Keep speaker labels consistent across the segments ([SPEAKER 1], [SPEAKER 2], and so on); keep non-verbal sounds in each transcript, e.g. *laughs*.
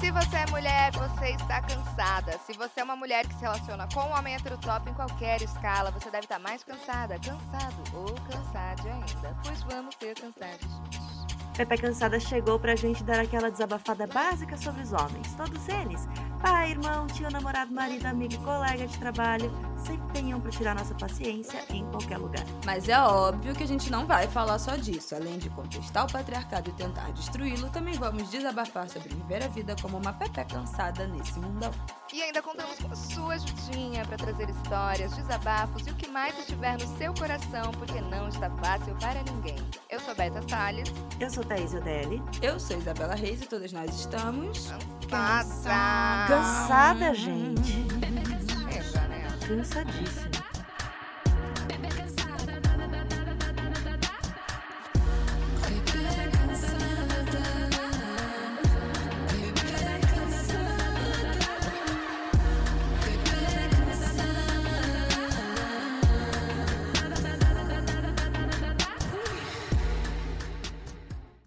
[SPEAKER 1] Se você é mulher, você está cansada. Se você é uma mulher que se relaciona com um homem hétero top em qualquer escala, você deve estar mais cansada, cansado ou cansada ainda. Pois vamos ser cansados.
[SPEAKER 2] Pepe Cansada chegou pra gente dar aquela desabafada básica sobre os homens. Todos eles, pai, irmão, tio, namorado, marido, amigo, colega de trabalho, sempre tem um pra tirar nossa paciência em qualquer lugar.
[SPEAKER 3] Mas é óbvio que a gente não vai falar só disso. Além de contestar o patriarcado e tentar destruí-lo, também vamos desabafar sobre viver a vida como uma Pepe cansada nesse mundão.
[SPEAKER 1] E ainda contamos com a sua ajudinha para trazer histórias, desabafos e o que mais estiver no seu coração, porque não está fácil para ninguém. Eu sou Beta Salles.
[SPEAKER 2] Eu sou Thaís Odelli.
[SPEAKER 3] Eu sou Isabela Reis e todas nós estamos.
[SPEAKER 1] Cansada!
[SPEAKER 2] Cansada, gente.
[SPEAKER 1] Chega, né?
[SPEAKER 2] Cansadíssima.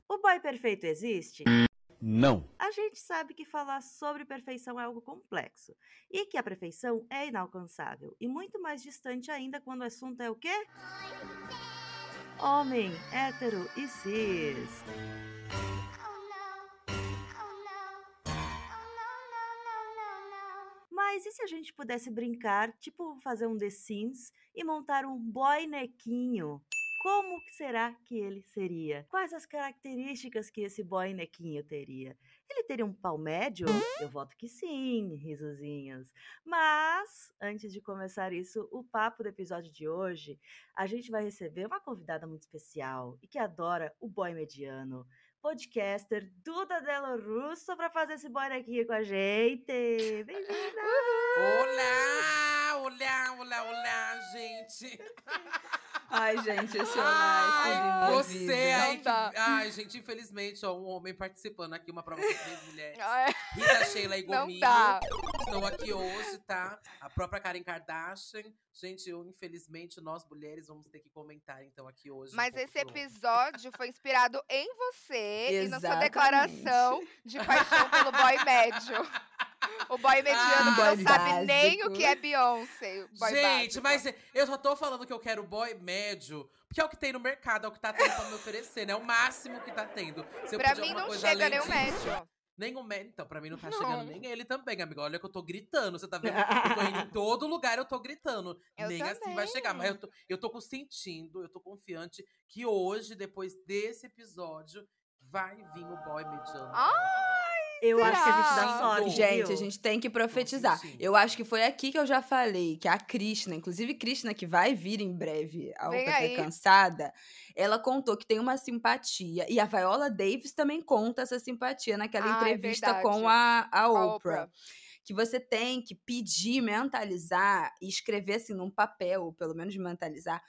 [SPEAKER 2] O boy perfeito existe?
[SPEAKER 4] Não.
[SPEAKER 2] A gente sabe que falar sobre perfeição é algo complexo e que a perfeição é inalcançável e muito mais distante ainda quando o assunto é o quê? Homem, hétero e cis. Mas e se a gente pudesse brincar, tipo fazer um The Sims e montar um boinequinho? Como que será que ele seria? Quais as características que esse boinequinho teria? Ele teria um pau médio? Eu voto que sim, risozinhos. Mas, antes de começar isso, o papo do episódio de hoje, a gente vai receber uma convidada muito especial e que adora o boy mediano. Podcaster Duda Delo Russo para fazer esse boinequinho com a gente. Bem-vinda!
[SPEAKER 5] Olá, olá, olá, olá, gente.
[SPEAKER 3] Ai, gente, esse homem é tudo em
[SPEAKER 5] Ai,
[SPEAKER 3] minha
[SPEAKER 5] você
[SPEAKER 3] vida.
[SPEAKER 5] aí.
[SPEAKER 1] Não tá.
[SPEAKER 5] que-
[SPEAKER 1] dá.
[SPEAKER 5] Ai, gente, infelizmente, ó, um homem participando aqui, uma prova de três mulheres.
[SPEAKER 1] Ah, é. *laughs*
[SPEAKER 5] Rita, Sheila e
[SPEAKER 1] Não
[SPEAKER 5] Gominho.
[SPEAKER 1] dá.
[SPEAKER 5] Estou aqui hoje, tá? A própria Karen Kardashian. Gente, eu, infelizmente, nós mulheres vamos ter que comentar, então, aqui hoje. um
[SPEAKER 1] Mas
[SPEAKER 5] pouco
[SPEAKER 1] esse
[SPEAKER 5] do-
[SPEAKER 1] episódio foi inspirado em você e na sua
[SPEAKER 3] Exatamente.
[SPEAKER 1] declaração de paixão pelo boy médio. O boy mediano
[SPEAKER 5] Ah,
[SPEAKER 1] que
[SPEAKER 3] boy
[SPEAKER 1] não sabe nem
[SPEAKER 3] básico.
[SPEAKER 1] o que é Beyoncé. o boy
[SPEAKER 5] Gente,
[SPEAKER 1] básico.
[SPEAKER 5] mas eu só tô falando que eu quero boy médio, porque é o que tem no mercado, é o que tá tendo pra me oferecer, né? É o máximo que tá tendo. Se eu
[SPEAKER 1] Pra
[SPEAKER 5] pedir
[SPEAKER 1] mim
[SPEAKER 5] alguma
[SPEAKER 1] não
[SPEAKER 5] coisa
[SPEAKER 1] chega
[SPEAKER 5] além
[SPEAKER 1] nem o
[SPEAKER 5] disso-
[SPEAKER 1] médio.
[SPEAKER 5] Nem o médio. Então, pra mim não tá
[SPEAKER 1] Não.
[SPEAKER 5] chegando nem ele também, amiga. Olha que eu tô gritando. Você tá vendo? Eu tô indo em todo lugar, eu tô gritando.
[SPEAKER 1] Eu
[SPEAKER 5] nem assim vai
[SPEAKER 1] também.
[SPEAKER 5] chegar. Mas eu tô, eu tô com- sentindo, eu tô confiante que hoje, depois desse episódio, vai vir o boy mediano.
[SPEAKER 2] Eu acho que a gente
[SPEAKER 1] Será?
[SPEAKER 2] dá sorte.
[SPEAKER 3] Gente,
[SPEAKER 2] viu?
[SPEAKER 3] a gente tem que profetizar.
[SPEAKER 5] Nossa, sim.
[SPEAKER 3] Eu acho que foi aqui que eu já falei que a Krishna, inclusive Krishna, que vai vir em breve a
[SPEAKER 1] Vem
[SPEAKER 3] outra é
[SPEAKER 1] aí.
[SPEAKER 3] cansada, ela contou que tem uma simpatia. E a Viola Davis também conta essa simpatia naquela
[SPEAKER 1] Ah, é
[SPEAKER 3] entrevista
[SPEAKER 1] verdade.
[SPEAKER 3] com a, a, Oprah,
[SPEAKER 1] Oprah.
[SPEAKER 3] Que você tem que pedir, mentalizar e escrever assim num papel, ou pelo menos mentalizar,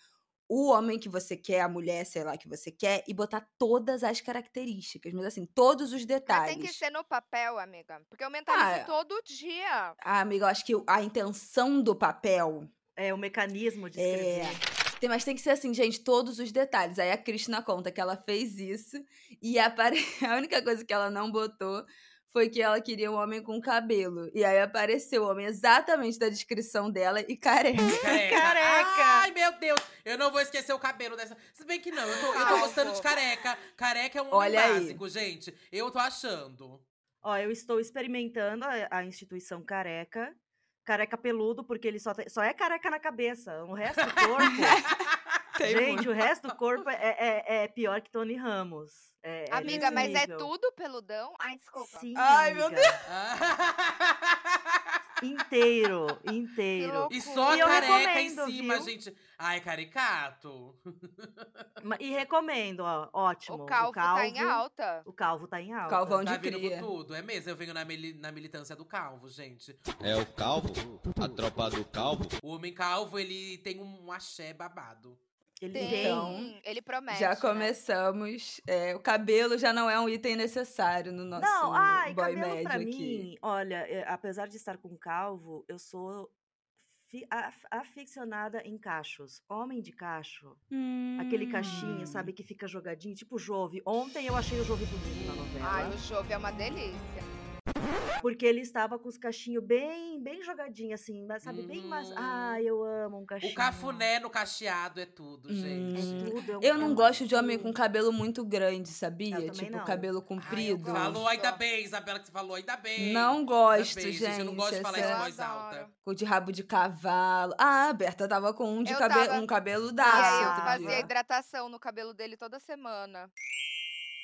[SPEAKER 3] o homem que você quer, a mulher, sei lá, que você quer, e botar todas as características, mas assim, todos os
[SPEAKER 1] Mas
[SPEAKER 3] detalhes.
[SPEAKER 1] tem que ser no papel, amiga. Porque eu mentalizo
[SPEAKER 3] Ah,
[SPEAKER 1] todo dia.
[SPEAKER 3] Ah, amiga, eu acho que a intenção do papel.
[SPEAKER 2] É o mecanismo de
[SPEAKER 3] É.
[SPEAKER 2] escrever.
[SPEAKER 3] Tem, mas tem que ser assim, gente, todos os detalhes. Aí a Krishna conta que ela fez isso e apare... *laughs* a única coisa que ela não botou foi que ela queria um homem com cabelo. E aí apareceu o homem exatamente da descrição dela e
[SPEAKER 2] *laughs*
[SPEAKER 3] careca.
[SPEAKER 5] Careca.
[SPEAKER 2] Careca.
[SPEAKER 5] Ai, meu Deus! Eu não vou esquecer o cabelo dessa. Se bem que não, eu tô, eu tô
[SPEAKER 1] Ai,
[SPEAKER 5] gostando
[SPEAKER 1] pô.
[SPEAKER 5] de careca. Careca é um homem
[SPEAKER 3] Olha aí.
[SPEAKER 5] básico, gente. Eu tô achando.
[SPEAKER 2] Ó, eu estou experimentando a, a instituição careca. Careca peludo, porque ele só, tem- só é careca na cabeça. O resto do corpo.
[SPEAKER 3] um
[SPEAKER 2] gente, o resto do corpo é, é- é pior que Tony Ramos. É- é
[SPEAKER 1] amiga,
[SPEAKER 2] nesse
[SPEAKER 1] mas é
[SPEAKER 2] nível.
[SPEAKER 1] tudo peludão? Ai, desculpa.
[SPEAKER 2] Sim,
[SPEAKER 3] Ai, meu
[SPEAKER 2] amiga. Inteiro,
[SPEAKER 1] *laughs*
[SPEAKER 2] inteiro.
[SPEAKER 1] Que
[SPEAKER 5] *laughs* e só
[SPEAKER 2] E eu
[SPEAKER 5] careca em
[SPEAKER 2] recomendo,
[SPEAKER 5] cima,
[SPEAKER 2] viu?
[SPEAKER 5] gente. Ai, caricato.
[SPEAKER 2] Ma- E recomendo, ó. Ótimo.
[SPEAKER 1] O calvo, tá em alta.
[SPEAKER 2] O calvo tá em alta.
[SPEAKER 3] Calvão
[SPEAKER 5] Tá
[SPEAKER 3] de
[SPEAKER 5] vindo com
[SPEAKER 3] cria.
[SPEAKER 5] tudo, é mesmo. Eu venho na, mili- na militância do calvo, gente.
[SPEAKER 4] É o calvo? A tropa do calvo?
[SPEAKER 5] O homem calvo, ele tem um axé babado.
[SPEAKER 2] Ele
[SPEAKER 1] Tem.
[SPEAKER 2] tem.
[SPEAKER 3] Então,
[SPEAKER 1] ele promete.
[SPEAKER 3] Já
[SPEAKER 1] né?
[SPEAKER 3] começamos. é, o cabelo já não é um item necessário no nosso
[SPEAKER 2] Não, ai,
[SPEAKER 3] um boy
[SPEAKER 2] cabelo
[SPEAKER 3] médio
[SPEAKER 2] pra
[SPEAKER 3] aqui.
[SPEAKER 2] mim, olha, é, apesar de estar com calvo, eu sou fi- af- aficionada em cachos. Homem de cacho, aquele cachinho, sabe,
[SPEAKER 1] Hum.
[SPEAKER 2] que fica jogadinho, tipo Jove. Ontem eu achei o Jove bonito na novela.
[SPEAKER 1] Ai, o Jove é uma delícia.
[SPEAKER 2] Porque ele estava com os cachinhos bem, bem jogadinho, assim, mas sabe, bem mais.
[SPEAKER 5] Hum.
[SPEAKER 2] Ah, eu amo um cachinho.
[SPEAKER 5] O cafuné no cacheado é tudo,
[SPEAKER 3] Hum,
[SPEAKER 2] É
[SPEAKER 5] gente.
[SPEAKER 2] tudo, é um- é
[SPEAKER 3] Eu
[SPEAKER 2] um
[SPEAKER 3] não gosto de homem
[SPEAKER 2] tudo.
[SPEAKER 3] com cabelo muito grande, sabia?
[SPEAKER 2] Eu também
[SPEAKER 3] tipo,
[SPEAKER 2] não.
[SPEAKER 3] cabelo comprido.
[SPEAKER 1] gosto.
[SPEAKER 5] Falou ainda bem, Isabela, que você falou ainda bem.
[SPEAKER 3] não
[SPEAKER 5] Ainda
[SPEAKER 3] gosto,
[SPEAKER 5] bem,
[SPEAKER 3] gente.
[SPEAKER 5] Eu não gosto de falar isso em
[SPEAKER 3] essa- é
[SPEAKER 1] Eu
[SPEAKER 5] voz alta.
[SPEAKER 1] adoro.
[SPEAKER 3] Com de rabo de cavalo. Ah, a Berta tava com um de
[SPEAKER 1] Eu
[SPEAKER 3] cabelo,
[SPEAKER 1] tava-
[SPEAKER 3] um cabelo
[SPEAKER 1] E
[SPEAKER 3] daço.
[SPEAKER 1] aí eu
[SPEAKER 5] Ah,
[SPEAKER 1] fazia
[SPEAKER 5] boa.
[SPEAKER 1] hidratação no cabelo dele toda semana.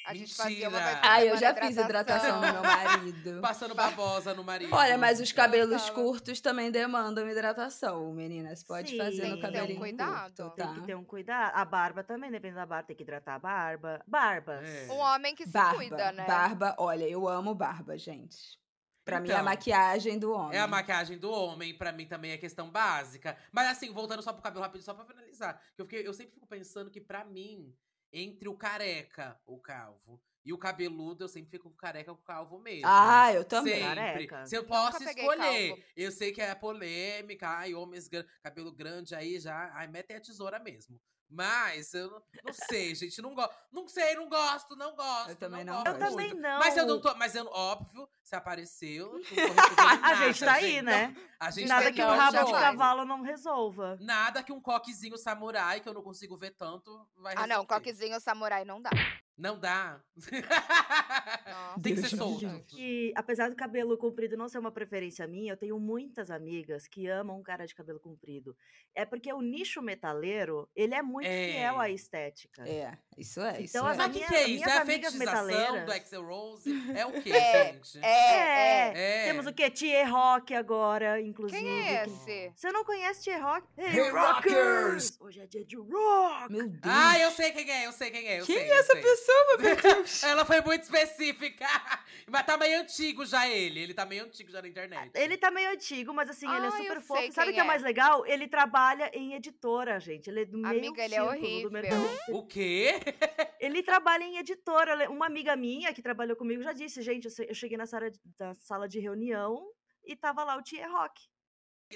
[SPEAKER 1] A gente fazia uma vez
[SPEAKER 5] Mentira.
[SPEAKER 1] por
[SPEAKER 3] Ah, eu já
[SPEAKER 1] semana
[SPEAKER 3] fiz hidratação no meu
[SPEAKER 5] *laughs*
[SPEAKER 3] marido.
[SPEAKER 5] Passando babosa no marido.
[SPEAKER 3] Olha, mas os cabelos
[SPEAKER 1] tava.
[SPEAKER 3] curtos também demandam hidratação, menina. Você pode
[SPEAKER 2] Sim,
[SPEAKER 3] fazer
[SPEAKER 2] tem
[SPEAKER 3] no
[SPEAKER 2] que ter um
[SPEAKER 3] cabelo
[SPEAKER 1] cuidado.
[SPEAKER 3] curto,
[SPEAKER 2] Tem
[SPEAKER 3] tá?
[SPEAKER 2] que ter um cuidado. A barba também, dependendo da barba, tem que hidratar a barba. Barbas.
[SPEAKER 5] É.
[SPEAKER 1] Um homem que se
[SPEAKER 3] Barba,
[SPEAKER 1] cuida, né?
[SPEAKER 3] barba. Olha, eu amo barba, gente. Pra mim é a
[SPEAKER 5] Então,
[SPEAKER 3] maquiagem do homem.
[SPEAKER 5] É a maquiagem do homem, pra mim também é questão básica. Mas assim, voltando só pro cabelo rápido, só pra finalizar. que Eu, fiquei- eu sempre fico pensando que, pra mim, entre o careca, o calvo, e o cabeludo, eu sempre fico com o careca com o calvo mesmo.
[SPEAKER 3] Ah, eu também.
[SPEAKER 5] Sempre.
[SPEAKER 2] Careca.
[SPEAKER 5] Se eu posso
[SPEAKER 1] peguei
[SPEAKER 5] escolher.
[SPEAKER 1] calvo.
[SPEAKER 5] Eu sei que é polêmica. Ai, homens, gran- cabelo grande aí já. Ai, mete a tesoura mesmo. Mas eu não, não sei, gente. Não gosto. Não sei, não gosto, não gosto.
[SPEAKER 3] também não
[SPEAKER 5] gosto
[SPEAKER 2] Eu
[SPEAKER 3] gosto.
[SPEAKER 5] muito.
[SPEAKER 2] também não.
[SPEAKER 5] Mas eu não tô. Mas eu, óbvio,
[SPEAKER 2] *laughs*
[SPEAKER 5] se apareceu. Não tô recusando
[SPEAKER 2] A gente
[SPEAKER 5] nada,
[SPEAKER 2] tá aí, né?
[SPEAKER 5] A gente
[SPEAKER 2] Nada
[SPEAKER 5] tá
[SPEAKER 2] que
[SPEAKER 5] aí,
[SPEAKER 2] um
[SPEAKER 5] não,
[SPEAKER 2] rabo de
[SPEAKER 5] jamais.
[SPEAKER 2] cavalo não resolva.
[SPEAKER 5] Nada que um coquezinho samurai, que eu não consigo ver tanto, vai
[SPEAKER 1] Ah, não,
[SPEAKER 5] resolver.
[SPEAKER 1] coquezinho samurai não dá.
[SPEAKER 5] Não
[SPEAKER 2] *laughs*
[SPEAKER 5] dá.
[SPEAKER 1] Nossa,
[SPEAKER 5] É, Tem que
[SPEAKER 3] Deus
[SPEAKER 5] ser
[SPEAKER 3] me
[SPEAKER 5] solto. né?
[SPEAKER 3] livre.
[SPEAKER 2] que, apesar do cabelo comprido não ser uma preferência minha, eu tenho muitas amigas que amam um cara de cabelo comprido. É porque o nicho metaleiro, ele é muito
[SPEAKER 5] É.
[SPEAKER 2] fiel à estética.
[SPEAKER 3] É, isso é, isso
[SPEAKER 2] Então,
[SPEAKER 3] é.
[SPEAKER 2] as
[SPEAKER 5] Mas o
[SPEAKER 2] minha-
[SPEAKER 5] que, que é
[SPEAKER 2] minhas
[SPEAKER 5] isso? É a
[SPEAKER 2] amigas
[SPEAKER 5] fetichização do
[SPEAKER 2] metaleiras-
[SPEAKER 5] Axel Rose? É o quê,
[SPEAKER 1] *laughs* É,
[SPEAKER 5] gente?
[SPEAKER 1] É, é.
[SPEAKER 5] É.
[SPEAKER 2] Temos o quê? Thier Rock agora, inclusive.
[SPEAKER 1] Quem é
[SPEAKER 2] que-
[SPEAKER 1] esse?
[SPEAKER 2] Você não conhece Thier Rock? Hey,
[SPEAKER 5] Hey,
[SPEAKER 2] rockers!
[SPEAKER 5] rockers!
[SPEAKER 2] Hoje é dia de rock!
[SPEAKER 3] Meu Deus.
[SPEAKER 5] Ah, eu sei quem é, eu sei quem é. Eu
[SPEAKER 3] Quem
[SPEAKER 5] sei,
[SPEAKER 3] é
[SPEAKER 5] eu
[SPEAKER 3] essa
[SPEAKER 5] sei.
[SPEAKER 3] pessoa,
[SPEAKER 5] *laughs*
[SPEAKER 3] meu Deus?
[SPEAKER 5] Ela foi muito específica. *laughs* Mas tá meio antigo já ele. Ele tá meio antigo já na internet.
[SPEAKER 2] Ele tá meio antigo, mas assim, ele é
[SPEAKER 1] Ah, eu
[SPEAKER 2] super
[SPEAKER 1] sei
[SPEAKER 2] fofo. E Sabe
[SPEAKER 1] quem
[SPEAKER 2] o que é
[SPEAKER 1] é.
[SPEAKER 2] mais legal? Ele trabalha em editora, gente. Ele é do meio
[SPEAKER 1] Amiga, ele é
[SPEAKER 2] círculo
[SPEAKER 1] horrível.
[SPEAKER 2] do mercado.
[SPEAKER 5] O quê?
[SPEAKER 2] Ele trabalha em editora. Le- Uma amiga minha que trabalhou comigo já disse, gente, eu se- eu cheguei na sala de, da sala de reunião e tava lá o Tier
[SPEAKER 1] *laughs*
[SPEAKER 2] Rock.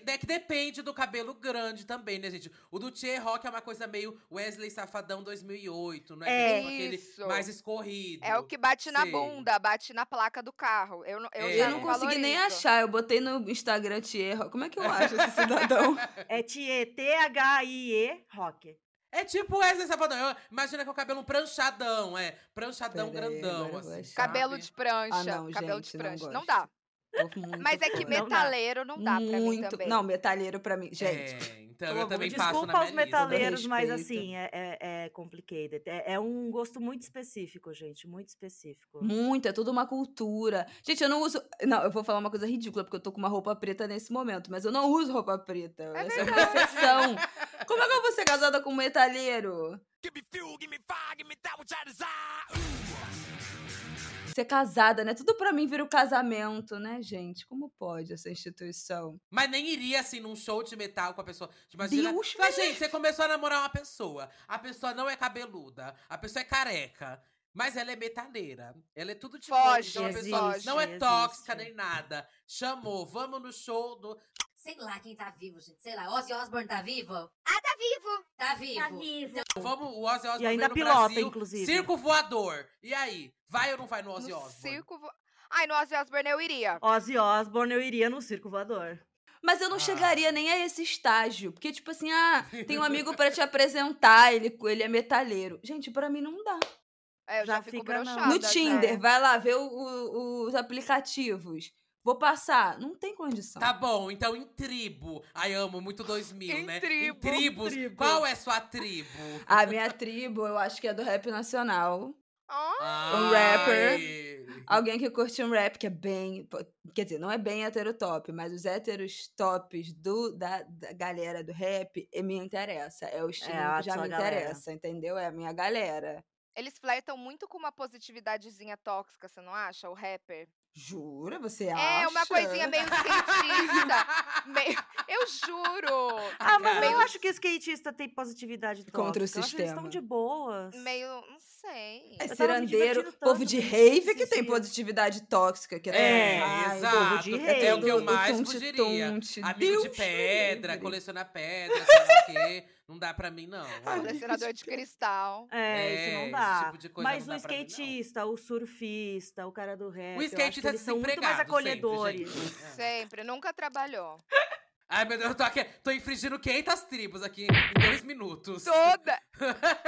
[SPEAKER 5] É que depende do cabelo grande também, né, gente? O do Tchê Rock é uma coisa meio Wesley Safadão 2008, não é?
[SPEAKER 2] É.
[SPEAKER 5] Que tem
[SPEAKER 1] Isso.
[SPEAKER 5] aquele mais escorrido.
[SPEAKER 1] É o que bate na
[SPEAKER 5] Sim.
[SPEAKER 1] bunda, bate na placa do carro. Eu, não- eu,
[SPEAKER 5] É.
[SPEAKER 1] já
[SPEAKER 3] Eu não consegui nem
[SPEAKER 1] valorizo.
[SPEAKER 3] achar. Eu botei no Instagram Tierra. Como é que eu acho esse
[SPEAKER 1] *laughs*
[SPEAKER 3] cidadão?
[SPEAKER 2] É Tier, T-H-I-E, Rock.
[SPEAKER 5] É tipo Wesley Safadão. Eu- Imagina que é o cabelo um pranchadão, é. Pranchadão
[SPEAKER 3] Pera aí,
[SPEAKER 5] grandão,
[SPEAKER 3] agora eu vou
[SPEAKER 5] assim.
[SPEAKER 3] achar.
[SPEAKER 1] Cabelo
[SPEAKER 5] sabe?
[SPEAKER 1] de prancha.
[SPEAKER 3] Ah, não,
[SPEAKER 1] cabelo de
[SPEAKER 3] gente, não
[SPEAKER 1] prancha. Não,
[SPEAKER 3] gosto.
[SPEAKER 1] dá.
[SPEAKER 3] Tô muito
[SPEAKER 1] Mas é
[SPEAKER 3] *laughs*
[SPEAKER 1] que
[SPEAKER 3] fora.
[SPEAKER 2] Não dá.
[SPEAKER 1] metaleiro não dá, pra mim
[SPEAKER 3] Muito-
[SPEAKER 1] também.
[SPEAKER 3] Não, metalheiro pra mim. Gente,
[SPEAKER 5] É, então
[SPEAKER 3] pelo
[SPEAKER 5] eu
[SPEAKER 3] amor
[SPEAKER 5] também
[SPEAKER 3] de
[SPEAKER 5] passo na
[SPEAKER 2] Desculpa aos
[SPEAKER 5] minha lista.
[SPEAKER 2] metaleiros, mas
[SPEAKER 3] respeito.
[SPEAKER 2] assim, é, é, é complicated. É, é um gosto muito específico, gente, muito específico.
[SPEAKER 3] Muito, é toda uma cultura. Gente, eu não uso. Não, eu vou falar uma coisa ridícula, porque eu tô com uma roupa preta nesse momento, mas eu não uso roupa preta.
[SPEAKER 1] É
[SPEAKER 3] Essa é uma exceção. Como é que eu vou ser casada com um metalheiro? Ser casada, né? Tudo pra mim vira o casamento, né, gente? Como pode essa instituição?
[SPEAKER 5] Mas nem iria, assim, num show de metal com a pessoa. Imagina.
[SPEAKER 3] Deus
[SPEAKER 5] mas, Tipo, gente, você começou a namorar uma pessoa. A pessoa não é cabeluda. A pessoa é careca. Mas ela é metaleira. Ela é tudo de boa,
[SPEAKER 1] Foge,
[SPEAKER 5] Então a pessoa
[SPEAKER 1] existe,
[SPEAKER 5] não é tóxica
[SPEAKER 2] existe.
[SPEAKER 5] nem nada. Chamou, vamos no show do.
[SPEAKER 6] Sei lá quem tá vivo, gente. Sei lá, Ozzy Osbourne tá vivo?
[SPEAKER 7] vivo.
[SPEAKER 6] Tá vivo.
[SPEAKER 7] Tá vivo.
[SPEAKER 5] Vamos, o Ozzy Osbourne
[SPEAKER 2] ainda
[SPEAKER 5] veio no
[SPEAKER 2] pilota,
[SPEAKER 5] Brasil,
[SPEAKER 2] inclusive.
[SPEAKER 5] Circo voador. E aí? Vai ou não vai no Ozzy
[SPEAKER 1] No
[SPEAKER 5] Osbourne?
[SPEAKER 1] circo... vo- Ai, no Ozzy Osbourne eu iria.
[SPEAKER 2] Ozzy Osbourne, eu iria no circo voador.
[SPEAKER 3] Mas eu não
[SPEAKER 5] Ah.
[SPEAKER 3] chegaria nem a esse estágio. Porque, tipo assim, ah, tem um amigo
[SPEAKER 5] *laughs*
[SPEAKER 3] pra te apresentar, ele, ele é metalheiro. Gente, pra mim não dá.
[SPEAKER 1] É, eu já,
[SPEAKER 2] Já
[SPEAKER 1] fico
[SPEAKER 2] fica não.
[SPEAKER 1] broxada. né?
[SPEAKER 3] No
[SPEAKER 1] já.
[SPEAKER 3] Tinder, vai lá ver o- o- os aplicativos. Vou passar. Não tem condição.
[SPEAKER 5] Tá bom, então em tribo. Ai, amo muito 2000,
[SPEAKER 1] Em
[SPEAKER 5] né?
[SPEAKER 1] tribo.
[SPEAKER 5] Em tribos.
[SPEAKER 2] Tribo.
[SPEAKER 5] Qual é sua tribo?
[SPEAKER 3] A minha tribo, eu acho que é do rap nacional.
[SPEAKER 1] Ah,
[SPEAKER 3] Um rapper.
[SPEAKER 5] Ai.
[SPEAKER 3] Alguém que curte um rap que é bem. pô, Quer dizer, não é bem heterotop, mas os héteros tops do, da, da galera do rap eh, me interessa. É o estilo
[SPEAKER 2] a
[SPEAKER 3] que já
[SPEAKER 2] sua
[SPEAKER 3] me
[SPEAKER 2] galera.
[SPEAKER 3] interessa, entendeu? É a minha galera.
[SPEAKER 1] eles flertam muito com uma positividadezinha tóxica, você não acha? O rapper.
[SPEAKER 3] Jura? Você acha?
[SPEAKER 1] É, uma coisinha meio skatista. meio... *laughs* Eu juro.
[SPEAKER 2] Ah, mas eu
[SPEAKER 1] Meio-
[SPEAKER 2] não acho que skatista tem positividade tóxica.
[SPEAKER 3] Contra o
[SPEAKER 2] eu acho que Eles estão
[SPEAKER 3] sistema.
[SPEAKER 2] de boas.
[SPEAKER 1] Meio. Não sei.
[SPEAKER 3] É
[SPEAKER 2] Eu tava me
[SPEAKER 3] cirandeiro,
[SPEAKER 2] divertindo
[SPEAKER 3] povo
[SPEAKER 2] tanto
[SPEAKER 3] de
[SPEAKER 2] com isso
[SPEAKER 3] rave que
[SPEAKER 2] esses
[SPEAKER 3] tem
[SPEAKER 2] dias.
[SPEAKER 3] positividade tóxica. Que
[SPEAKER 5] É,
[SPEAKER 3] raiva,
[SPEAKER 5] exato.
[SPEAKER 2] de
[SPEAKER 5] é o que eu
[SPEAKER 3] do- do
[SPEAKER 5] mais
[SPEAKER 3] tonte,
[SPEAKER 5] fugiria.
[SPEAKER 3] tonte.
[SPEAKER 5] Amigo
[SPEAKER 3] Deus
[SPEAKER 5] de
[SPEAKER 3] me
[SPEAKER 5] pedra,
[SPEAKER 3] livre.
[SPEAKER 5] coleciona pedra, sei lá o quê. Não dá pra mim, não.
[SPEAKER 2] Ah,
[SPEAKER 1] Colecionador de cristal.
[SPEAKER 2] É, isso
[SPEAKER 5] esse
[SPEAKER 2] não dá.
[SPEAKER 5] tipo de coisa
[SPEAKER 2] Mas
[SPEAKER 5] não
[SPEAKER 2] o
[SPEAKER 5] dá pra mim, não.
[SPEAKER 2] skatista, o surfista, o cara do rap,
[SPEAKER 5] O
[SPEAKER 2] eu acho
[SPEAKER 5] skate
[SPEAKER 2] que
[SPEAKER 5] tá
[SPEAKER 2] eles são muito mais
[SPEAKER 5] desempregado sempre, gente.
[SPEAKER 2] acolhedores.
[SPEAKER 5] É.
[SPEAKER 1] Sempre, nunca trabalhou.
[SPEAKER 5] Ai, meu Deus, eu tô aqui. Tô infringindo 500 tribos aqui em dois minutos.
[SPEAKER 1] Toda! tá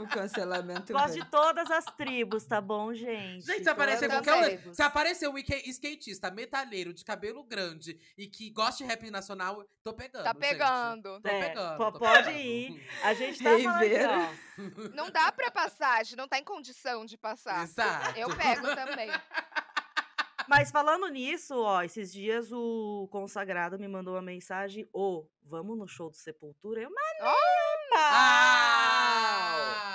[SPEAKER 3] O cancelamento.
[SPEAKER 2] Gosto
[SPEAKER 3] vem.
[SPEAKER 2] de todas as tribos, tá bom, gente?
[SPEAKER 5] Gente, se aparecer
[SPEAKER 1] todas
[SPEAKER 5] qualquer
[SPEAKER 1] as
[SPEAKER 5] outro.
[SPEAKER 1] tribos.
[SPEAKER 5] Se aparecer um ike- skatista metalheiro de cabelo grande e que gosta de rap nacional, tô pegando.
[SPEAKER 1] Tá
[SPEAKER 5] gente.
[SPEAKER 1] pegando.
[SPEAKER 5] Tô
[SPEAKER 2] É,
[SPEAKER 5] pegando.
[SPEAKER 2] po-
[SPEAKER 5] tô
[SPEAKER 2] pode
[SPEAKER 5] pegando.
[SPEAKER 2] ir. A gente tá falando aqui,
[SPEAKER 3] Rivera.
[SPEAKER 2] ó.
[SPEAKER 1] Não dá pra passagem, não tá em condição de passar.
[SPEAKER 5] Exato.
[SPEAKER 1] Eu pego também.
[SPEAKER 2] Mas falando nisso, ó, esses dias o consagrado me mandou uma mensagem: Ô, vamos no show do Sepultura? Eu, mas
[SPEAKER 1] Ah!
[SPEAKER 2] não!
[SPEAKER 5] Ah!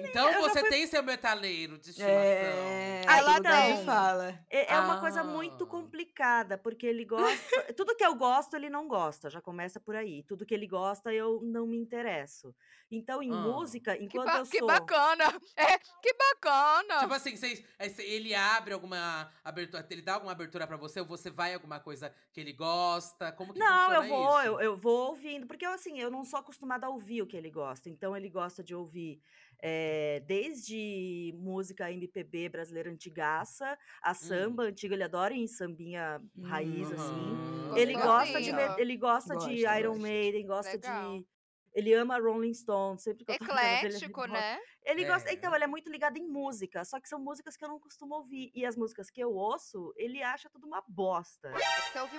[SPEAKER 5] Então
[SPEAKER 2] eu já
[SPEAKER 5] você
[SPEAKER 2] fui-
[SPEAKER 5] tem seu metalheiro de estimação.
[SPEAKER 3] É,
[SPEAKER 2] Aí
[SPEAKER 3] aquilo
[SPEAKER 2] dá
[SPEAKER 3] que a
[SPEAKER 2] um-
[SPEAKER 3] gente fala.
[SPEAKER 2] É, é uma coisa
[SPEAKER 5] Ah.
[SPEAKER 2] muito complicada, porque ele
[SPEAKER 1] *laughs*
[SPEAKER 2] gosta. tudo que eu gosto, ele não gosta, já começa por aí. Tudo que ele gosta, eu não me interesso. Então, em
[SPEAKER 5] Ah.
[SPEAKER 2] música,
[SPEAKER 1] Que,
[SPEAKER 2] enquanto
[SPEAKER 1] ba-
[SPEAKER 2] eu
[SPEAKER 1] que
[SPEAKER 2] sou.
[SPEAKER 1] bacana! É, que bacana!
[SPEAKER 5] Tipo assim, vocês- esse- ele abre alguma abertura, ele dá alguma abertura pra você, ou você vai alguma coisa que ele gosta? Como que
[SPEAKER 2] Não, eu
[SPEAKER 5] funciona
[SPEAKER 2] vou,
[SPEAKER 5] isso?
[SPEAKER 2] eu, é eu vou ouvindo, porque eu, assim, eu não sou acostumada a ouvir o que ele gosta. Então ele gosta de ouvir eh, desde música MPB brasileira antigaça, a samba antiga, ele adora ir em sambinha
[SPEAKER 3] Hum,
[SPEAKER 2] raiz, assim.
[SPEAKER 5] Uhum.
[SPEAKER 2] Ele gosta, de,
[SPEAKER 1] Gostosinho.
[SPEAKER 2] me- ele gosta de
[SPEAKER 3] Gosta,
[SPEAKER 2] Iron
[SPEAKER 3] gosta.
[SPEAKER 2] Maiden, gosta
[SPEAKER 1] Legal.
[SPEAKER 2] de. Ele ama Rolling Stones, sempre que eu tô na casa dele,
[SPEAKER 1] Eclético,
[SPEAKER 2] ele
[SPEAKER 1] né?
[SPEAKER 2] ele gosta.
[SPEAKER 5] É.
[SPEAKER 2] Então, ele é muito ligado em música, só que são músicas que eu não costumo ouvir. E as músicas que eu ouço, ele acha tudo uma bosta.
[SPEAKER 1] Você ouve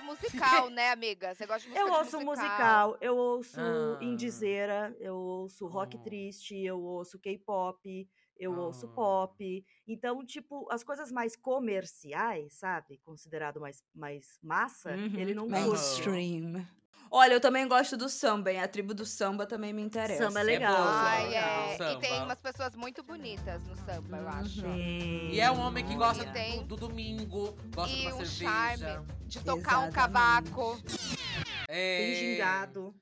[SPEAKER 1] musical,
[SPEAKER 2] *laughs*
[SPEAKER 1] né, amiga? Você gosta de música
[SPEAKER 2] Eu
[SPEAKER 1] de
[SPEAKER 2] ouço musical, eu ouço
[SPEAKER 5] Ah.
[SPEAKER 2] indizeira, eu ouço rock
[SPEAKER 5] Hum.
[SPEAKER 2] triste, eu ouço K-pop, eu ouço
[SPEAKER 5] Ah.
[SPEAKER 2] pop. Então, tipo, as coisas mais comerciais, sabe? Considerado mais, mais massa,
[SPEAKER 3] Uhum.
[SPEAKER 2] ele não gosta.
[SPEAKER 3] Mainstream. Olha, eu também gosto do samba, hein? A tribo do samba também me interessa.
[SPEAKER 2] Samba é
[SPEAKER 5] É
[SPEAKER 2] legal.
[SPEAKER 5] bom,
[SPEAKER 1] Ai,
[SPEAKER 5] legal.
[SPEAKER 1] é. E
[SPEAKER 5] Samba.
[SPEAKER 1] tem umas pessoas muito bonitas no samba, eu acho.
[SPEAKER 3] Uhum.
[SPEAKER 5] E é um homem que gosta
[SPEAKER 1] Hum, E
[SPEAKER 5] do,
[SPEAKER 1] tem-
[SPEAKER 5] do domingo, gosta
[SPEAKER 1] E
[SPEAKER 5] de uma
[SPEAKER 1] um
[SPEAKER 5] cerveja.
[SPEAKER 1] charme. De tocar um cavaco
[SPEAKER 5] É...
[SPEAKER 2] Tem gingado.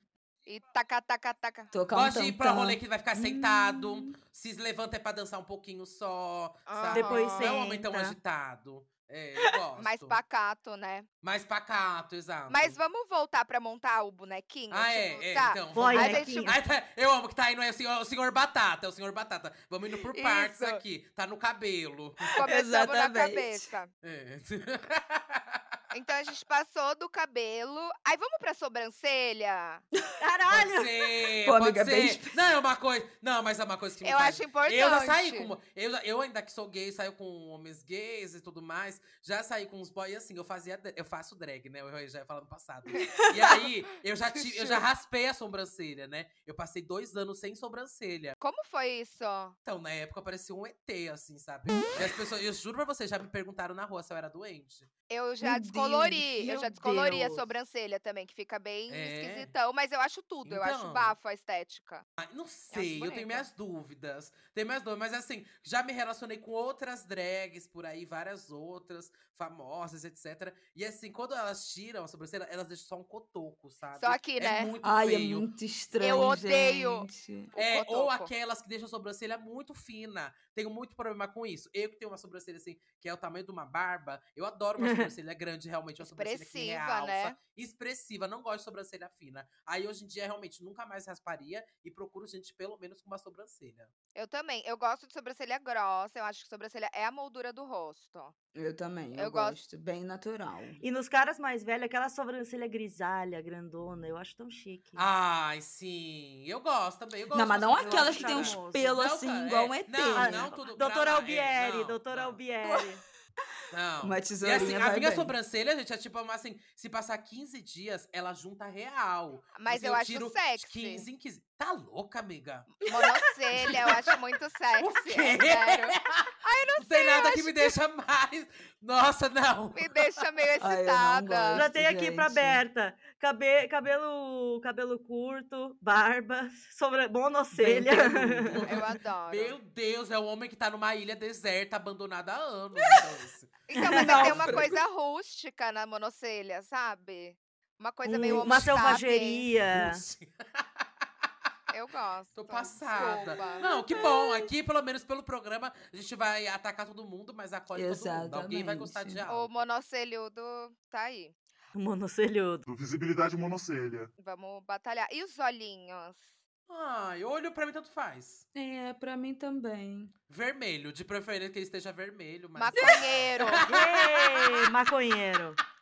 [SPEAKER 1] e taca, taca, taca.
[SPEAKER 3] Tocar um
[SPEAKER 5] Gosta de ir pra um
[SPEAKER 3] tantã.
[SPEAKER 5] rolê que vai ficar
[SPEAKER 2] Hum.
[SPEAKER 5] sentado, se levanta é pra dançar um pouquinho só, sabe?
[SPEAKER 2] Depois
[SPEAKER 5] Não é um homem tão
[SPEAKER 2] senta.
[SPEAKER 5] agitado. É, eu gosto.
[SPEAKER 1] *laughs*
[SPEAKER 5] Uhum.
[SPEAKER 1] Mais pacato, né?
[SPEAKER 5] Mais pacato, exato.
[SPEAKER 1] Mas vamos voltar pra montar o bonequinho?
[SPEAKER 5] Ah,
[SPEAKER 1] Tipo,
[SPEAKER 5] é, é,
[SPEAKER 1] tá.
[SPEAKER 5] então. *laughs*
[SPEAKER 2] Boy, né,
[SPEAKER 5] vamos-
[SPEAKER 1] Aí a gente-
[SPEAKER 2] bonequinho.
[SPEAKER 5] Ai, tá, eu amo que tá indo, é o senhor, o senhor Batata, é o senhor Batata. Vamos indo por
[SPEAKER 1] Isso.
[SPEAKER 5] partes aqui, tá no cabelo.
[SPEAKER 1] Começamos na
[SPEAKER 3] Exatamente.
[SPEAKER 1] cabeça. *laughs*
[SPEAKER 5] É.
[SPEAKER 1] Então a gente passou do cabelo. Aí vamos pra sobrancelha?
[SPEAKER 5] Pode
[SPEAKER 2] *laughs* Caralho!
[SPEAKER 5] ser,
[SPEAKER 3] Pô,
[SPEAKER 5] pode
[SPEAKER 3] amiga,
[SPEAKER 5] ser.
[SPEAKER 3] bem
[SPEAKER 5] Não, é uma coisa. Não, mas é uma coisa que me
[SPEAKER 1] Eu
[SPEAKER 5] faz
[SPEAKER 1] acho importante.
[SPEAKER 5] Eu já saí com. Eu, já- eu ainda que sou gay, saio com homens gays e tudo mais. Já saí com uns boys assim, eu fazia. dra- Eu faço drag, né? Eu já ia falar no passado. E aí, eu já, tive, eu já raspei a sobrancelha, né? Eu passei dois anos sem sobrancelha.
[SPEAKER 1] Como foi isso?
[SPEAKER 5] Então, na época, parecia um ET, assim, sabe?
[SPEAKER 1] Hum.
[SPEAKER 5] E as pessoas, eu juro pra vocês, já me perguntaram na rua se eu era doente.
[SPEAKER 1] Eu já
[SPEAKER 2] Meu Deus,
[SPEAKER 1] descolori. eu
[SPEAKER 2] meu
[SPEAKER 1] já descolori
[SPEAKER 2] Deus.
[SPEAKER 1] a sobrancelha também, que fica bem
[SPEAKER 5] É.
[SPEAKER 1] esquisitão. Mas eu acho tudo. Eu acho
[SPEAKER 5] Então.
[SPEAKER 1] bafo a estética.
[SPEAKER 5] Ah, não sei, eu
[SPEAKER 1] bonita.
[SPEAKER 5] tenho minhas dúvidas. Tenho minhas dúvidas, mas assim, já me relacionei com outras drags por aí, várias outras, famosas, etc. E assim, quando elas tiram a sobrancelha, elas deixam só um cotoco, sabe?
[SPEAKER 1] Só aqui,
[SPEAKER 5] É
[SPEAKER 1] né?
[SPEAKER 5] muito
[SPEAKER 3] Ai, é
[SPEAKER 5] feio.
[SPEAKER 3] muito estranho.
[SPEAKER 1] Eu odeio.
[SPEAKER 3] gente.
[SPEAKER 1] O
[SPEAKER 5] É, ou
[SPEAKER 1] cotoco.
[SPEAKER 5] aquelas que deixam a sobrancelha muito fina. Tenho muito problema com isso. Eu que tenho uma sobrancelha assim, que é o tamanho de uma barba, eu adoro uma sobrancelha grande, realmente, uma sobrancelha que
[SPEAKER 1] Expressiva,
[SPEAKER 5] realça.
[SPEAKER 1] né?
[SPEAKER 5] Expressiva, não gosto de sobrancelha fina. Aí hoje em dia, realmente, nunca mais rasparia e procuro gente pelo menos com uma sobrancelha.
[SPEAKER 1] Eu também. Eu gosto de sobrancelha grossa. Eu acho que sobrancelha é a moldura do rosto.
[SPEAKER 3] Eu também, eu,
[SPEAKER 1] Eu gosto.
[SPEAKER 3] gosto. Bem natural.
[SPEAKER 2] E nos caras mais velhos, aquela sobrancelha grisalha, grandona, eu acho tão chique.
[SPEAKER 5] Ai, sim. Eu gosto também. Eu gosto
[SPEAKER 3] Não, mas
[SPEAKER 5] de
[SPEAKER 3] não
[SPEAKER 5] uma sobrancelha
[SPEAKER 3] aquelas que
[SPEAKER 5] fina.
[SPEAKER 3] tem uns
[SPEAKER 2] charmoso.
[SPEAKER 3] pelos
[SPEAKER 5] Não,
[SPEAKER 3] assim,
[SPEAKER 5] cara,
[SPEAKER 3] igual
[SPEAKER 5] é.
[SPEAKER 3] um ET.
[SPEAKER 5] Não,
[SPEAKER 2] Ah,
[SPEAKER 3] né?
[SPEAKER 5] não, tudo pra
[SPEAKER 2] Doutor
[SPEAKER 5] lá, é,
[SPEAKER 2] Albieri,
[SPEAKER 5] não,
[SPEAKER 2] doutor
[SPEAKER 5] não.
[SPEAKER 2] Albieri.
[SPEAKER 5] Não.
[SPEAKER 3] Uma
[SPEAKER 5] E
[SPEAKER 3] tesourinha
[SPEAKER 5] assim, a
[SPEAKER 3] vai
[SPEAKER 5] minha
[SPEAKER 3] bem.
[SPEAKER 5] sobrancelha, gente, é tipo uma, assim, se passar 15 dias, ela junta real.
[SPEAKER 1] Mas
[SPEAKER 5] Assim,
[SPEAKER 1] eu, acho
[SPEAKER 5] tiro
[SPEAKER 1] sexy.
[SPEAKER 5] 15 em 15. Tá louca, amiga?
[SPEAKER 1] Monocelha, eu
[SPEAKER 5] *laughs*
[SPEAKER 1] acho muito sexy. é
[SPEAKER 5] quê?
[SPEAKER 1] sério.
[SPEAKER 5] Não tem nada que me deixa *laughs* mais. Nossa, não.
[SPEAKER 1] Me deixa
[SPEAKER 5] *laughs*
[SPEAKER 1] meio
[SPEAKER 3] não
[SPEAKER 1] excitada.
[SPEAKER 3] gosto.
[SPEAKER 2] Já tem aqui pra
[SPEAKER 3] gente.
[SPEAKER 2] Berta. Cabe- cabelo, cabelo curto, barba, *laughs* sobre, monocelha.
[SPEAKER 1] eu adoro.
[SPEAKER 5] Meu Deus, é um homem que tá numa ilha deserta, abandonada há anos. então, isso.
[SPEAKER 1] Então, mas aí tem uma
[SPEAKER 3] Náufrago.
[SPEAKER 1] coisa rústica na monocelha, sabe? Uma coisa
[SPEAKER 2] Um-
[SPEAKER 1] meio homo
[SPEAKER 2] *laughs* uma
[SPEAKER 1] sapiens.
[SPEAKER 5] É.
[SPEAKER 2] selvageria.
[SPEAKER 1] Eu gosto.
[SPEAKER 5] Tô passada.
[SPEAKER 1] desculpa.
[SPEAKER 5] Não, que bom. Aqui, pelo menos pelo programa, a gente vai atacar todo mundo, mas acolhe todo mundo. Alguém vai gostar de
[SPEAKER 3] Exatamente.
[SPEAKER 5] algo.
[SPEAKER 1] O monocelhudo tá aí.
[SPEAKER 2] *laughs* Monocelhudo.
[SPEAKER 7] Do visibilidade monocelha.
[SPEAKER 1] Vamos batalhar. E os olhinhos?
[SPEAKER 5] Ai, olho pra mim tanto faz.
[SPEAKER 3] É, pra mim também.
[SPEAKER 5] Vermelho, de preferência que ele esteja vermelho, mas.
[SPEAKER 1] Maconheiro.
[SPEAKER 2] Ei, maconheiro.
[SPEAKER 5] *laughs*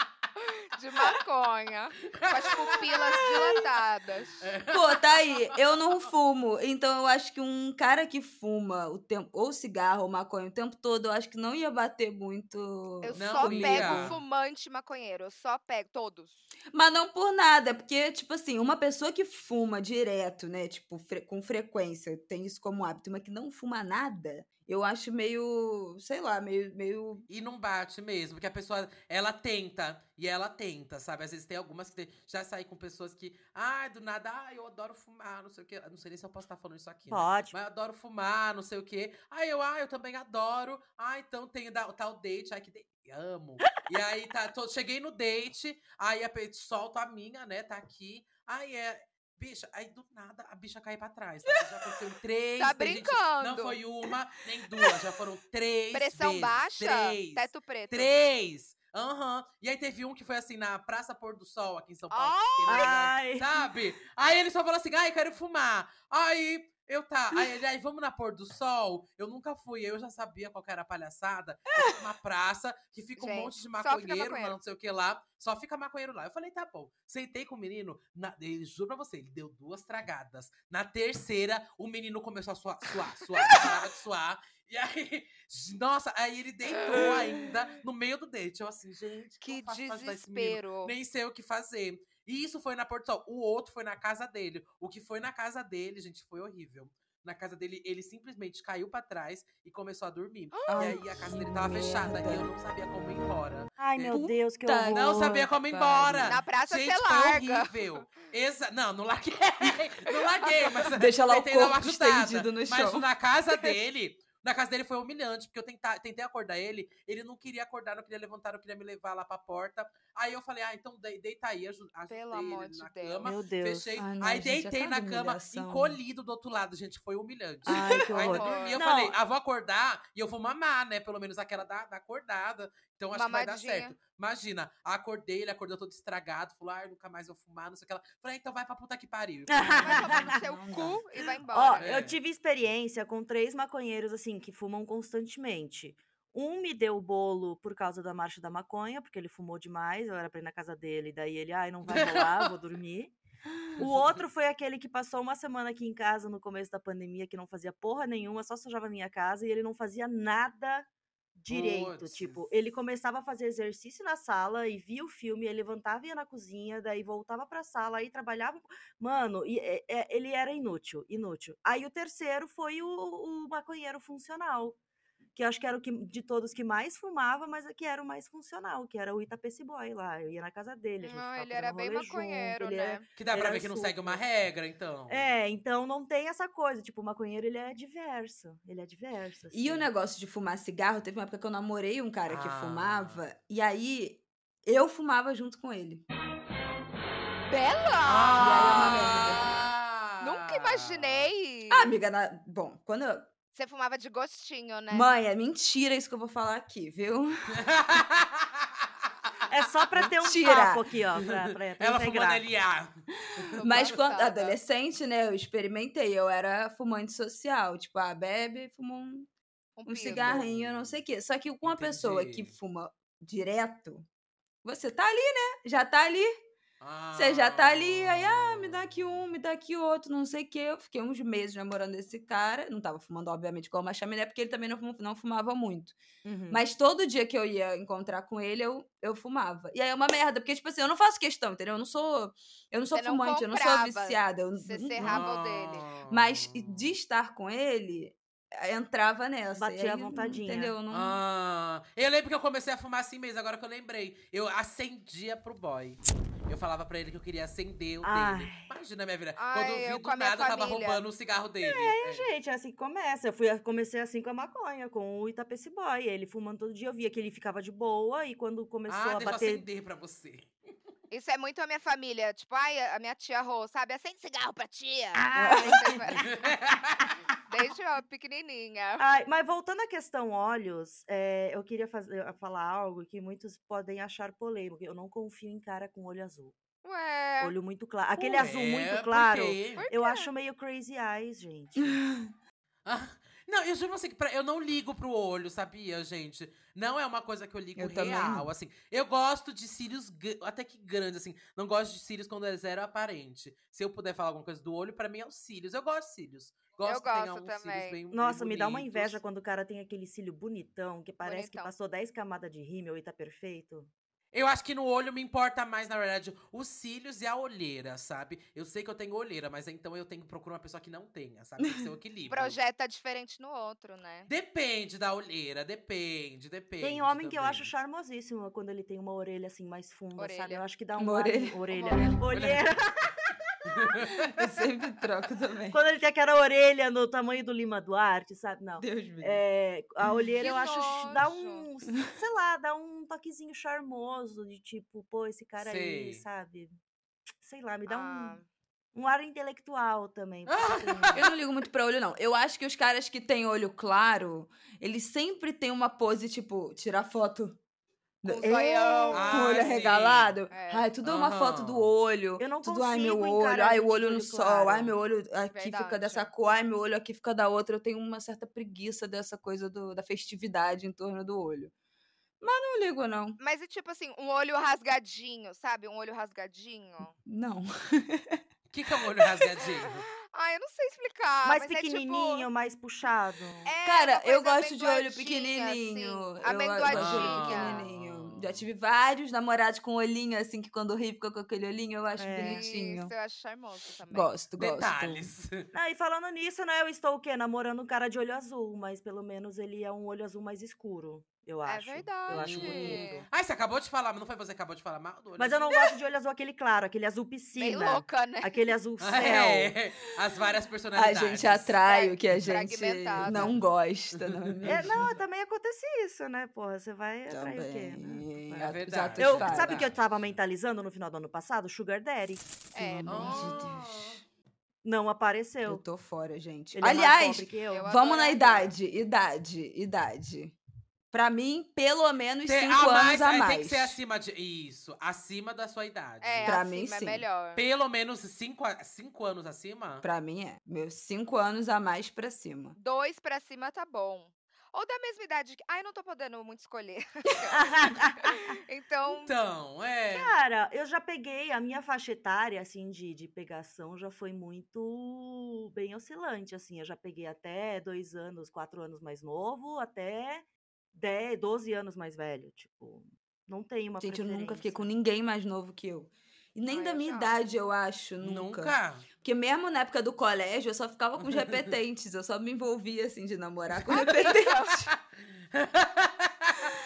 [SPEAKER 1] de maconha. Com as pupilas dilatadas.
[SPEAKER 3] Pô, tá aí. Eu *laughs* não fumo. Então eu acho que um cara que fuma o tempo, ou cigarro ou maconha o tempo todo, eu acho que não ia bater muito.
[SPEAKER 1] Eu
[SPEAKER 5] Não,
[SPEAKER 1] só
[SPEAKER 5] Bia.
[SPEAKER 1] pego fumante maconheiro. Eu só pego todos.
[SPEAKER 3] Mas não por nada, porque, tipo assim, uma pessoa que fuma direto, né? Tipo, fre- com frequência, tem isso como hábito, mas que não fuma nada, eu acho meio, sei lá, meio. meio...
[SPEAKER 5] E não bate mesmo, que a pessoa, ela tenta, e ela tenta, sabe? Às vezes tem algumas que tem- já saí com pessoas que, ah, do nada, ah, eu adoro fumar, não sei o quê. Não sei nem se eu posso estar falando isso aqui. né?
[SPEAKER 2] Pode.
[SPEAKER 5] Mas eu adoro fumar, não sei o quê. Aí eu, ah, eu também adoro. Ah, então tem da- o tal date, ai que de... amo. e aí tá, tô- cheguei no date, aí a pe- solto a minha, né, tá aqui. Aí é, bicha, aí do nada a bicha cai pra trás. tá? Já aconteceu três,
[SPEAKER 1] Tá
[SPEAKER 5] tem gente-
[SPEAKER 1] brincando.
[SPEAKER 5] Não foi
[SPEAKER 1] *laughs*
[SPEAKER 5] uma, nem duas, já foram três
[SPEAKER 1] Pressão
[SPEAKER 5] vezes,
[SPEAKER 1] baixa,
[SPEAKER 5] três,
[SPEAKER 1] teto preto.
[SPEAKER 5] três. Aham. E aí teve um que foi assim, na Praça Pôr do Sol, aqui em São Paulo. que ele era
[SPEAKER 2] Ai.
[SPEAKER 5] Sabe? Aí ele só fala assim, ai, quero fumar. Aí eu tá. Aí ele, ai, vamos na pôr do sol? Eu nunca fui, eu já sabia qual que era a palhaçada. Eu fui numa praça que fica um
[SPEAKER 1] Gente,
[SPEAKER 5] monte de
[SPEAKER 1] só fica
[SPEAKER 5] maconheiro,
[SPEAKER 1] maconheiro.
[SPEAKER 5] não sei o que lá. Só fica maconheiro lá. Eu falei, tá bom. Sentei com o menino, na, ele, juro pra você, ele deu duas tragadas. Na terceira, o menino começou a suar, suar, suar, não parava de suar. E aí, *laughs* nossa, aí ele deitou ainda no meio do date. Eu assim, gente, o
[SPEAKER 1] Que
[SPEAKER 5] eu faço pra ajudar esse menino?
[SPEAKER 1] desespero.
[SPEAKER 5] nem sei o que fazer. E isso foi na Porto Sol. O outro foi na casa dele. O que foi na casa dele, gente, foi horrível. Na casa dele, ele simplesmente caiu pra trás e começou a dormir.
[SPEAKER 1] Ah,
[SPEAKER 3] Ai,
[SPEAKER 5] e aí a casa dele tava fechada e eu não sabia como ir embora.
[SPEAKER 2] Ai, meu
[SPEAKER 3] Puta,
[SPEAKER 2] Deus, que
[SPEAKER 3] Tá, não
[SPEAKER 2] horror.
[SPEAKER 5] Não sabia como ir embora.
[SPEAKER 1] Na praça
[SPEAKER 5] ah, Gente,
[SPEAKER 1] você
[SPEAKER 5] foi
[SPEAKER 1] larga.
[SPEAKER 5] horrível. Exa não, não larguei. Não larguei, mas
[SPEAKER 3] Deixa lá o
[SPEAKER 5] tentei dar uma
[SPEAKER 3] corpo
[SPEAKER 5] ajudada.
[SPEAKER 3] estendido no
[SPEAKER 5] Mas
[SPEAKER 3] chão.
[SPEAKER 5] na casa dele, na casa dele foi humilhante, porque eu tenta- tentei acordar ele, ele não queria acordar, não queria levantar, não queria me levar lá pra porta. Aí eu falei, ah, então de- deita aí, aju- ajudei
[SPEAKER 1] Pelo
[SPEAKER 5] ele
[SPEAKER 1] amor de
[SPEAKER 5] na
[SPEAKER 1] Deus.
[SPEAKER 5] cama.
[SPEAKER 2] Meu Deus.
[SPEAKER 5] Fechei.
[SPEAKER 3] Ai, não,
[SPEAKER 5] aí
[SPEAKER 3] gente, é
[SPEAKER 5] deitei na
[SPEAKER 3] cada
[SPEAKER 5] cama,
[SPEAKER 3] humilhação.
[SPEAKER 5] encolhido do outro lado, gente, foi humilhante.
[SPEAKER 2] Ai,
[SPEAKER 3] *laughs*
[SPEAKER 2] que
[SPEAKER 5] Ainda
[SPEAKER 2] horror.
[SPEAKER 5] dormi, eu
[SPEAKER 2] Não.
[SPEAKER 5] falei, ah, vou acordar e eu vou mamar, né? Pelo menos aquela da, da acordada. Então acho que vai dar
[SPEAKER 1] Mamadinha.
[SPEAKER 5] certo. Imagina, acordei, ele acordou todo estragado, falou, ah, eu nunca mais vou fumar, não sei o que lá. Falei, então vai pra puta
[SPEAKER 3] *laughs*
[SPEAKER 5] que pariu.
[SPEAKER 3] Ah,
[SPEAKER 1] Vai tomar no
[SPEAKER 5] *laughs*
[SPEAKER 1] seu cu e vai
[SPEAKER 2] Ó,
[SPEAKER 1] embora.
[SPEAKER 3] né?
[SPEAKER 5] É.
[SPEAKER 2] eu tive experiência com três maconheiros, assim, que fumam constantemente. Um me deu o bolo por causa da marcha da maconha, porque ele fumou demais, eu era pra ir na casa dele, daí ele, ai, não vai rolar,
[SPEAKER 3] *laughs*
[SPEAKER 2] vou dormir. O outro foi aquele que passou uma semana aqui em casa no começo da pandemia, que não fazia porra nenhuma, só sujava a minha casa e ele não fazia nada direito.
[SPEAKER 5] Puts.
[SPEAKER 2] Tipo, ele começava a fazer exercício na sala e via o filme, ele levantava e ia na cozinha, daí voltava pra sala e trabalhava. Mano, e, é- é- ele era inútil, inútil. Aí o terceiro foi o, o maconheiro funcional. Que eu acho que era o que, de todos que mais fumava, mas é que era o mais funcional, que era o Itapesse Boy lá. Eu ia na casa dele. A gente
[SPEAKER 1] Não,
[SPEAKER 2] ficava
[SPEAKER 1] Ah, ele era
[SPEAKER 2] fazendo um
[SPEAKER 1] bem
[SPEAKER 2] rolê junto,
[SPEAKER 1] maconheiro,
[SPEAKER 2] ele é
[SPEAKER 1] né?
[SPEAKER 2] era-
[SPEAKER 5] Que dá pra
[SPEAKER 2] Era
[SPEAKER 5] ver que não
[SPEAKER 2] super.
[SPEAKER 5] segue uma regra, então.
[SPEAKER 2] é, então não tem essa coisa. Tipo, o maconheiro, ele é diverso. Ele é diverso.
[SPEAKER 3] E o
[SPEAKER 2] assim.
[SPEAKER 3] negócio de fumar cigarro, teve uma época que eu namorei um cara que
[SPEAKER 5] Ah.
[SPEAKER 3] fumava, e aí eu fumava junto com ele.
[SPEAKER 1] Bela!
[SPEAKER 5] Ah!
[SPEAKER 1] Nunca imaginei.
[SPEAKER 3] Ah, amiga, na- bom, quando. eu-
[SPEAKER 1] Você fumava de gostinho, né?
[SPEAKER 3] Mãe, é mentira isso que eu vou falar aqui, viu?
[SPEAKER 2] É só pra ter um
[SPEAKER 3] Mentira!
[SPEAKER 2] papo aqui, ó. Pra, pra, pra
[SPEAKER 5] *laughs* *laughs* Ela
[SPEAKER 3] é
[SPEAKER 2] integrar.
[SPEAKER 5] fumando LA.
[SPEAKER 3] *laughs*
[SPEAKER 1] Tô
[SPEAKER 3] Mas quando
[SPEAKER 1] passada.
[SPEAKER 3] adolescente, né, eu experimentei. Eu era fumante social. Tipo, ah, bebe, fuma um, um
[SPEAKER 1] pino.
[SPEAKER 3] cigarrinho, não sei o quê. Só que com uma pessoa que
[SPEAKER 5] Entendi.
[SPEAKER 3] fuma direto, você tá ali, né? Já tá ali. Você já tá
[SPEAKER 5] Ah.
[SPEAKER 3] ali, aí, ah, me dá aqui um, me dá aqui outro, não sei o quê. Eu fiquei uns meses namorando esse cara. Não tava fumando, obviamente, como a chaminé, porque ele também não, fu- não fumava muito.
[SPEAKER 1] Hum.
[SPEAKER 2] Uhum.
[SPEAKER 3] Mas todo dia que eu ia encontrar com ele, eu, eu fumava. E aí é uma merda, porque, tipo assim, eu não faço questão, entendeu? Eu não sou. Eu não sou
[SPEAKER 1] Você não
[SPEAKER 3] fumante, eu não sou
[SPEAKER 1] comprava,
[SPEAKER 3] viciada. Eu,
[SPEAKER 1] você
[SPEAKER 3] não-
[SPEAKER 1] serrava. errava o dele.
[SPEAKER 5] Ah.
[SPEAKER 3] Mas de estar com ele, eh, entrava nessa.
[SPEAKER 2] Batia
[SPEAKER 3] e
[SPEAKER 2] a
[SPEAKER 3] aí,
[SPEAKER 2] vontadinha.
[SPEAKER 3] Entendeu? Não...
[SPEAKER 5] Ah, eu lembro que eu comecei a fumar assim mesmo, agora que eu lembrei. Eu acendia pro boy. Eu falava pra ele que eu queria acender o dele. Imagina minha vida.
[SPEAKER 1] Ai,
[SPEAKER 5] Quando eu
[SPEAKER 1] eu
[SPEAKER 5] vi
[SPEAKER 1] com
[SPEAKER 5] do
[SPEAKER 1] a minha
[SPEAKER 5] nada, eu tava
[SPEAKER 1] família.
[SPEAKER 5] roubando o cigarro dele. É,
[SPEAKER 2] Gente, é assim que começa. Eu fui, eu comecei assim com a maconha, com o Itapesse Boy. Ele fumando todo dia, eu via que ele ficava de boa. E quando começou
[SPEAKER 5] Ah,
[SPEAKER 2] a
[SPEAKER 5] deixa eu
[SPEAKER 2] bater
[SPEAKER 5] acender pra você.
[SPEAKER 1] Isso é muito a minha família. Tipo, ai,
[SPEAKER 3] Ah!
[SPEAKER 1] a minha tia Rô, sabe? Acende cigarro pra tia.
[SPEAKER 2] Ah.
[SPEAKER 1] é *laughs* Desde uma pequenininha.
[SPEAKER 2] Ai, mas voltando à questão olhos, é, eu queria fazer, falar algo que muitos podem achar polêmico. Eu não confio em cara com olho azul.
[SPEAKER 1] Ué.
[SPEAKER 2] Olho muito claro. Aquele
[SPEAKER 5] Ué,
[SPEAKER 2] azul muito
[SPEAKER 5] É. por
[SPEAKER 2] claro.
[SPEAKER 5] quê?
[SPEAKER 1] por um
[SPEAKER 2] Eu
[SPEAKER 1] quê?
[SPEAKER 2] acho meio crazy eyes, gente.
[SPEAKER 5] Ah, Não, eu juro pra você que pra- eu não ligo pro olho, sabia, gente? Não é uma coisa que eu ligo
[SPEAKER 3] Eu também
[SPEAKER 5] real, assim. Eu gosto de cílios gr- até que grandes, assim. Não gosto de cílios quando é zero aparente. Se eu puder falar alguma coisa do olho, pra mim é os cílios. Eu gosto de cílios. Gosto
[SPEAKER 1] Eu
[SPEAKER 5] que tenha
[SPEAKER 1] gosto
[SPEAKER 5] uns cílios
[SPEAKER 1] também.
[SPEAKER 5] bem- bem
[SPEAKER 2] Nossa, me dá uma
[SPEAKER 5] bonitos.
[SPEAKER 2] inveja quando o cara tem aquele cílio bonitão, que parece que
[SPEAKER 1] Bonitão.
[SPEAKER 2] passou 10 camadas de rímel e tá perfeito.
[SPEAKER 5] Eu acho que no olho me importa mais, na verdade, os cílios e a olheira, sabe? Eu sei que eu tenho olheira, mas então eu tenho que procurar uma pessoa que não tenha, sabe? Tem que
[SPEAKER 1] *laughs*
[SPEAKER 5] ser o equilíbrio.
[SPEAKER 1] Projeta diferente no outro, né?
[SPEAKER 5] Depende da olheira, depende, depende.
[SPEAKER 2] Tem homem que eu
[SPEAKER 5] também.
[SPEAKER 2] acho charmosíssimo quando ele tem uma orelha assim mais funda, sabe?
[SPEAKER 1] Orelha.
[SPEAKER 2] Eu acho que dá um
[SPEAKER 3] Uma
[SPEAKER 2] ar-
[SPEAKER 3] orelha. *laughs*
[SPEAKER 2] orelha.
[SPEAKER 1] Uma orelha.
[SPEAKER 2] Olheira.
[SPEAKER 3] *laughs* Eu sempre troco também.
[SPEAKER 2] *laughs* quando ele tem aquela orelha no tamanho do Lima Duarte, sabe? Não.
[SPEAKER 3] Deus me livre.
[SPEAKER 2] É, a olheira
[SPEAKER 1] Que
[SPEAKER 2] eu acho ch- dá
[SPEAKER 1] nojo.
[SPEAKER 2] um, sei lá, dá um toquezinho charmoso de tipo, pô, esse cara aí,
[SPEAKER 5] Sei.
[SPEAKER 2] sabe? Sei lá, me dá
[SPEAKER 1] Ah,
[SPEAKER 2] um, um ar intelectual também.
[SPEAKER 1] *laughs*
[SPEAKER 2] um porque tem-
[SPEAKER 3] Eu não ligo muito pra olho, não. Eu acho que os caras que têm olho claro, eles sempre têm uma pose, tipo, tirar foto
[SPEAKER 1] Com
[SPEAKER 2] um
[SPEAKER 3] do-
[SPEAKER 1] zoião.
[SPEAKER 3] com
[SPEAKER 5] Ah,
[SPEAKER 3] o olho
[SPEAKER 5] sim.
[SPEAKER 3] arregalado.
[SPEAKER 1] É.
[SPEAKER 3] Ai, tudo uma
[SPEAKER 5] Aham.
[SPEAKER 3] foto do olho.
[SPEAKER 2] Eu não
[SPEAKER 3] tudo, ai, meu
[SPEAKER 2] consigo
[SPEAKER 3] olho,
[SPEAKER 2] encarar
[SPEAKER 3] ai, o
[SPEAKER 2] gente
[SPEAKER 3] olho
[SPEAKER 2] de
[SPEAKER 3] no
[SPEAKER 2] olho
[SPEAKER 3] sol, ai,
[SPEAKER 2] claro.
[SPEAKER 3] meu olho aqui fica
[SPEAKER 1] Verdade.
[SPEAKER 3] dessa cor, ai, meu olho aqui fica da outra. Eu tenho uma certa preguiça dessa coisa do- da festividade em torno do olho. Mas não ligo, não.
[SPEAKER 1] Mas e tipo assim, um olho rasgadinho, sabe? Um olho rasgadinho.
[SPEAKER 3] Não.
[SPEAKER 5] O que, que é um
[SPEAKER 3] *laughs*
[SPEAKER 5] olho rasgadinho?
[SPEAKER 1] Ah, eu não sei explicar.
[SPEAKER 2] mais
[SPEAKER 1] mas tipo
[SPEAKER 2] pequenininho, mais puxado.
[SPEAKER 1] É tipo, é
[SPEAKER 3] Cara,
[SPEAKER 1] uma
[SPEAKER 3] eu
[SPEAKER 1] coisa
[SPEAKER 3] gosto de olho
[SPEAKER 1] amendoadinha, assim,
[SPEAKER 3] pequenininho. Eu gosto de olho
[SPEAKER 1] Amendoadinha.
[SPEAKER 3] pequenininho. Já tive vários namorados com olhinho, assim, que quando ri fica com aquele olhinho, eu acho
[SPEAKER 2] É.
[SPEAKER 3] bonitinho.
[SPEAKER 1] Isso, eu acho charmoso também. É
[SPEAKER 3] Gosto, gosto.
[SPEAKER 5] Detalhes.
[SPEAKER 2] Ah, e falando nisso, né, eu estou o quê? Namorando um cara de olho azul, mas pelo menos ele é um olho azul mais escuro, eu
[SPEAKER 1] É
[SPEAKER 2] acho. Eu acho
[SPEAKER 1] verdade.
[SPEAKER 2] bonito.
[SPEAKER 5] Ai, você acabou de falar, mas não foi você que acabou de falar mal do olho?
[SPEAKER 2] Mas eu não gosto de olho azul aquele claro,
[SPEAKER 1] *laughs*
[SPEAKER 2] aquele azul
[SPEAKER 1] Meio
[SPEAKER 2] piscina,
[SPEAKER 1] louca, né? *laughs*
[SPEAKER 2] aquele azul céu.
[SPEAKER 5] *laughs* É, as várias
[SPEAKER 3] A
[SPEAKER 5] personalidades.
[SPEAKER 3] gente
[SPEAKER 1] É,
[SPEAKER 3] atrai o que a gente
[SPEAKER 1] Fragmentado.
[SPEAKER 3] não
[SPEAKER 1] *laughs*
[SPEAKER 3] gosta, não é mesmo?
[SPEAKER 2] É, não, também acontece isso, né, porra? Você vai atrair o quê?
[SPEAKER 3] Também.
[SPEAKER 2] né?
[SPEAKER 5] É
[SPEAKER 3] Ato-
[SPEAKER 5] verdade.
[SPEAKER 3] atos
[SPEAKER 2] Eu,
[SPEAKER 5] Vai,
[SPEAKER 3] falhos.
[SPEAKER 2] sabe o
[SPEAKER 5] vai.
[SPEAKER 2] que eu tava mentalizando no final do ano passado? Sugar Daddy.
[SPEAKER 1] É,
[SPEAKER 3] Pelo
[SPEAKER 1] não.
[SPEAKER 3] amor de
[SPEAKER 5] Ah.
[SPEAKER 3] Deus.
[SPEAKER 2] Não
[SPEAKER 3] Eu,
[SPEAKER 2] apareceu.
[SPEAKER 3] tô fora, gente.
[SPEAKER 2] Ele é mais
[SPEAKER 3] Aliás,
[SPEAKER 2] pobre que eu.
[SPEAKER 1] eu adoro
[SPEAKER 3] vamos na
[SPEAKER 1] agora.
[SPEAKER 3] idade, idade, idade. Pra mim, pelo menos
[SPEAKER 5] Tem-
[SPEAKER 3] cinco
[SPEAKER 5] a
[SPEAKER 3] anos
[SPEAKER 5] mais,
[SPEAKER 3] a
[SPEAKER 5] é,
[SPEAKER 3] mais.
[SPEAKER 5] Tem que ser acima de. Isso, acima da sua idade.
[SPEAKER 1] É,
[SPEAKER 3] Pra
[SPEAKER 1] acima
[SPEAKER 3] mim,
[SPEAKER 1] é
[SPEAKER 3] sim.
[SPEAKER 1] melhor.
[SPEAKER 5] Pelo menos cinco, a- cinco anos acima?
[SPEAKER 3] Pra mim é. Meus cinco anos a mais pra cima.
[SPEAKER 1] Dois pra cima tá bom. Ou da mesma idade que. Ai, não tô podendo muito escolher. *laughs* então,
[SPEAKER 5] Então, é.
[SPEAKER 2] Cara, eu já peguei a minha faixa etária, assim, de, de pegação já foi muito bem oscilante, assim. Eu já peguei até dois anos, quatro anos mais novo, até 10, 12 anos mais velho. Tipo, não tem uma
[SPEAKER 3] Gente, eu nunca fiquei
[SPEAKER 2] preferência.
[SPEAKER 3] com ninguém mais novo que eu. E nem
[SPEAKER 1] Ah,
[SPEAKER 3] da
[SPEAKER 1] eu
[SPEAKER 3] minha
[SPEAKER 1] já.
[SPEAKER 3] idade, eu acho, nunca.
[SPEAKER 5] Nunca.
[SPEAKER 3] Porque mesmo na época do colégio, eu só ficava com os repetentes. Eu só me envolvia, assim, de
[SPEAKER 1] *laughs*
[SPEAKER 3] namorar com repetentes.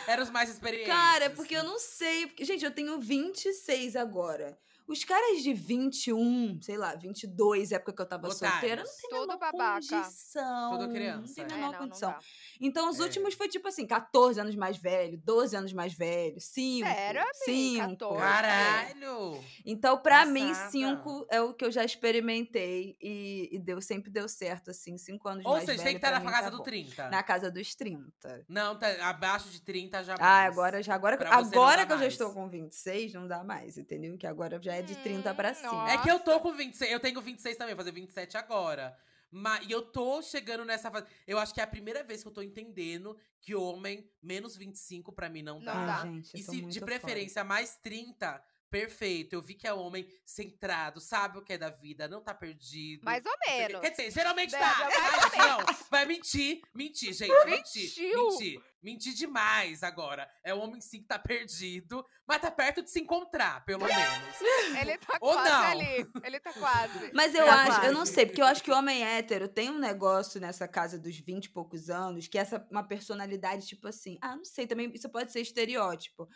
[SPEAKER 5] Era os mais experientes.
[SPEAKER 3] Cara, é porque eu não sei. porque- Gente, eu tenho 26 agora. Os caras de 21, sei lá, 22, época que eu tava
[SPEAKER 5] Otários.
[SPEAKER 3] solteira, não tem
[SPEAKER 1] Todo
[SPEAKER 3] menor
[SPEAKER 1] babaca.
[SPEAKER 3] condição.
[SPEAKER 5] Todo criança,
[SPEAKER 3] Não tem
[SPEAKER 5] é.
[SPEAKER 1] é,
[SPEAKER 3] menor
[SPEAKER 1] não, não
[SPEAKER 3] condição.
[SPEAKER 1] dá.
[SPEAKER 3] Então, os
[SPEAKER 5] É.
[SPEAKER 3] últimos foi tipo assim, 14 anos mais velho, 12 anos mais velho, 5.
[SPEAKER 1] Sério, amiga?
[SPEAKER 3] 5.
[SPEAKER 1] 14?
[SPEAKER 5] Caralho!
[SPEAKER 3] Então, pra mim,
[SPEAKER 5] Passada.
[SPEAKER 3] 5 é o que eu já experimentei e, e deu, sempre deu certo, assim, 5 anos
[SPEAKER 5] Ou
[SPEAKER 3] mais
[SPEAKER 5] seja,
[SPEAKER 3] velho.
[SPEAKER 5] tem que estar
[SPEAKER 3] pra
[SPEAKER 5] na
[SPEAKER 3] mim
[SPEAKER 5] casa
[SPEAKER 3] tá
[SPEAKER 5] do
[SPEAKER 3] bom.
[SPEAKER 5] 30.
[SPEAKER 3] Na casa dos 30.
[SPEAKER 5] Não, tá abaixo de 30 já.
[SPEAKER 3] Ah, agora já. Agora, que-
[SPEAKER 5] Tá Pra você não
[SPEAKER 3] agora
[SPEAKER 5] dá
[SPEAKER 3] que eu já
[SPEAKER 5] mais.
[SPEAKER 3] estou com 26, não dá mais, entendeu? Que agora já é de 30 pra
[SPEAKER 1] Hum,
[SPEAKER 3] cima.
[SPEAKER 1] ó.
[SPEAKER 5] É que eu tô com 26, eu tenho 26 também, vou fazer 27 agora. Mas, e eu tô chegando nessa fase. Eu acho que é a primeira vez que eu tô entendendo que homem menos 25 pra mim não dá.
[SPEAKER 1] Não dá.
[SPEAKER 3] Ai, É Ah, gente, eu
[SPEAKER 5] E
[SPEAKER 3] tô
[SPEAKER 5] se
[SPEAKER 3] muito
[SPEAKER 5] de
[SPEAKER 3] fora.
[SPEAKER 5] preferência mais 30, perfeito. Eu vi que é homem centrado, sabe o que é da vida, não tá perdido.
[SPEAKER 1] Mais ou menos.
[SPEAKER 5] Quer dizer, geralmente
[SPEAKER 1] Né,
[SPEAKER 5] tá.
[SPEAKER 1] já
[SPEAKER 5] Ai, não, vai mentir. Mentir, gente. Mentir.
[SPEAKER 1] Mentiu.
[SPEAKER 5] Mentir. Mentir demais agora. É um homem sim que tá perdido, mas tá perto de se encontrar, pelo menos.
[SPEAKER 1] Ele tá
[SPEAKER 5] Ou
[SPEAKER 1] quase
[SPEAKER 5] não.
[SPEAKER 1] ali. Ele tá quase.
[SPEAKER 3] Mas eu
[SPEAKER 2] É
[SPEAKER 3] acho, eu não
[SPEAKER 2] quase.
[SPEAKER 3] sei, porque eu acho que o homem hétero tem um negócio nessa casa dos 20 e poucos anos, que é essa uma personalidade, tipo assim, ah, não sei, também isso pode ser estereótipo.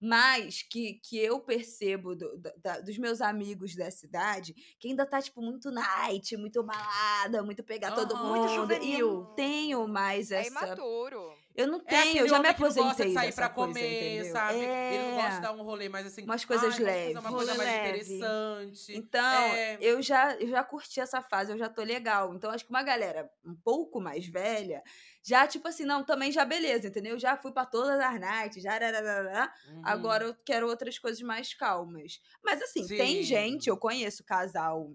[SPEAKER 3] Mas que, que eu percebo do- da- da- dos meus amigos dessa idade, que ainda tá, tipo, muito night, muito malada, muito pegar todo
[SPEAKER 5] Aham.
[SPEAKER 3] mundo.
[SPEAKER 5] Muito
[SPEAKER 3] E eu
[SPEAKER 2] juvenil.
[SPEAKER 3] não tenho mais
[SPEAKER 1] É
[SPEAKER 3] essa
[SPEAKER 1] imaturo.
[SPEAKER 3] Eu não
[SPEAKER 5] É
[SPEAKER 3] tenho,
[SPEAKER 5] aquele
[SPEAKER 3] eu já me
[SPEAKER 5] homem que não
[SPEAKER 3] aposentei
[SPEAKER 5] gosta de sair
[SPEAKER 3] dessa
[SPEAKER 5] pra
[SPEAKER 3] coisa,
[SPEAKER 5] comer,
[SPEAKER 3] entendeu?
[SPEAKER 5] sabe? Ele não
[SPEAKER 3] É.
[SPEAKER 5] gosta de dar um rolê mais assim.
[SPEAKER 3] Umas coisas
[SPEAKER 5] "Ai, vamos fazer uma
[SPEAKER 3] leves.
[SPEAKER 5] coisa mais
[SPEAKER 2] Rolê leve.
[SPEAKER 5] interessante.
[SPEAKER 3] Então,
[SPEAKER 5] É.
[SPEAKER 3] eu, já, eu já curti essa fase, eu já tô legal. Então, acho que uma galera um pouco mais velha, já, tipo assim, não, também já beleza, entendeu? Já fui pra todas as nights, já. rarararará.
[SPEAKER 5] Uhum.
[SPEAKER 3] Agora eu quero outras coisas mais calmas. Mas assim, tem
[SPEAKER 5] Sim.
[SPEAKER 3] gente, eu conheço casal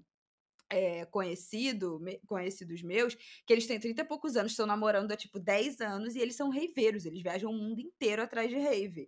[SPEAKER 3] é, conhecido, me- conhecidos meus, que eles têm 30 e poucos anos, estão namorando há tipo 10 anos e eles são raiveiros, eles viajam o mundo inteiro atrás de rave.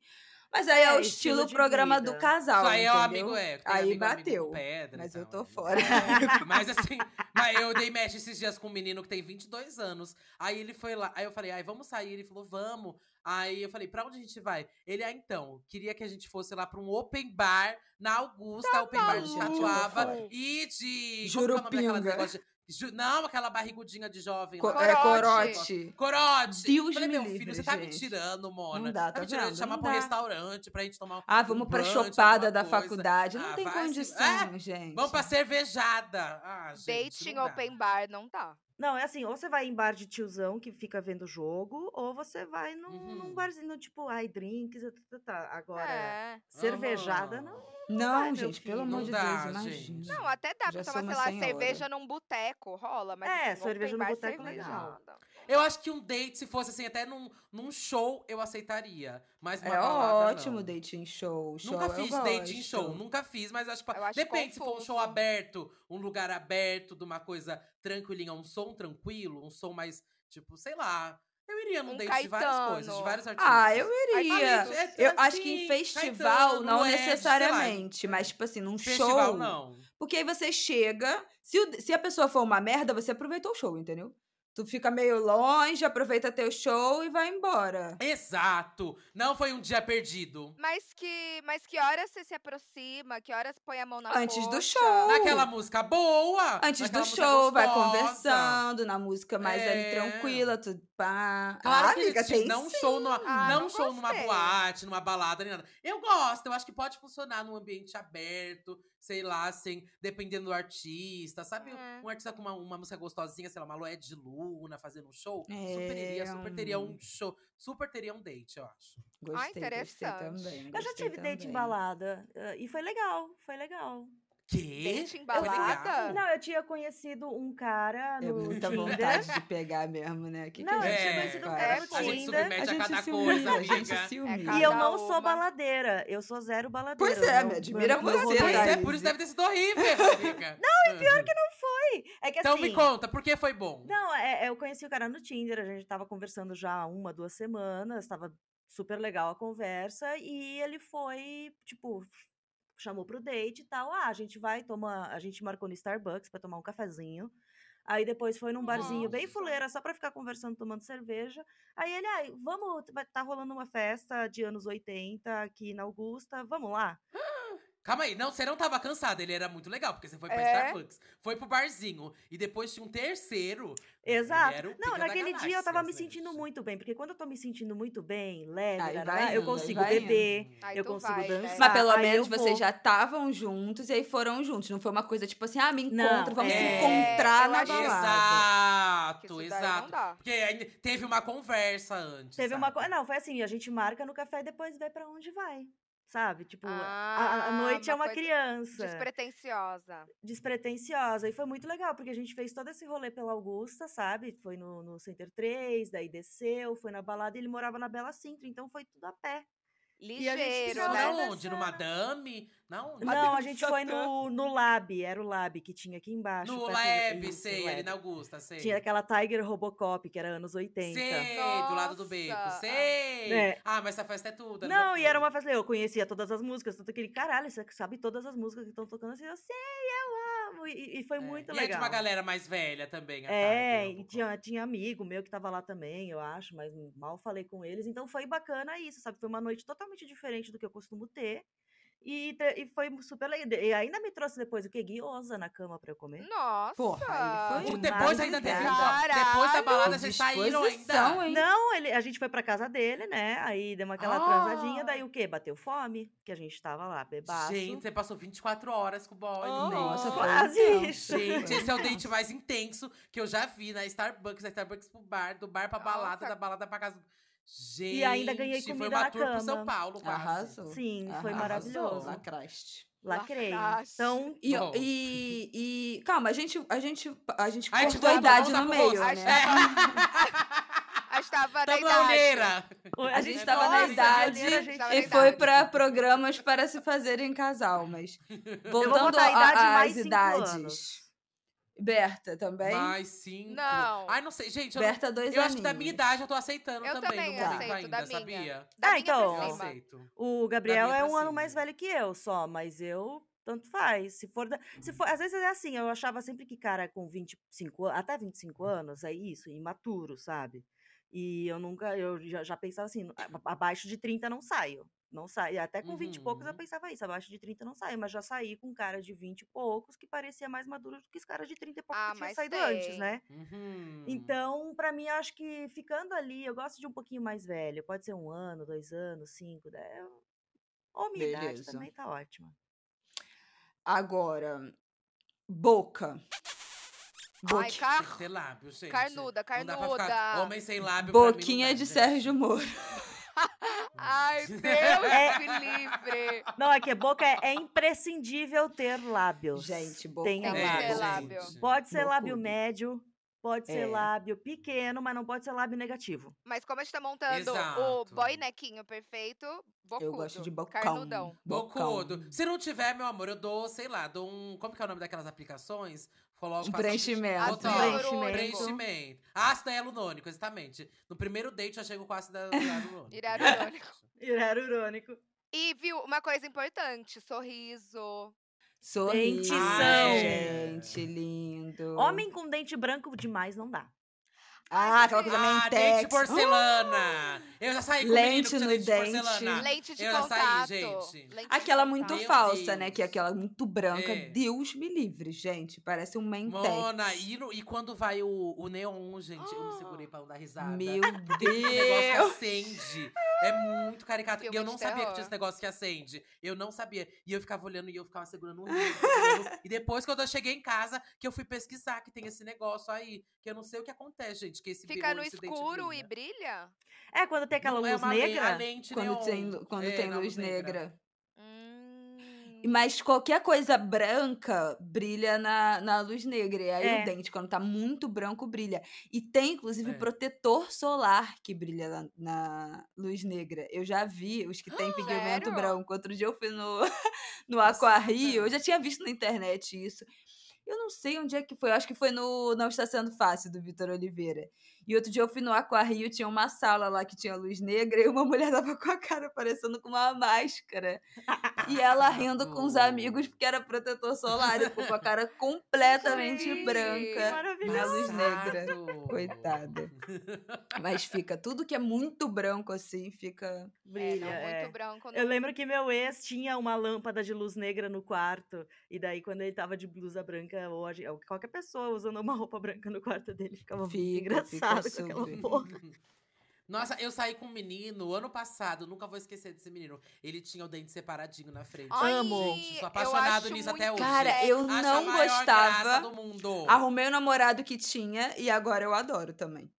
[SPEAKER 3] Mas aí é,
[SPEAKER 2] É,
[SPEAKER 3] o
[SPEAKER 2] estilo
[SPEAKER 3] estilo,
[SPEAKER 2] de
[SPEAKER 3] programa do
[SPEAKER 2] vida.
[SPEAKER 3] casal.
[SPEAKER 5] Isso aí é o
[SPEAKER 3] entendeu?
[SPEAKER 5] amigo, é. tem
[SPEAKER 3] Aí
[SPEAKER 5] amigo, amigo com
[SPEAKER 3] bateu,
[SPEAKER 5] pedra e
[SPEAKER 3] mas eu
[SPEAKER 5] tal,
[SPEAKER 3] tô
[SPEAKER 5] amigo.
[SPEAKER 3] fora.
[SPEAKER 5] É, *laughs* mas assim, mas eu dei match esses dias com um menino que tem 22 anos. Aí ele foi lá, aí eu falei, ai, vamos sair. Ele falou, vamos. Aí eu falei, pra onde a gente vai? Ele, ah, então, queria que a gente fosse lá pra um open bar na Augusta, open bar de
[SPEAKER 3] Tá maluco.
[SPEAKER 5] Catuaba e de. como que é o
[SPEAKER 3] Jurupinga.
[SPEAKER 5] nome daquelas negócio de- Ju- não, aquela barrigudinha de jovem.
[SPEAKER 3] Co-
[SPEAKER 5] lá.
[SPEAKER 3] é,
[SPEAKER 1] Corote.
[SPEAKER 3] corote.
[SPEAKER 5] Corote!
[SPEAKER 3] Deus
[SPEAKER 5] Falei,
[SPEAKER 3] me
[SPEAKER 5] meu
[SPEAKER 3] livre,
[SPEAKER 5] filho, você tá me
[SPEAKER 3] gente.
[SPEAKER 5] tirando, Mona.
[SPEAKER 3] Não dá,
[SPEAKER 5] tá
[SPEAKER 3] tá
[SPEAKER 5] me tirando
[SPEAKER 3] vendo?
[SPEAKER 5] de chamar
[SPEAKER 3] Não
[SPEAKER 5] pra um
[SPEAKER 3] dá.
[SPEAKER 5] restaurante pra gente tomar um
[SPEAKER 3] Ah, vamos
[SPEAKER 5] um
[SPEAKER 3] pra
[SPEAKER 5] brunch,
[SPEAKER 3] chopada
[SPEAKER 5] alguma
[SPEAKER 3] da
[SPEAKER 5] coisa.
[SPEAKER 3] faculdade. Não
[SPEAKER 5] Ah,
[SPEAKER 3] tem
[SPEAKER 5] vai se-
[SPEAKER 3] condição, gente.
[SPEAKER 5] Vamos pra cervejada. Ah, gente,
[SPEAKER 1] Dating
[SPEAKER 5] não dá.
[SPEAKER 1] open bar não dá.
[SPEAKER 2] Não, é assim, ou você vai em bar de tiozão que fica vendo jogo, ou você vai num, num
[SPEAKER 5] Uhum.
[SPEAKER 2] barzinho, tipo, ai, drinks, tá, tá, tá. agora,
[SPEAKER 1] É.
[SPEAKER 2] cervejada,
[SPEAKER 5] Aham.
[SPEAKER 2] não.
[SPEAKER 3] Não,
[SPEAKER 2] Ai, meu
[SPEAKER 3] gente,
[SPEAKER 2] filho,
[SPEAKER 3] pelo amor
[SPEAKER 5] não
[SPEAKER 3] de
[SPEAKER 5] dá,
[SPEAKER 3] Deus,
[SPEAKER 5] gente.
[SPEAKER 3] imagina.
[SPEAKER 5] Não,
[SPEAKER 1] Não, até dá pra tomar,
[SPEAKER 3] Já sou
[SPEAKER 1] sei
[SPEAKER 3] uma
[SPEAKER 1] lá,
[SPEAKER 3] senhora.
[SPEAKER 1] cerveja num boteco, rola, mas.
[SPEAKER 2] É,
[SPEAKER 1] assim,
[SPEAKER 2] cerveja
[SPEAKER 1] open
[SPEAKER 2] num
[SPEAKER 1] bar,
[SPEAKER 2] boteco é legal.
[SPEAKER 1] cervejada.
[SPEAKER 5] Eu acho que um date, se fosse assim, até num, num show, eu aceitaria. Mas uma
[SPEAKER 3] É
[SPEAKER 5] balada,
[SPEAKER 3] ótimo
[SPEAKER 5] não.
[SPEAKER 3] dating show. show
[SPEAKER 5] Nunca
[SPEAKER 3] eu
[SPEAKER 5] fiz date em
[SPEAKER 3] gosto.
[SPEAKER 5] show, nunca fiz, mas acho que.
[SPEAKER 1] Eu acho
[SPEAKER 5] Depende se for um
[SPEAKER 1] confuso.
[SPEAKER 5] show aberto, um lugar aberto, de uma coisa tranquilinha, um som tranquilo, um som mais, tipo, sei lá. Eu iria num
[SPEAKER 1] Um
[SPEAKER 5] date de várias coisas, de
[SPEAKER 1] Caetano.
[SPEAKER 5] vários artistas.
[SPEAKER 3] Ah, eu
[SPEAKER 1] Aí tá
[SPEAKER 3] iria.
[SPEAKER 1] lindo.
[SPEAKER 5] É,
[SPEAKER 3] Eu acho que
[SPEAKER 5] assim,
[SPEAKER 3] em festival, não necessariamente, mas tipo assim, num
[SPEAKER 5] Um Festival,
[SPEAKER 3] show.
[SPEAKER 5] não.
[SPEAKER 3] Porque aí você chega. Se, o- se a pessoa for uma merda, você aproveitou o show, entendeu? Tu fica meio longe, aproveita teu show e vai embora.
[SPEAKER 5] Exato. Não foi um dia perdido.
[SPEAKER 1] Mas que, mas que horas você se aproxima? Que horas põe a mão na
[SPEAKER 3] Antes do
[SPEAKER 1] coxa?
[SPEAKER 3] show.
[SPEAKER 5] Naquela música boa.
[SPEAKER 3] Antes do
[SPEAKER 5] naquela música
[SPEAKER 3] show, vai
[SPEAKER 5] gostosa.
[SPEAKER 3] conversando na música mais ali
[SPEAKER 5] É.
[SPEAKER 3] tranquila, tudo pá.
[SPEAKER 5] Claro
[SPEAKER 3] ah,
[SPEAKER 5] que
[SPEAKER 3] amiga,
[SPEAKER 5] existe,
[SPEAKER 3] tem
[SPEAKER 5] não
[SPEAKER 3] sim.
[SPEAKER 5] show numa,
[SPEAKER 1] Ah,
[SPEAKER 5] não
[SPEAKER 1] não
[SPEAKER 5] show numa
[SPEAKER 1] gostei.
[SPEAKER 5] boate, numa balada nem nada. Eu gosto, eu acho que pode funcionar num ambiente aberto, sei lá, assim, dependendo do artista, sabe?
[SPEAKER 1] É.
[SPEAKER 5] Um artista com uma, uma música gostosinha, sei lá, uma Loé de Luna fazendo um show, super
[SPEAKER 3] É,
[SPEAKER 5] iria, super teria
[SPEAKER 3] um-
[SPEAKER 5] um show, super teria um date, eu acho.
[SPEAKER 3] Gostei, gostei
[SPEAKER 1] interessante.
[SPEAKER 3] também.
[SPEAKER 2] Eu já
[SPEAKER 3] gostei
[SPEAKER 2] tive date em
[SPEAKER 3] também.
[SPEAKER 2] balada, eh, e foi legal, foi legal.
[SPEAKER 5] Que?
[SPEAKER 1] Date em balada?
[SPEAKER 2] Não, eu tinha conhecido um cara
[SPEAKER 3] Ah. É
[SPEAKER 2] no
[SPEAKER 3] muita
[SPEAKER 2] Tinder.
[SPEAKER 3] vontade de pegar mesmo, né? Que que
[SPEAKER 2] Não,
[SPEAKER 3] a
[SPEAKER 2] eu
[SPEAKER 3] gente
[SPEAKER 2] tinha
[SPEAKER 5] É,
[SPEAKER 2] conhecido um
[SPEAKER 3] faz?
[SPEAKER 2] cara
[SPEAKER 1] é,
[SPEAKER 2] no
[SPEAKER 1] a gente
[SPEAKER 2] Tinder.
[SPEAKER 5] submete
[SPEAKER 3] a gente
[SPEAKER 5] cada
[SPEAKER 3] se
[SPEAKER 5] coisa,
[SPEAKER 3] humilha, a gente
[SPEAKER 5] amiga.
[SPEAKER 3] se
[SPEAKER 1] É
[SPEAKER 3] humilha.
[SPEAKER 1] cada
[SPEAKER 2] E eu não sou
[SPEAKER 1] uma.
[SPEAKER 2] baladeira, eu sou zero baladeira.
[SPEAKER 3] Pois é,
[SPEAKER 2] meu-
[SPEAKER 3] me admira
[SPEAKER 2] meu
[SPEAKER 3] você, né?
[SPEAKER 5] Pois
[SPEAKER 2] rolê-
[SPEAKER 5] é,
[SPEAKER 3] Thaís.
[SPEAKER 5] por isso deve ter sido horrível, amiga. Não, e pior que não.
[SPEAKER 2] Foi, é que
[SPEAKER 5] Então
[SPEAKER 2] assim...
[SPEAKER 5] me conta, por que foi bom?
[SPEAKER 2] Não, é- é, eu conheci o cara no Tinder, a gente tava conversando já há uma, duas semanas, tava super legal a conversa, e ele foi, tipo, f- chamou pro date e tal. Ah, a gente vai, toma. A gente marcou no Starbucks pra tomar um cafezinho. Aí depois foi num barzinho bem
[SPEAKER 5] Nossa.
[SPEAKER 2] fuleira, só pra ficar conversando, tomando cerveja. Aí ele, ai, vamos, vai- tá rolando uma festa de anos 80 aqui na Augusta, vamos lá.
[SPEAKER 5] Calma aí, não, você não tava cansada, ele era muito legal, porque você foi pra
[SPEAKER 1] É.
[SPEAKER 5] Starbucks, foi pro barzinho, e depois tinha um terceiro. Ele era
[SPEAKER 2] Exato.
[SPEAKER 5] o
[SPEAKER 2] Não,
[SPEAKER 5] pica da
[SPEAKER 2] naquele dia eu
[SPEAKER 5] galáxia, assim.
[SPEAKER 2] tava me
[SPEAKER 5] gente.
[SPEAKER 2] sentindo muito bem, porque quando eu tô me sentindo muito bem, leve,
[SPEAKER 3] Aí
[SPEAKER 2] tarará,
[SPEAKER 3] Tá, vai
[SPEAKER 2] eu
[SPEAKER 3] indo, aí
[SPEAKER 2] consigo
[SPEAKER 3] vai
[SPEAKER 2] beber.
[SPEAKER 5] indo.
[SPEAKER 1] Aí
[SPEAKER 2] Eu
[SPEAKER 1] tu
[SPEAKER 2] consigo
[SPEAKER 1] vai, né?
[SPEAKER 2] dançar.
[SPEAKER 3] Mas pelo
[SPEAKER 2] Aí eu
[SPEAKER 3] menos vocês
[SPEAKER 2] vou.
[SPEAKER 3] já estavam juntos e aí foram juntos. Não foi uma coisa tipo assim, ah, me
[SPEAKER 2] Não,
[SPEAKER 3] encontro, vamos se
[SPEAKER 5] é.
[SPEAKER 3] encontrar
[SPEAKER 1] Eu
[SPEAKER 3] na
[SPEAKER 1] acho que-
[SPEAKER 3] balada.
[SPEAKER 1] Porque
[SPEAKER 5] Exato,
[SPEAKER 1] isso daí não
[SPEAKER 5] exato.
[SPEAKER 1] dá.
[SPEAKER 5] Porque aí teve uma conversa antes.
[SPEAKER 2] Teve uma coisa.
[SPEAKER 5] sabe?
[SPEAKER 2] Não, foi assim: a gente marca no café e depois vê pra onde vai. Sabe? Tipo, a- a, a
[SPEAKER 1] Ah,
[SPEAKER 2] noite é
[SPEAKER 1] uma
[SPEAKER 2] uma
[SPEAKER 1] coisa
[SPEAKER 2] criança
[SPEAKER 1] Despretensiosa.
[SPEAKER 2] despretensiosa. E foi muito legal, porque a gente fez todo esse rolê pela Augusta, sabe? Foi no, no Center 3, daí desceu, foi na balada e ele morava na Bela Sintra, então foi tudo a pé. E a
[SPEAKER 1] Ligeiro,
[SPEAKER 2] gente
[SPEAKER 5] Isso
[SPEAKER 2] precisou
[SPEAKER 1] né?
[SPEAKER 2] dar
[SPEAKER 5] na
[SPEAKER 2] um- né?
[SPEAKER 5] onde? No Madame? Na onde?
[SPEAKER 2] Não, a
[SPEAKER 3] Deus,
[SPEAKER 2] gente
[SPEAKER 3] tá
[SPEAKER 2] foi
[SPEAKER 3] tanto.
[SPEAKER 2] no, no Lab, era o Lab que tinha aqui embaixo.
[SPEAKER 5] No
[SPEAKER 2] perto do-
[SPEAKER 5] Lab,
[SPEAKER 2] isso,
[SPEAKER 5] sei, ali
[SPEAKER 2] Lab.
[SPEAKER 5] na Augusta, sei.
[SPEAKER 2] Tinha aquela Tiger Robocop, que era anos 80.
[SPEAKER 5] Sei, do lado do beco,
[SPEAKER 1] Nossa.
[SPEAKER 5] sei.
[SPEAKER 2] É.
[SPEAKER 5] Ah, mas essa festa é tudo. eu
[SPEAKER 2] Não,
[SPEAKER 5] já
[SPEAKER 2] e era
[SPEAKER 5] fui.
[SPEAKER 2] uma festa. Eu conhecia todas as músicas, tanto aquele caralho, você sabe todas as músicas que estão tocando assim, eu sei, eu amo. E, e foi
[SPEAKER 5] É.
[SPEAKER 2] muito
[SPEAKER 5] e é de
[SPEAKER 2] legal.
[SPEAKER 5] uma galera mais velha também, a
[SPEAKER 2] é,
[SPEAKER 5] Tiger,
[SPEAKER 2] e
[SPEAKER 5] um pouco.
[SPEAKER 2] tinha, tinha amigo meu que tava lá também, eu acho, mas mal falei com eles. Então foi bacana isso, sabe? Foi uma noite totalmente diferente do que eu costumo ter. E, te- e foi super legal. E ainda me trouxe depois o que? Guiosa na cama pra eu comer.
[SPEAKER 1] Nossa!
[SPEAKER 3] Porra, aí foi
[SPEAKER 5] Tipo,
[SPEAKER 3] de
[SPEAKER 5] depois ainda teve.
[SPEAKER 1] madrugada.
[SPEAKER 5] ó, Depois da
[SPEAKER 1] Caralho.
[SPEAKER 5] balada, vocês saíram
[SPEAKER 3] Disposição,
[SPEAKER 5] ainda.
[SPEAKER 3] hein?
[SPEAKER 2] Não, ele, a gente foi pra casa dele, né? Aí deu aquela transadinha, daí
[SPEAKER 3] Ah!
[SPEAKER 2] o quê? Bateu fome, que a gente tava lá, bebaço.
[SPEAKER 5] Gente, você passou 24 horas com o boy.
[SPEAKER 1] Oh.
[SPEAKER 3] Nossa, foi
[SPEAKER 2] Quase
[SPEAKER 3] intenso,
[SPEAKER 2] isso.
[SPEAKER 5] Gente,
[SPEAKER 3] foi
[SPEAKER 5] esse é o
[SPEAKER 3] intenso.
[SPEAKER 5] date mais intenso que eu já vi na Starbucks, da Starbucks pro bar, do bar pra balada,
[SPEAKER 1] Nossa.
[SPEAKER 5] da balada pra casa. Gente,
[SPEAKER 2] E ainda ganhei
[SPEAKER 5] foi
[SPEAKER 2] comida
[SPEAKER 5] uma
[SPEAKER 2] na
[SPEAKER 5] tour pro São
[SPEAKER 2] cama.
[SPEAKER 5] Paulo, quase.
[SPEAKER 3] Arrasou.
[SPEAKER 2] Sim, foi
[SPEAKER 3] Arrasou,
[SPEAKER 2] maravilhoso.
[SPEAKER 3] Lacraste.
[SPEAKER 2] Lacrei.
[SPEAKER 1] Lacraste.
[SPEAKER 2] Então,
[SPEAKER 3] E,
[SPEAKER 5] Bom.
[SPEAKER 3] e, e- Calma, a gente, a gente, a gente
[SPEAKER 5] A gente
[SPEAKER 3] cortou a
[SPEAKER 5] tá-
[SPEAKER 3] idade
[SPEAKER 5] volta
[SPEAKER 3] no
[SPEAKER 5] pro
[SPEAKER 3] meio,
[SPEAKER 5] rosto.
[SPEAKER 3] né?
[SPEAKER 1] A
[SPEAKER 5] *laughs*
[SPEAKER 1] estava na
[SPEAKER 5] Tamo
[SPEAKER 1] idade.
[SPEAKER 5] na É, olheira.
[SPEAKER 3] *laughs* A gente tava na
[SPEAKER 2] Nossa,
[SPEAKER 3] idade
[SPEAKER 2] janeiro a gente-
[SPEAKER 1] tava na
[SPEAKER 3] E foi pra programas para se fazer em casal,
[SPEAKER 5] *laughs*
[SPEAKER 3] mas voltando
[SPEAKER 2] botar a
[SPEAKER 3] a-
[SPEAKER 2] idade
[SPEAKER 3] a-
[SPEAKER 2] mais
[SPEAKER 3] às
[SPEAKER 2] cinco
[SPEAKER 3] idades.
[SPEAKER 2] anos.
[SPEAKER 3] Berta também.
[SPEAKER 5] Mais cinco.
[SPEAKER 1] Não.
[SPEAKER 5] Ai, não sei. Gente, eu, não-
[SPEAKER 3] Berta dois
[SPEAKER 5] eu acho que da
[SPEAKER 3] aninhos.
[SPEAKER 5] minha idade eu tô aceitando
[SPEAKER 1] Eu também
[SPEAKER 5] também. não
[SPEAKER 1] aceito,
[SPEAKER 5] aceito
[SPEAKER 1] da
[SPEAKER 5] ainda,
[SPEAKER 1] minha.
[SPEAKER 5] sabia?
[SPEAKER 1] Da
[SPEAKER 2] Ah,
[SPEAKER 1] minha
[SPEAKER 2] então,
[SPEAKER 5] Eu
[SPEAKER 1] pra cima.
[SPEAKER 5] aceito.
[SPEAKER 2] O Gabriel
[SPEAKER 5] minha
[SPEAKER 2] é
[SPEAKER 5] pra
[SPEAKER 2] um ano
[SPEAKER 5] cima.
[SPEAKER 2] mais velho que eu só, mas eu tanto faz. Se for da- se for, às vezes é assim, eu achava sempre que cara com 25 anos, até 25 anos é isso, imaturo, sabe? E eu nunca, eu já, já pensava assim, "A- abaixo de 30 não saio. Não saio. Até com 20 e poucos eu
[SPEAKER 5] Uhum.
[SPEAKER 2] pensava isso, abaixo de 30 não saio, mas já saí com cara de 20 e poucos que parecia mais maduro do que os caras de 30 e poucos
[SPEAKER 1] Ah,
[SPEAKER 2] que tinham
[SPEAKER 1] mas
[SPEAKER 2] saído antes,
[SPEAKER 1] tem.
[SPEAKER 2] né?
[SPEAKER 5] Uhum.
[SPEAKER 2] Então, pra mim, eu acho que ficando ali, eu gosto de um pouquinho mais velho. Pode ser um ano, dois anos, cinco, dez. eu- Ou minha idade
[SPEAKER 3] Beleza.
[SPEAKER 2] também tá ótima.
[SPEAKER 3] Agora, boca.
[SPEAKER 1] Ai,
[SPEAKER 3] Boqui-
[SPEAKER 5] Tem que
[SPEAKER 1] car...
[SPEAKER 5] ter lábio, gente.
[SPEAKER 1] Carnuda,
[SPEAKER 5] Não dá pra ficar-
[SPEAKER 1] Ah, carnuda.
[SPEAKER 5] Homem sem lábio pra mim não
[SPEAKER 3] Boquinha
[SPEAKER 5] dá,
[SPEAKER 3] de
[SPEAKER 5] gente.
[SPEAKER 3] Sérgio Moro.
[SPEAKER 5] *laughs*
[SPEAKER 1] Ai, Deus
[SPEAKER 2] É.
[SPEAKER 1] me livre.
[SPEAKER 2] Não, é que boca é, é imprescindível ter lábios.
[SPEAKER 3] Gente, boca.
[SPEAKER 2] Tem
[SPEAKER 1] Tem que
[SPEAKER 5] É,
[SPEAKER 3] né,
[SPEAKER 1] ter
[SPEAKER 5] gente.
[SPEAKER 1] lábio.
[SPEAKER 2] Pode ser lábio
[SPEAKER 3] Bocudo.
[SPEAKER 2] médio, pode ser
[SPEAKER 3] É.
[SPEAKER 2] lábio pequeno, mas não pode ser lábio negativo.
[SPEAKER 1] Mas como a gente tá montando o
[SPEAKER 5] Exato.
[SPEAKER 1] boinequinho perfeito, bocudo.
[SPEAKER 3] Eu gosto de bocão.
[SPEAKER 1] Carnudão.
[SPEAKER 3] Bocão.
[SPEAKER 5] Bocudo. Se não tiver, meu amor, eu dou, sei lá, dou um. Como que é o nome daquelas aplicações? Coloco
[SPEAKER 3] Um
[SPEAKER 5] faço-
[SPEAKER 3] preenchimento.
[SPEAKER 5] Total.
[SPEAKER 1] Ácido
[SPEAKER 2] Preenchimento.
[SPEAKER 1] hialurônico.
[SPEAKER 5] Preenchimento. Ácido hialurônico, exatamente. No primeiro date eu chego com ácido
[SPEAKER 1] *laughs*
[SPEAKER 5] hialurônico.
[SPEAKER 1] Hialurônico.
[SPEAKER 5] *laughs*
[SPEAKER 2] Era irônico.
[SPEAKER 1] E, viu, uma coisa importante, sorriso.
[SPEAKER 3] Sorriso.
[SPEAKER 2] Dentição.
[SPEAKER 5] Ah, é.
[SPEAKER 3] Gente, lindo.
[SPEAKER 2] Homem com dente branco demais não dá.
[SPEAKER 3] Ah, aquela coisa meio
[SPEAKER 5] Ah,
[SPEAKER 3] tex.
[SPEAKER 5] dente de porcelana! Eu já saí com
[SPEAKER 3] Lente
[SPEAKER 5] menino que tinha
[SPEAKER 3] no
[SPEAKER 5] dente de
[SPEAKER 3] dente.
[SPEAKER 5] porcelana.
[SPEAKER 1] Leite de
[SPEAKER 5] Ah, eu já
[SPEAKER 1] contato.
[SPEAKER 5] saí, gente.
[SPEAKER 1] Lente de
[SPEAKER 3] Ah, Aquela muito
[SPEAKER 1] contato.
[SPEAKER 5] Meu
[SPEAKER 3] falsa, né?
[SPEAKER 5] Deus.
[SPEAKER 3] Que é aquela muito branca.
[SPEAKER 5] É.
[SPEAKER 3] Deus me livre, gente. Parece um mentex.
[SPEAKER 5] Mona, e, no- e quando vai o, o neon, gente? Eu
[SPEAKER 1] *gasps*
[SPEAKER 5] me segurei pra não dar risada.
[SPEAKER 3] Meu
[SPEAKER 5] O negócio
[SPEAKER 3] Deus.
[SPEAKER 5] acende. É muito caricato. E
[SPEAKER 1] Filme
[SPEAKER 5] eu
[SPEAKER 1] de
[SPEAKER 5] não sabia
[SPEAKER 1] terror.
[SPEAKER 5] que tinha esse negócio que acende. Eu não sabia. E eu ficava olhando e eu ficava segurando o riso, segurando. E depois, quando eu cheguei em casa, que eu fui pesquisar que tem esse negócio aí. Que eu não sei o que acontece, gente. Que esse
[SPEAKER 1] Fica
[SPEAKER 5] brilho,
[SPEAKER 1] no
[SPEAKER 5] esse dente
[SPEAKER 1] escuro e
[SPEAKER 3] né?
[SPEAKER 5] brilha.
[SPEAKER 1] brilha?
[SPEAKER 2] É, quando tem aquela
[SPEAKER 5] Não, é
[SPEAKER 2] luz
[SPEAKER 5] uma le-
[SPEAKER 2] negra.
[SPEAKER 5] a lente
[SPEAKER 3] Quando
[SPEAKER 5] neon.
[SPEAKER 3] tem, lu- quando
[SPEAKER 5] É,
[SPEAKER 3] tem
[SPEAKER 5] na
[SPEAKER 3] luz negra.
[SPEAKER 1] Hum.
[SPEAKER 3] E- Mas qualquer coisa branca brilha na, na luz negra. E aí
[SPEAKER 2] É.
[SPEAKER 3] o dente, quando tá muito branco, brilha. E tem, inclusive,
[SPEAKER 5] É.
[SPEAKER 3] protetor solar que brilha na, na luz negra. Eu já vi os que tem pigmento
[SPEAKER 1] sério?
[SPEAKER 3] branco. Outro dia eu fui no, *laughs* no
[SPEAKER 5] Passada.
[SPEAKER 3] Aquario. Eu já tinha visto na internet isso. Eu não sei onde é que foi. Eu acho que foi no Não Está Sendo Fácil, do Vitor Oliveira. E outro dia eu fui no Aquario, tinha uma sala lá que tinha luz negra e uma *laughs* mulher tava com a cara parecendo com uma máscara. E ela rindo com os
[SPEAKER 5] Passado.
[SPEAKER 3] amigos porque era protetor solar e ficou com a cara completamente
[SPEAKER 1] Gente,
[SPEAKER 3] é branca
[SPEAKER 2] Maravilhoso.
[SPEAKER 3] na luz
[SPEAKER 5] *laughs*
[SPEAKER 3] negra.
[SPEAKER 5] Passado.
[SPEAKER 3] Coitada. Mas fica, tudo que é muito branco assim, fica.
[SPEAKER 1] É,
[SPEAKER 2] Brilha.
[SPEAKER 1] não,
[SPEAKER 2] é.
[SPEAKER 1] muito branco.
[SPEAKER 2] Eu lembro que meu ex tinha uma lâmpada de luz negra no quarto. E daí, quando ele tava de blusa branca, ou a gen- ou qualquer pessoa usando uma *laughs* roupa branca no quarto dele, ficava muito
[SPEAKER 3] Fica, fica
[SPEAKER 2] engraçado com aquela
[SPEAKER 3] super.
[SPEAKER 2] porra.
[SPEAKER 5] Nossa, eu saí com um menino ano passado, nunca vou esquecer desse menino. Ele tinha o dente separadinho na frente.
[SPEAKER 1] Ai,
[SPEAKER 2] Amo.
[SPEAKER 5] Gente,
[SPEAKER 1] eu
[SPEAKER 5] sou apaixonado
[SPEAKER 1] acho
[SPEAKER 5] nisso
[SPEAKER 1] muito
[SPEAKER 5] até hoje.
[SPEAKER 3] Cara, eu
[SPEAKER 1] sexy.
[SPEAKER 5] Acho a
[SPEAKER 3] não
[SPEAKER 5] maior
[SPEAKER 3] gostava.
[SPEAKER 5] graça do mundo.
[SPEAKER 3] Arrumei o namorado que tinha e agora eu adoro também.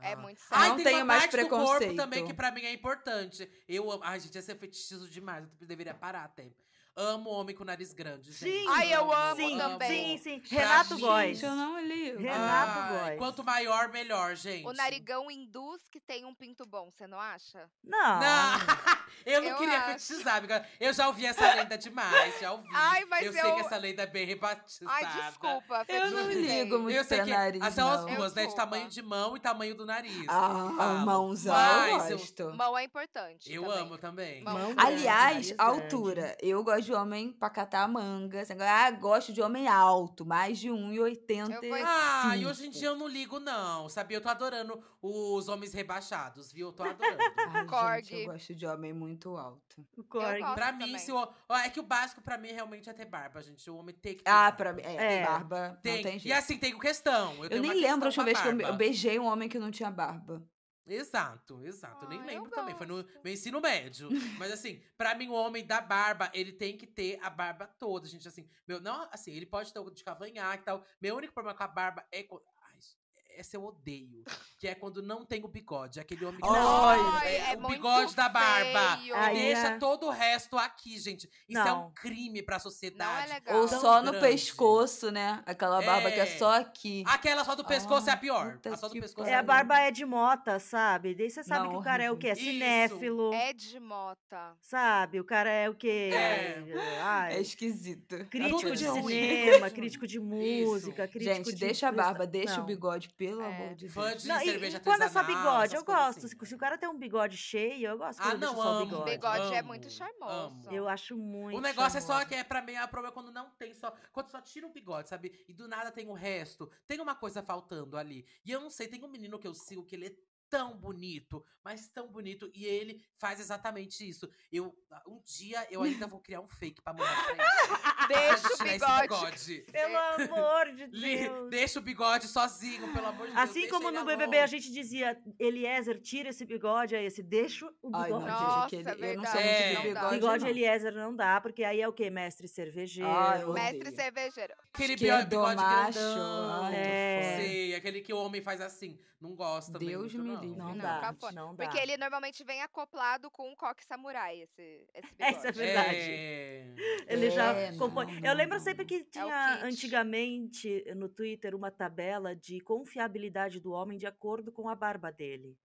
[SPEAKER 1] É
[SPEAKER 5] Ah.
[SPEAKER 1] muito
[SPEAKER 5] Ai,
[SPEAKER 1] sério.
[SPEAKER 3] não
[SPEAKER 5] tem
[SPEAKER 3] tenho
[SPEAKER 5] uma
[SPEAKER 3] mais
[SPEAKER 5] parte do
[SPEAKER 3] preconceito.
[SPEAKER 5] corpo também que pra mim é importante. Eu amo. Ai, gente, esse é fetichismo demais. Eu deveria parar até. Amo homem com nariz grande, gente.
[SPEAKER 2] Sim.
[SPEAKER 1] Ai, eu amo
[SPEAKER 2] Sim,
[SPEAKER 1] também.
[SPEAKER 2] sim, sim.
[SPEAKER 5] Pra
[SPEAKER 2] Renato
[SPEAKER 5] mim,
[SPEAKER 2] Góes.
[SPEAKER 3] Gente, eu não li.
[SPEAKER 2] Renato
[SPEAKER 5] Ai,
[SPEAKER 2] Góes.
[SPEAKER 5] Quanto maior, melhor, gente.
[SPEAKER 1] O narigão induz que tem um pinto bom, você não acha?
[SPEAKER 2] Não.
[SPEAKER 5] Não, *laughs* eu não
[SPEAKER 1] Eu
[SPEAKER 5] queria
[SPEAKER 1] acho.
[SPEAKER 5] fetichizar, amiga. Eu já ouvi essa lenda demais, já ouvi.
[SPEAKER 1] Ai, mas
[SPEAKER 5] eu,
[SPEAKER 1] eu-
[SPEAKER 5] sei que essa lenda é bem rebatizada.
[SPEAKER 1] Ai, desculpa,
[SPEAKER 3] Eu não
[SPEAKER 1] fetichizei.
[SPEAKER 3] ligo muito
[SPEAKER 5] Eu sei
[SPEAKER 3] pra
[SPEAKER 5] que
[SPEAKER 3] nariz.
[SPEAKER 5] ah, são as
[SPEAKER 3] não.
[SPEAKER 1] Eu
[SPEAKER 5] duas, né? De
[SPEAKER 1] desculpa.
[SPEAKER 5] tamanho de mão e tamanho do nariz.
[SPEAKER 3] Ah,
[SPEAKER 5] Falo.
[SPEAKER 3] mãozão,
[SPEAKER 5] Mas
[SPEAKER 3] eu
[SPEAKER 5] eu-
[SPEAKER 3] gosto.
[SPEAKER 1] Mão é importante.
[SPEAKER 5] Eu
[SPEAKER 1] também.
[SPEAKER 5] amo também.
[SPEAKER 1] Mão
[SPEAKER 2] Mão
[SPEAKER 1] grande.
[SPEAKER 3] Aliás,
[SPEAKER 2] nariz
[SPEAKER 3] a
[SPEAKER 2] grande.
[SPEAKER 3] altura. Eu gosto de homem pra catar a manga. assim, Ah, gosto de homem alto, mais de 1,80.
[SPEAKER 1] Eu vou- *laughs*
[SPEAKER 5] Ah, e hoje em dia eu não ligo, não. Sabia? Eu tô adorando os homens rebaixados, viu? Eu tô
[SPEAKER 3] *laughs*
[SPEAKER 5] adorando.
[SPEAKER 3] Ai, gente,
[SPEAKER 1] Korg.
[SPEAKER 3] eu gosto de homem muito alto.
[SPEAKER 2] O Korg.
[SPEAKER 1] gosto.
[SPEAKER 5] pra
[SPEAKER 1] Gosto
[SPEAKER 5] mim,
[SPEAKER 1] também.
[SPEAKER 5] se o... ó, é que o básico pra mim realmente é ter barba, gente. O homem tem que ter
[SPEAKER 3] Ah,
[SPEAKER 5] barba.
[SPEAKER 3] pra mim. É,
[SPEAKER 2] É.
[SPEAKER 3] barba.
[SPEAKER 5] Tem.
[SPEAKER 3] Não tem jeito.
[SPEAKER 5] e assim, tem questão. Eu,
[SPEAKER 3] eu
[SPEAKER 5] tenho uma
[SPEAKER 3] nem lembro a
[SPEAKER 5] questão
[SPEAKER 3] última vez
[SPEAKER 5] com a
[SPEAKER 3] que eu, be- eu
[SPEAKER 5] barba.
[SPEAKER 3] beijei um homem que não tinha barba.
[SPEAKER 5] Exato, exato. Eu nem
[SPEAKER 1] Ah, eu
[SPEAKER 5] lembro também. Foi no
[SPEAKER 1] gosto.
[SPEAKER 5] meu ensino médio. Mas assim, pra mim, o homem da barba, ele tem que ter a barba toda, gente. Assim, meu, não, assim, ele pode ter o de cavanhaque e tal. Meu único problema com a barba é. co- Ai, é essa eu odeio. Que é quando não tem o bigode. Aquele homem que
[SPEAKER 2] Olha,
[SPEAKER 5] Não,
[SPEAKER 1] é
[SPEAKER 5] o
[SPEAKER 1] muito
[SPEAKER 5] bigode da barba.
[SPEAKER 1] feio.
[SPEAKER 5] E
[SPEAKER 2] Ai,
[SPEAKER 5] deixa
[SPEAKER 2] é.
[SPEAKER 5] todo o resto aqui, gente. Isso é
[SPEAKER 2] Não.
[SPEAKER 5] um crime pra
[SPEAKER 1] Não é
[SPEAKER 5] sociedade.
[SPEAKER 1] legal.
[SPEAKER 3] Ou
[SPEAKER 5] tão
[SPEAKER 3] só no
[SPEAKER 5] Tá grande.
[SPEAKER 3] pescoço, né? Aquela barba que é
[SPEAKER 5] É.
[SPEAKER 3] só aqui.
[SPEAKER 5] Aquela só do pescoço
[SPEAKER 3] Ah,
[SPEAKER 5] é a pior.
[SPEAKER 3] puta
[SPEAKER 5] A só do
[SPEAKER 3] que
[SPEAKER 5] pescoço
[SPEAKER 2] É a
[SPEAKER 5] pior.
[SPEAKER 2] barba é de mota, sabe? Daí você sabe
[SPEAKER 3] Não,
[SPEAKER 2] que o cara é o quê?
[SPEAKER 5] horrível.
[SPEAKER 2] Cinéfilo,
[SPEAKER 1] Ed É Mota.
[SPEAKER 2] sabe? O cara é o quê?
[SPEAKER 5] É.
[SPEAKER 2] Ai,
[SPEAKER 3] É esquisito.
[SPEAKER 2] crítico
[SPEAKER 5] tudo
[SPEAKER 2] de
[SPEAKER 5] de ruim.
[SPEAKER 2] cinema, crítico de música, crítico
[SPEAKER 3] Gente,
[SPEAKER 2] de...
[SPEAKER 3] deixa a barba, deixa
[SPEAKER 2] Não.
[SPEAKER 3] o bigode, pelo
[SPEAKER 1] É.
[SPEAKER 3] amor de Deus.
[SPEAKER 5] Fã de
[SPEAKER 2] Não, e,
[SPEAKER 5] cerveja
[SPEAKER 2] e quando é só
[SPEAKER 5] artesanal,
[SPEAKER 2] bigode,
[SPEAKER 5] essas
[SPEAKER 2] eu
[SPEAKER 5] coisas
[SPEAKER 2] gosto.
[SPEAKER 5] assim,
[SPEAKER 2] Se- Se
[SPEAKER 5] né?
[SPEAKER 2] o cara tem um bigode cheio, eu gosto quando
[SPEAKER 5] Ah,
[SPEAKER 2] deixa só
[SPEAKER 5] não,
[SPEAKER 2] o
[SPEAKER 5] amo.
[SPEAKER 2] bigode.
[SPEAKER 1] Bigode é
[SPEAKER 5] amo,
[SPEAKER 1] muito
[SPEAKER 5] amo.
[SPEAKER 1] charmoso.
[SPEAKER 2] Eu acho muito
[SPEAKER 5] O negócio é só
[SPEAKER 2] charmoso.
[SPEAKER 5] que é pra mim a prova é quando não tem só. Quando só tira um bigode, sabe? E do nada tem o resto. Tem uma coisa faltando ali. E eu não sei, tem um menino que eu sigo que ele é tão bonito, mas tão bonito. E ele faz exatamente isso. Eu, um dia eu ainda vou criar um fake pra mandar pra ele.
[SPEAKER 1] *laughs* Deixa o bigode.
[SPEAKER 5] Pra tirar esse *laughs*
[SPEAKER 2] Pelo amor de
[SPEAKER 5] é Li-
[SPEAKER 2] Deus.
[SPEAKER 5] deixa o bigode sozinho, pelo amor de Deus.
[SPEAKER 2] Assim
[SPEAKER 5] deixa
[SPEAKER 2] como
[SPEAKER 5] ele
[SPEAKER 2] no BBB a
[SPEAKER 5] alone.
[SPEAKER 2] gente dizia, Eliezer, tira esse bigode, aí esse, deixa o
[SPEAKER 3] Ai, não,
[SPEAKER 2] bigode.
[SPEAKER 1] Nossa,
[SPEAKER 3] gente, aquele, eu não sou
[SPEAKER 1] verdade,
[SPEAKER 3] muito de
[SPEAKER 5] não dá.
[SPEAKER 3] bigode.
[SPEAKER 2] bigode é
[SPEAKER 3] não.
[SPEAKER 2] Eliezer não dá, porque aí é o quê? Mestre cervejeiro.
[SPEAKER 3] Ai, eu-
[SPEAKER 1] Mestre
[SPEAKER 3] odeio.
[SPEAKER 1] cervejeiro.
[SPEAKER 5] Aquele
[SPEAKER 3] Esquerdo,
[SPEAKER 5] bigode
[SPEAKER 3] macho.
[SPEAKER 5] grandão.
[SPEAKER 3] Ai, tô
[SPEAKER 2] É.
[SPEAKER 3] fora.
[SPEAKER 5] Sei, aquele que o homem faz assim. Não gosta
[SPEAKER 3] Deus
[SPEAKER 5] muito,
[SPEAKER 3] me
[SPEAKER 5] não.
[SPEAKER 3] livre.
[SPEAKER 2] não,
[SPEAKER 1] Não,
[SPEAKER 2] dá,
[SPEAKER 1] capô.
[SPEAKER 2] não dá.
[SPEAKER 1] Porque
[SPEAKER 5] Tá.
[SPEAKER 1] ele normalmente vem acoplado com um coque samurai, esse, esse
[SPEAKER 5] *laughs*
[SPEAKER 1] bigode.
[SPEAKER 2] Essa é verdade.
[SPEAKER 5] É.
[SPEAKER 2] Ele já
[SPEAKER 3] É, não,
[SPEAKER 2] compõe.
[SPEAKER 3] não,
[SPEAKER 2] eu lembro
[SPEAKER 3] não,
[SPEAKER 2] sempre
[SPEAKER 3] não.
[SPEAKER 2] que
[SPEAKER 1] É o
[SPEAKER 2] tinha
[SPEAKER 1] kit.
[SPEAKER 2] antigamente eh, no Twitter uma tabela de confiabilidade do homem de acordo com a barba dele.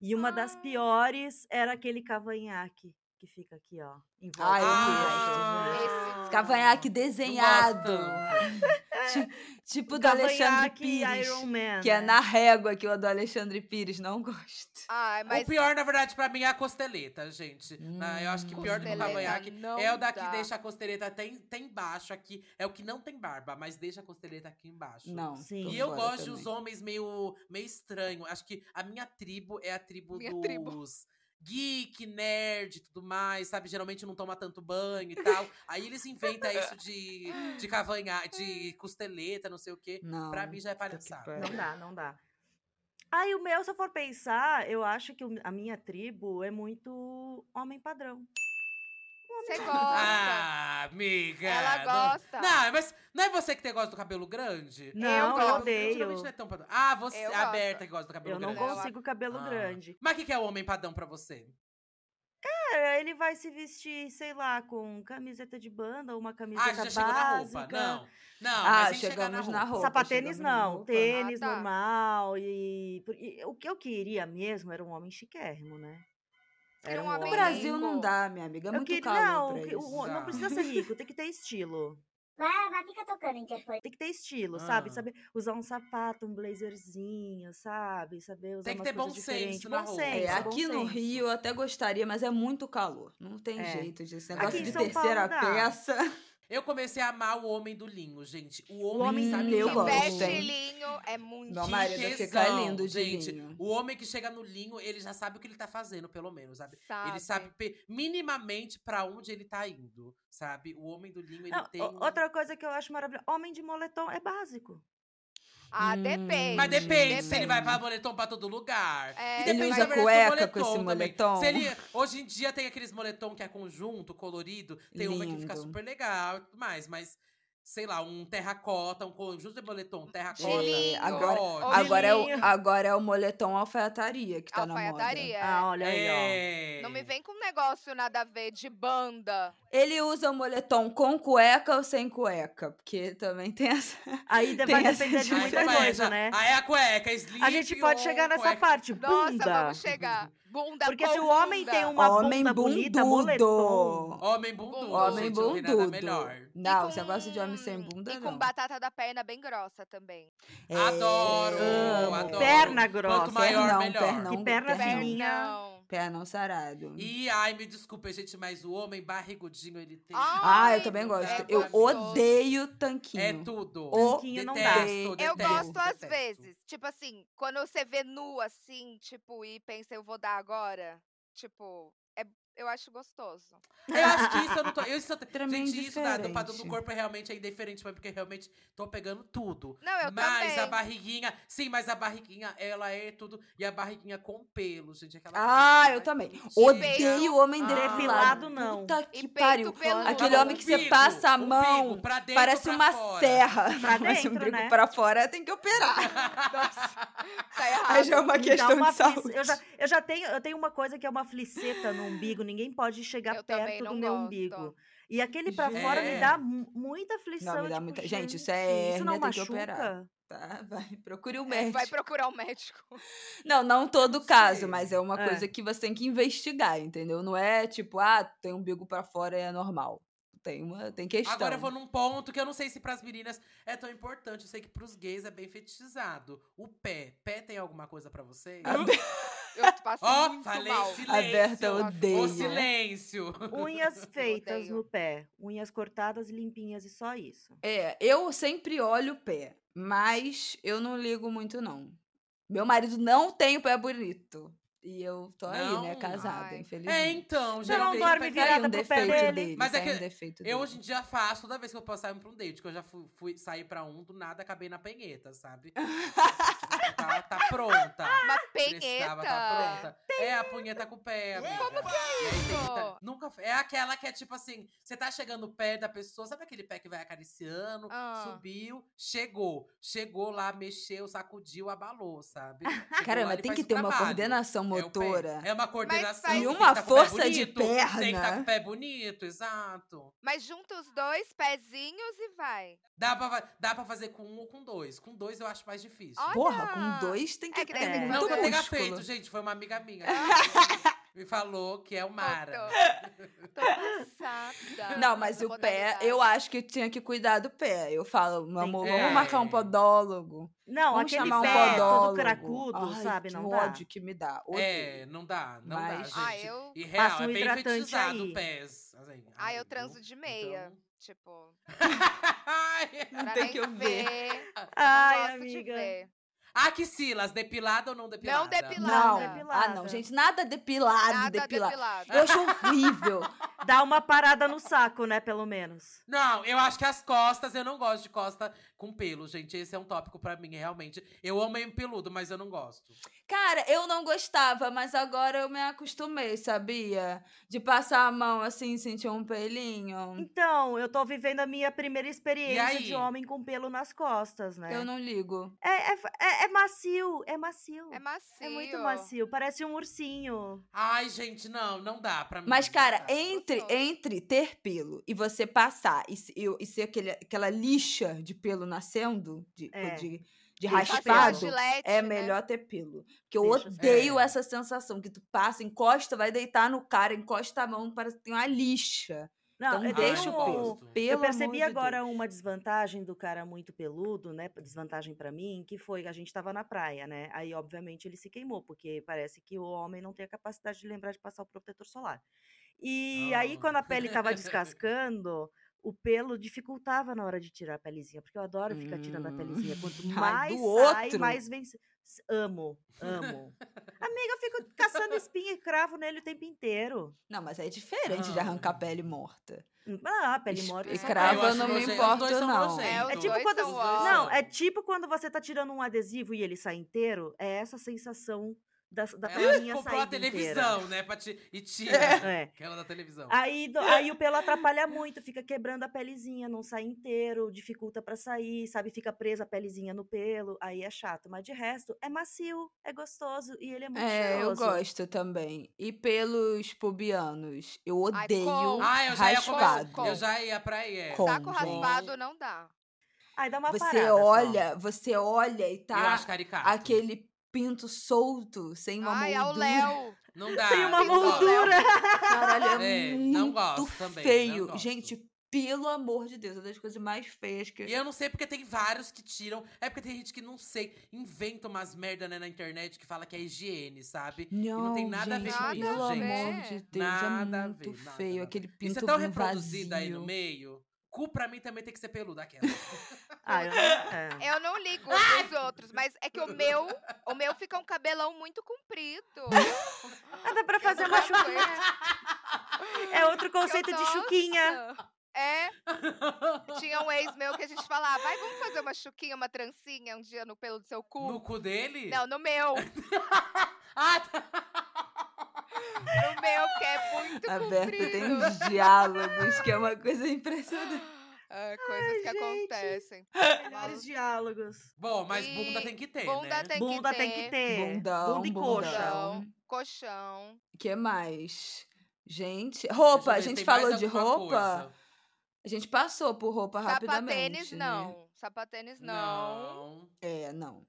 [SPEAKER 2] E uma das
[SPEAKER 1] Ah.
[SPEAKER 2] piores era aquele cavanhaque que fica aqui, ó, em volta.
[SPEAKER 3] Ai, eu
[SPEAKER 2] do
[SPEAKER 5] Ah!
[SPEAKER 2] rosto, né?
[SPEAKER 1] Esse-
[SPEAKER 3] Cavanhaque desenhado. Ti- tipo do Alexandre
[SPEAKER 2] Cavanhaque
[SPEAKER 3] Pires.
[SPEAKER 2] Iron Man.
[SPEAKER 3] Que é
[SPEAKER 2] né?
[SPEAKER 3] na régua aquilo do Alexandre Pires. Não gosto.
[SPEAKER 1] Ai, mas
[SPEAKER 5] O pior, na verdade, pra mim é a costeleta, gente. Na- eu acho que
[SPEAKER 3] Hum.
[SPEAKER 5] pior do que o
[SPEAKER 1] costeleta
[SPEAKER 5] cavanhaque
[SPEAKER 1] não
[SPEAKER 5] é o daqui
[SPEAKER 1] dá.
[SPEAKER 5] deixa a costeleta até, em- até embaixo aqui. É o que não tem barba, mas deixa a costeleta aqui embaixo.
[SPEAKER 3] Não.
[SPEAKER 2] Sim.
[SPEAKER 3] tô
[SPEAKER 5] E eu
[SPEAKER 3] fora
[SPEAKER 5] gosto de
[SPEAKER 3] também.
[SPEAKER 5] uns homens meio, meio estranho. Acho que a minha tribo é a tribo
[SPEAKER 1] Minha
[SPEAKER 5] dos
[SPEAKER 1] tribo.
[SPEAKER 5] geek, nerd e tudo mais, sabe? Geralmente não toma tanto banho e tal. Aí eles inventam isso de, de cavanhar, de costeleta, não sei o quê.
[SPEAKER 3] Não.
[SPEAKER 5] Pra mim já é
[SPEAKER 3] puta que
[SPEAKER 5] palhaçada.
[SPEAKER 3] pariu.
[SPEAKER 2] né? Não dá, não dá. Aí o meu, se eu for pensar, eu acho que o- a minha tribo é muito homem padrão.
[SPEAKER 5] *laughs*
[SPEAKER 1] você gosta.
[SPEAKER 5] Ah, amiga!
[SPEAKER 1] Ela
[SPEAKER 5] não-
[SPEAKER 1] gosta.
[SPEAKER 5] Não, mas não é você que te gosta do cabelo grande?
[SPEAKER 2] Não, eu
[SPEAKER 1] gosto.
[SPEAKER 2] odeio.
[SPEAKER 5] Geralmente não é tão padrão. Ah, você,
[SPEAKER 1] Eu
[SPEAKER 5] a
[SPEAKER 1] gosto.
[SPEAKER 5] Berta que gosta do cabelo
[SPEAKER 2] Eu não
[SPEAKER 5] grande.
[SPEAKER 1] grande.
[SPEAKER 2] consigo cabelo
[SPEAKER 5] Ah.
[SPEAKER 2] grande.
[SPEAKER 5] Mas o que, que é o homem padrão pra você?
[SPEAKER 2] Cara, É, ele vai se vestir, sei lá, com camiseta de banda ou uma
[SPEAKER 5] Ah,
[SPEAKER 2] camiseta
[SPEAKER 5] já
[SPEAKER 2] básica.
[SPEAKER 5] chegou na roupa. Não, não,
[SPEAKER 3] Ah,
[SPEAKER 5] mas sem chegar na
[SPEAKER 3] chegamos
[SPEAKER 5] roupa.
[SPEAKER 3] na roupa.
[SPEAKER 2] Sapatênis
[SPEAKER 3] chegamos na
[SPEAKER 2] não,
[SPEAKER 3] roupa.
[SPEAKER 2] tênis
[SPEAKER 1] Ah, tá.
[SPEAKER 2] normal e, por- e O que eu queria mesmo era um homem chiquérrimo, né?
[SPEAKER 1] Queria
[SPEAKER 2] Era
[SPEAKER 1] um
[SPEAKER 2] um
[SPEAKER 1] homem
[SPEAKER 3] O
[SPEAKER 2] homem...
[SPEAKER 3] Brasil
[SPEAKER 1] rico.
[SPEAKER 3] não dá, minha amiga. É
[SPEAKER 2] Eu
[SPEAKER 3] muito
[SPEAKER 2] queria, não,
[SPEAKER 3] calor pra
[SPEAKER 2] que- o-
[SPEAKER 3] isso.
[SPEAKER 2] o- não
[SPEAKER 5] Tá.
[SPEAKER 2] precisa ser rico, tem que ter estilo.
[SPEAKER 8] Vai, vai, fica tocando, interfone.
[SPEAKER 2] Tem que ter estilo, sabe?
[SPEAKER 5] Ah.
[SPEAKER 2] Saber usar um sapato, um blazerzinho, sabe? Saber usar
[SPEAKER 5] Tem que
[SPEAKER 2] umas
[SPEAKER 5] ter bom
[SPEAKER 2] coisas
[SPEAKER 5] senso
[SPEAKER 2] diferentes.
[SPEAKER 5] na
[SPEAKER 2] bom
[SPEAKER 5] roupa.
[SPEAKER 2] senso,
[SPEAKER 3] É,
[SPEAKER 2] bom
[SPEAKER 3] aqui no
[SPEAKER 2] senso.
[SPEAKER 3] Rio eu até gostaria, mas é muito calor. Não tem
[SPEAKER 2] É.
[SPEAKER 3] jeito disso.
[SPEAKER 5] Aqui
[SPEAKER 3] Negócio
[SPEAKER 5] em
[SPEAKER 3] de
[SPEAKER 2] São
[SPEAKER 3] terceira
[SPEAKER 2] Paulo dá.
[SPEAKER 3] peça.
[SPEAKER 5] Eu comecei a amar o homem do linho, gente. O homem,
[SPEAKER 2] homem
[SPEAKER 5] que
[SPEAKER 2] do
[SPEAKER 5] sabe
[SPEAKER 2] linho.
[SPEAKER 5] que
[SPEAKER 3] Hum, Eu
[SPEAKER 1] que
[SPEAKER 3] gosto,
[SPEAKER 1] veste
[SPEAKER 3] hein?
[SPEAKER 1] linho é muito.
[SPEAKER 3] Meu marido
[SPEAKER 5] tesão,
[SPEAKER 3] fica lindo de
[SPEAKER 5] gente.
[SPEAKER 3] linho.
[SPEAKER 5] O homem que chega no linho, ele já sabe o que ele tá fazendo, pelo menos, sabe?
[SPEAKER 1] sabe.
[SPEAKER 5] Ele sabe pe- minimamente pra onde ele tá indo, sabe? O homem do linho, ele
[SPEAKER 2] Não,
[SPEAKER 5] tem...
[SPEAKER 2] o- Outra coisa que eu acho maravilhosa, homem de moletom é básico.
[SPEAKER 1] Ah,
[SPEAKER 3] Hum.
[SPEAKER 1] depende.
[SPEAKER 5] Mas depende, se ele
[SPEAKER 1] Depende.
[SPEAKER 5] vai pra moletom pra todo lugar.
[SPEAKER 1] É,
[SPEAKER 5] e
[SPEAKER 1] Ele
[SPEAKER 5] depende
[SPEAKER 1] usa
[SPEAKER 5] da verdade do
[SPEAKER 3] cueca com esse
[SPEAKER 5] um também.
[SPEAKER 3] moletom?
[SPEAKER 5] Se ele, hoje em dia tem aqueles moletom que é conjunto, colorido. Tem uma que fica
[SPEAKER 3] Lindo.
[SPEAKER 5] super legal e tudo mais, mas... Sei lá, um terracota, um conjunto de moletom terracota. um
[SPEAKER 1] Gente,
[SPEAKER 3] agora-
[SPEAKER 5] ótimo.
[SPEAKER 1] Olha
[SPEAKER 3] Agora é,
[SPEAKER 2] lindo.
[SPEAKER 3] o, agora é o moletom alfaiataria que tá
[SPEAKER 1] Alfaiataria.
[SPEAKER 2] Ah, olha aí, ó.
[SPEAKER 5] É.
[SPEAKER 1] é. Não me vem com um negócio nada a ver de banda.
[SPEAKER 3] na moda. Ele usa o moletom com cueca ou sem cueca? Porque também tem
[SPEAKER 5] *laughs*
[SPEAKER 3] essa.
[SPEAKER 2] Aí de-
[SPEAKER 3] Tem
[SPEAKER 2] vai
[SPEAKER 3] essa
[SPEAKER 2] depender de
[SPEAKER 5] Aí
[SPEAKER 2] muita
[SPEAKER 5] você vai,
[SPEAKER 2] coisa,
[SPEAKER 5] já-
[SPEAKER 2] né?
[SPEAKER 5] Aí a cueca, sleep,
[SPEAKER 2] A gente pode chegar nessa parte,
[SPEAKER 1] Nossa,
[SPEAKER 2] bunda.
[SPEAKER 1] vamos chegar. Bunda,
[SPEAKER 2] Porque
[SPEAKER 1] bunda,
[SPEAKER 2] se o homem tem
[SPEAKER 1] bunda.
[SPEAKER 2] uma
[SPEAKER 3] Homem um
[SPEAKER 2] bunda bonita, moletom.
[SPEAKER 3] bundudo.
[SPEAKER 5] Homem bundudo.
[SPEAKER 3] Homem
[SPEAKER 5] gente, Não tem
[SPEAKER 3] bundudo.
[SPEAKER 5] nada melhor.
[SPEAKER 3] Não,
[SPEAKER 1] E
[SPEAKER 3] esse negócio de homem sem
[SPEAKER 1] com-
[SPEAKER 3] bunda
[SPEAKER 1] E
[SPEAKER 3] não.
[SPEAKER 1] com batata da perna bem grossa também.
[SPEAKER 3] É.
[SPEAKER 5] Adoro,
[SPEAKER 2] Amo.
[SPEAKER 5] adoro.
[SPEAKER 2] Perna grossa.
[SPEAKER 5] Quanto maior,
[SPEAKER 3] Pernão,
[SPEAKER 5] melhor.
[SPEAKER 3] pernão.
[SPEAKER 2] Que perna
[SPEAKER 3] Pernão.
[SPEAKER 2] fininha.
[SPEAKER 1] Pernão.
[SPEAKER 3] Pernão sarado.
[SPEAKER 5] E, ai, me desculpa, gente, mas o homem barrigudinho, ele tem...
[SPEAKER 3] Ah,
[SPEAKER 1] Ai,
[SPEAKER 3] eu também gosto.
[SPEAKER 1] é
[SPEAKER 3] eu
[SPEAKER 1] gostoso.
[SPEAKER 3] odeio tanquinho.
[SPEAKER 5] tá É tudo.
[SPEAKER 3] O
[SPEAKER 2] Tanquinho não dá.
[SPEAKER 5] detesto,
[SPEAKER 1] Eu
[SPEAKER 5] detesto,
[SPEAKER 1] gosto às
[SPEAKER 5] detesto.
[SPEAKER 1] vezes. Tipo assim, quando você vê nu assim, tipo, e pensa, eu vou dar agora. Tipo, é- eu acho gostoso.
[SPEAKER 5] Eu acho que isso eu não tô... Eu, isso,
[SPEAKER 3] Extremamente
[SPEAKER 5] gente, isso da, do padrão do
[SPEAKER 3] diferente.
[SPEAKER 5] corpo é realmente é indiferente, mas porque realmente tô pegando tudo.
[SPEAKER 1] Não, eu
[SPEAKER 5] mas
[SPEAKER 1] também.
[SPEAKER 5] a barriguinha, sim, mas a barriguinha, ela é tudo. E a barriguinha com pelo, gente. é Aquela né?
[SPEAKER 3] Ah,
[SPEAKER 5] barriguinha
[SPEAKER 3] eu também.
[SPEAKER 5] bonitinha.
[SPEAKER 3] Odeio o homem
[SPEAKER 5] Ah.
[SPEAKER 3] depilado.
[SPEAKER 2] Depilado, não.
[SPEAKER 3] Puta
[SPEAKER 1] E
[SPEAKER 3] que
[SPEAKER 1] peito
[SPEAKER 3] pariu.
[SPEAKER 1] peludo.
[SPEAKER 3] Aquele
[SPEAKER 5] Tá bom,
[SPEAKER 3] homem
[SPEAKER 5] um
[SPEAKER 3] que você
[SPEAKER 5] bico,
[SPEAKER 3] passa a
[SPEAKER 5] um
[SPEAKER 3] mão,
[SPEAKER 5] bico pra dentro,
[SPEAKER 3] parece
[SPEAKER 5] pra
[SPEAKER 3] uma
[SPEAKER 5] fora.
[SPEAKER 3] *laughs* serra.
[SPEAKER 2] Pra
[SPEAKER 3] Parece um
[SPEAKER 2] dentro,
[SPEAKER 3] bico
[SPEAKER 2] né?
[SPEAKER 5] *laughs* Tá
[SPEAKER 3] pra fora, tem que operar. Nossa.
[SPEAKER 2] errado.
[SPEAKER 3] já é uma
[SPEAKER 2] Me dá
[SPEAKER 3] questão de
[SPEAKER 2] afli-
[SPEAKER 3] saúde.
[SPEAKER 2] Eu já, eu já tenho, eu tenho uma coisa que é uma fliceta no umbigo, ninguém pode chegar
[SPEAKER 1] Eu também
[SPEAKER 2] perto do
[SPEAKER 1] não
[SPEAKER 2] meu
[SPEAKER 1] gosto.
[SPEAKER 2] umbigo. E aquele pra
[SPEAKER 5] Gente.
[SPEAKER 2] fora me
[SPEAKER 5] É.
[SPEAKER 2] dá mu- muita aflição.
[SPEAKER 3] Não, me
[SPEAKER 2] eu
[SPEAKER 3] dá
[SPEAKER 2] tipo,
[SPEAKER 3] muita- gente, isso é
[SPEAKER 2] "Gente, Isso não
[SPEAKER 3] hérnia, tem que
[SPEAKER 2] machuca.
[SPEAKER 3] operar." Tá, vai, procure o
[SPEAKER 1] É,
[SPEAKER 3] médico.
[SPEAKER 1] vai procurar um médico. *laughs*
[SPEAKER 3] Não, não todo caso,
[SPEAKER 5] sei.
[SPEAKER 3] mas é uma
[SPEAKER 2] É.
[SPEAKER 3] coisa que você tem que investigar, entendeu? Não é tipo, ah, tem um bigo pra fora e é normal. Tem uma, tem questão.
[SPEAKER 5] Agora eu vou num ponto que eu não sei se pras meninas é tão importante. Eu sei que pros gays é bem fetichizado. O pé. Pé tem alguma coisa pra vocês?
[SPEAKER 3] A,
[SPEAKER 5] Ó,
[SPEAKER 3] Be-
[SPEAKER 1] Eu passo muito
[SPEAKER 5] falei
[SPEAKER 1] mal.
[SPEAKER 3] a Berta
[SPEAKER 5] silêncio.
[SPEAKER 3] odeia.
[SPEAKER 5] O silêncio.
[SPEAKER 1] *laughs*
[SPEAKER 2] Unhas feitas
[SPEAKER 1] odeio.
[SPEAKER 2] no pé, unhas cortadas, limpinhas e só isso.
[SPEAKER 3] É, eu sempre olho o pé, mas eu não ligo muito, não. Meu marido não tem o pé bonito. E eu tô aí, né?
[SPEAKER 5] Não?
[SPEAKER 3] Casada,
[SPEAKER 1] Ai.
[SPEAKER 5] É,
[SPEAKER 3] infelizmente.
[SPEAKER 5] então,
[SPEAKER 2] Você não
[SPEAKER 5] gente,
[SPEAKER 2] dorme
[SPEAKER 5] vai
[SPEAKER 3] Tá aí
[SPEAKER 2] virada
[SPEAKER 3] um
[SPEAKER 2] pro pé
[SPEAKER 3] defeito
[SPEAKER 2] dele.
[SPEAKER 5] Mas
[SPEAKER 3] tá
[SPEAKER 5] é
[SPEAKER 3] aí um
[SPEAKER 5] que
[SPEAKER 3] defeito
[SPEAKER 5] Eu
[SPEAKER 3] dele.
[SPEAKER 5] hoje em dia faço, toda vez que eu posso sair pra um date, que eu já fui, fui sair pra um, do nada acabei na
[SPEAKER 2] *laughs*
[SPEAKER 5] penheta, sabe? tá, tá pronta.
[SPEAKER 1] Uma penheta.
[SPEAKER 5] Precisava, Tá pronta. É a punheta com o pé. Como que é
[SPEAKER 1] isso?
[SPEAKER 5] Nunca, é aquela que é tipo assim, você tá chegando perto da pessoa, sabe aquele pé que vai acariciando,
[SPEAKER 1] Ah.
[SPEAKER 5] subiu, chegou. Chegou lá, mexeu, sacudiu, abalou, sabe? Chegou lá,
[SPEAKER 3] Ah, Caramba,
[SPEAKER 5] ele
[SPEAKER 3] tem
[SPEAKER 5] faz
[SPEAKER 3] que
[SPEAKER 5] o
[SPEAKER 3] ter uma
[SPEAKER 5] trabalho.
[SPEAKER 3] coordenação
[SPEAKER 5] É o pé.
[SPEAKER 3] motora.
[SPEAKER 5] É, uma coordenação.
[SPEAKER 1] faz-
[SPEAKER 5] tem
[SPEAKER 1] E
[SPEAKER 5] que
[SPEAKER 3] uma
[SPEAKER 5] tá com o pé
[SPEAKER 3] força de
[SPEAKER 5] bonito, Tem que tá
[SPEAKER 3] perna.
[SPEAKER 5] com o pé bonito, exato.
[SPEAKER 1] Mas junta os dois pezinhos e vai.
[SPEAKER 5] Dá pra, fa- dá pra fazer com um ou com dois. Com dois eu acho mais difícil.
[SPEAKER 1] Olha!
[SPEAKER 3] Porra, com dois tem que
[SPEAKER 1] É que
[SPEAKER 3] ter
[SPEAKER 1] tem que
[SPEAKER 3] muito
[SPEAKER 5] não que eu tenha
[SPEAKER 3] músculo.
[SPEAKER 5] feito, gente. Foi uma amiga minha.
[SPEAKER 3] *laughs*
[SPEAKER 5] que Me falou que é o Mara.
[SPEAKER 1] Tô, tô passada.
[SPEAKER 3] Não, mas
[SPEAKER 1] essa
[SPEAKER 3] o pé, eu
[SPEAKER 1] modalidade.
[SPEAKER 3] acho que tinha que cuidar do pé. Eu falo, meu
[SPEAKER 2] Tem
[SPEAKER 3] amor,
[SPEAKER 2] que
[SPEAKER 3] vamos
[SPEAKER 5] cuidar.
[SPEAKER 3] marcar um podólogo.
[SPEAKER 2] Não,
[SPEAKER 3] vamos
[SPEAKER 2] aquele
[SPEAKER 3] chamar um
[SPEAKER 2] pé todo
[SPEAKER 3] podólogo.
[SPEAKER 2] cracudo,
[SPEAKER 3] Ai,
[SPEAKER 2] sabe?
[SPEAKER 3] que
[SPEAKER 2] Não dá.
[SPEAKER 3] ódio que me dá. Odeio.
[SPEAKER 5] É, não dá, não
[SPEAKER 3] Mas-
[SPEAKER 5] dá,
[SPEAKER 1] Ah,
[SPEAKER 5] gente.
[SPEAKER 1] eu.
[SPEAKER 5] E real,
[SPEAKER 2] Passa um
[SPEAKER 5] é bem
[SPEAKER 2] hidratante
[SPEAKER 5] fetichizado
[SPEAKER 2] aí.
[SPEAKER 5] o pés. Assim,
[SPEAKER 1] Ah, eu
[SPEAKER 5] viu?
[SPEAKER 1] transo de
[SPEAKER 5] *laughs*
[SPEAKER 1] meia. Tipo,
[SPEAKER 5] Então...
[SPEAKER 1] pra
[SPEAKER 3] tem
[SPEAKER 1] nem
[SPEAKER 3] que eu ver.
[SPEAKER 1] não
[SPEAKER 2] Ai,
[SPEAKER 1] gosto de
[SPEAKER 2] amiga.
[SPEAKER 1] ver.
[SPEAKER 5] Ah, Axilas, depilada ou não depilada?
[SPEAKER 1] depilada.
[SPEAKER 3] Não,
[SPEAKER 2] Depilada.
[SPEAKER 3] ah não, gente, nada depilado,
[SPEAKER 1] Nada
[SPEAKER 3] depilado.
[SPEAKER 1] depilado.
[SPEAKER 3] Eu acho horrível.
[SPEAKER 2] Dá uma parada no saco, né, pelo menos.
[SPEAKER 5] Não, eu acho que as costas, eu não gosto de costa com pelo, gente. Esse é um tópico pra mim, realmente. Eu amo homem peludo, mas eu não gosto.
[SPEAKER 3] Cara, eu não gostava, mas agora eu me acostumei, sabia? De passar a mão assim, sentir um pelinho.
[SPEAKER 2] Então, eu tô vivendo a minha primeira experiência
[SPEAKER 5] aí?
[SPEAKER 2] de homem com pelo nas costas, né?
[SPEAKER 3] Eu não ligo.
[SPEAKER 2] É, é, é- é macio, é macio.
[SPEAKER 1] É macio.
[SPEAKER 2] É muito macio, parece um ursinho.
[SPEAKER 5] Ai, gente, não, não dá pra mim.
[SPEAKER 3] Mas,
[SPEAKER 5] não
[SPEAKER 3] cara,
[SPEAKER 5] dá.
[SPEAKER 3] entre,
[SPEAKER 1] gostoso.
[SPEAKER 3] entre ter pelo e você passar e, se- e- e ser aquele, aquela lixa de pelo nascendo, de,
[SPEAKER 2] É.
[SPEAKER 3] de, de
[SPEAKER 2] Deixa
[SPEAKER 1] Passar
[SPEAKER 3] raspado,
[SPEAKER 1] gilete,
[SPEAKER 3] é
[SPEAKER 1] né?
[SPEAKER 3] melhor ter pelo. Porque eu
[SPEAKER 2] Deixa É. eu
[SPEAKER 3] odeio
[SPEAKER 5] ver.
[SPEAKER 3] essa sensação que tu passa, encosta, vai deitar no cara, encosta a mão, parece que tem uma lixa.
[SPEAKER 2] Não,
[SPEAKER 3] então
[SPEAKER 2] eu
[SPEAKER 3] deixa
[SPEAKER 2] deixo
[SPEAKER 5] não
[SPEAKER 3] o
[SPEAKER 2] um,
[SPEAKER 3] pelo.
[SPEAKER 5] gosto. Eu
[SPEAKER 3] pelo
[SPEAKER 2] Eu
[SPEAKER 3] amor
[SPEAKER 2] percebi
[SPEAKER 3] de
[SPEAKER 2] agora
[SPEAKER 3] Deus.
[SPEAKER 2] uma desvantagem do cara muito peludo, né? Desvantagem pra mim, que foi a gente tava na praia, né? Aí, obviamente, ele se queimou, porque parece que o homem não tem a capacidade de lembrar de passar o protetor solar. E aí,
[SPEAKER 5] Ah.
[SPEAKER 2] quando a pele tava
[SPEAKER 3] *laughs*
[SPEAKER 2] descascando, o pelo dificultava na hora de tirar a pelezinha, porque eu adoro ficar tirando a
[SPEAKER 3] Hum.
[SPEAKER 2] pelezinha. Quanto
[SPEAKER 3] *laughs* Ai, do
[SPEAKER 2] mais sai,
[SPEAKER 3] outro.
[SPEAKER 2] mais vence. S- Amo,
[SPEAKER 3] *laughs*
[SPEAKER 2] amo. Amiga, eu fico caçando espinha e cravo nele o tempo inteiro.
[SPEAKER 3] Não, mas é diferente de
[SPEAKER 5] Ah.
[SPEAKER 3] arrancar a pele morta.
[SPEAKER 2] Ah, a pele
[SPEAKER 3] Esp-
[SPEAKER 2] morta.
[SPEAKER 3] E
[SPEAKER 2] só
[SPEAKER 3] cravo
[SPEAKER 5] Eu
[SPEAKER 3] eu
[SPEAKER 5] acho
[SPEAKER 3] não me
[SPEAKER 5] nojento. Os
[SPEAKER 3] importo,
[SPEAKER 5] dois são
[SPEAKER 3] não.
[SPEAKER 5] nojentos.
[SPEAKER 1] É,
[SPEAKER 2] É
[SPEAKER 1] os
[SPEAKER 2] tipo
[SPEAKER 1] dois
[SPEAKER 2] quando-
[SPEAKER 1] são
[SPEAKER 5] Os dois
[SPEAKER 1] ó.
[SPEAKER 5] são.
[SPEAKER 2] Não, é tipo quando você tá tirando um adesivo e ele sai inteiro, é essa sensação da, da
[SPEAKER 3] É,
[SPEAKER 2] perninha
[SPEAKER 5] Ela
[SPEAKER 3] tipo,
[SPEAKER 5] comprou
[SPEAKER 2] saída
[SPEAKER 5] a televisão, né? Pra ti... E tira.
[SPEAKER 2] inteira. É.
[SPEAKER 3] né?
[SPEAKER 5] Aquela da televisão.
[SPEAKER 2] Aí, do- aí o pelo atrapalha muito, fica quebrando a pelezinha, não sai inteiro, dificulta pra sair, sabe? Fica presa a pelezinha no pelo, aí é chato. Mas de resto, é macio, é gostoso e ele é muito
[SPEAKER 3] É, eu
[SPEAKER 2] cheiroso.
[SPEAKER 3] gosto também. E pelos pubianos, eu
[SPEAKER 1] Ai,
[SPEAKER 3] odeio
[SPEAKER 1] com.
[SPEAKER 5] Ah, eu já ia com-
[SPEAKER 3] raspado.
[SPEAKER 1] com.
[SPEAKER 5] Eu já ia pra aí. é.
[SPEAKER 3] Com,
[SPEAKER 1] né? Saco
[SPEAKER 3] gente.
[SPEAKER 1] raspado não dá.
[SPEAKER 2] Aí dá uma
[SPEAKER 3] Você
[SPEAKER 2] parada só.
[SPEAKER 3] olha, você olha e
[SPEAKER 5] Eu
[SPEAKER 3] tá
[SPEAKER 5] acho é caricato.
[SPEAKER 3] aquele pinto solto, sem uma
[SPEAKER 1] Ai, é o
[SPEAKER 3] moldura.
[SPEAKER 1] Léo.
[SPEAKER 5] Não dá.
[SPEAKER 2] Tem uma
[SPEAKER 5] não dá.
[SPEAKER 3] *laughs*
[SPEAKER 2] moldura.
[SPEAKER 3] Caralho, é,
[SPEAKER 5] É,
[SPEAKER 3] muito
[SPEAKER 5] não gosto também, não
[SPEAKER 3] feio.
[SPEAKER 5] gosto.
[SPEAKER 3] Gente, pelo amor de Deus, é uma das coisas mais feias que...
[SPEAKER 5] E eu não sei porque tem vários que tiram. É porque tem gente que não sei, inventa umas merda né, na internet que fala que é higiene, sabe?
[SPEAKER 3] Não,
[SPEAKER 5] tem nada a ver
[SPEAKER 3] gente,
[SPEAKER 1] com isso,
[SPEAKER 3] pelo
[SPEAKER 1] gente.
[SPEAKER 3] amor de Deus,
[SPEAKER 5] Nada
[SPEAKER 3] é
[SPEAKER 5] a
[SPEAKER 3] muito
[SPEAKER 5] ver, nada,
[SPEAKER 3] feio
[SPEAKER 5] nada.
[SPEAKER 3] aquele pinto
[SPEAKER 5] Isso é tão
[SPEAKER 3] vazio.
[SPEAKER 5] reproduzido aí no meio. Cu pra mim também tem que ser peludo,
[SPEAKER 1] *laughs*
[SPEAKER 5] aquela.
[SPEAKER 2] Ah, eu não- é.
[SPEAKER 1] Eu não ligo os outros, mas é que o meu, o meu fica um cabelão muito comprido.
[SPEAKER 2] Ah, dá pra fazer
[SPEAKER 1] Eu
[SPEAKER 2] uma
[SPEAKER 1] não
[SPEAKER 2] chuquinha.
[SPEAKER 1] aguento.
[SPEAKER 2] É outro conceito
[SPEAKER 1] Eu,
[SPEAKER 2] de chuquinha.
[SPEAKER 1] nossa. É, tinha um ex meu que a gente falava, vai, vamos fazer uma chuquinha, uma trancinha um dia no pelo do seu cu?
[SPEAKER 5] no cu dele?
[SPEAKER 1] Não, no meu.
[SPEAKER 5] Ah, tá. *laughs*
[SPEAKER 1] No meu, que é muito
[SPEAKER 3] A
[SPEAKER 1] comprido.
[SPEAKER 3] Berta tem uns diálogos que é uma coisa é impressionante.
[SPEAKER 1] Ah, coisas que
[SPEAKER 2] gente.
[SPEAKER 1] acontecem.
[SPEAKER 2] Melhores diálogos.
[SPEAKER 5] Bom, mas bunda
[SPEAKER 1] E
[SPEAKER 5] tem que ter,
[SPEAKER 1] Bunda
[SPEAKER 5] né?
[SPEAKER 1] tem
[SPEAKER 2] bunda
[SPEAKER 1] que ter.
[SPEAKER 2] tem que ter.
[SPEAKER 3] Bundão,
[SPEAKER 2] Bunda e
[SPEAKER 3] bundão.
[SPEAKER 2] coxa.
[SPEAKER 1] Colchão. Colchão.
[SPEAKER 3] que mais? Gente,
[SPEAKER 5] Deixa eu
[SPEAKER 3] roupa,
[SPEAKER 5] ver
[SPEAKER 3] a
[SPEAKER 5] se
[SPEAKER 3] gente
[SPEAKER 5] tem mais
[SPEAKER 3] falou de
[SPEAKER 5] alguma
[SPEAKER 3] roupa.
[SPEAKER 5] coisa.
[SPEAKER 3] A gente passou por roupa rapidamente.
[SPEAKER 1] Sapatênis,
[SPEAKER 3] né?
[SPEAKER 1] é não. Sapatênis, não.
[SPEAKER 5] Não.
[SPEAKER 3] É, não.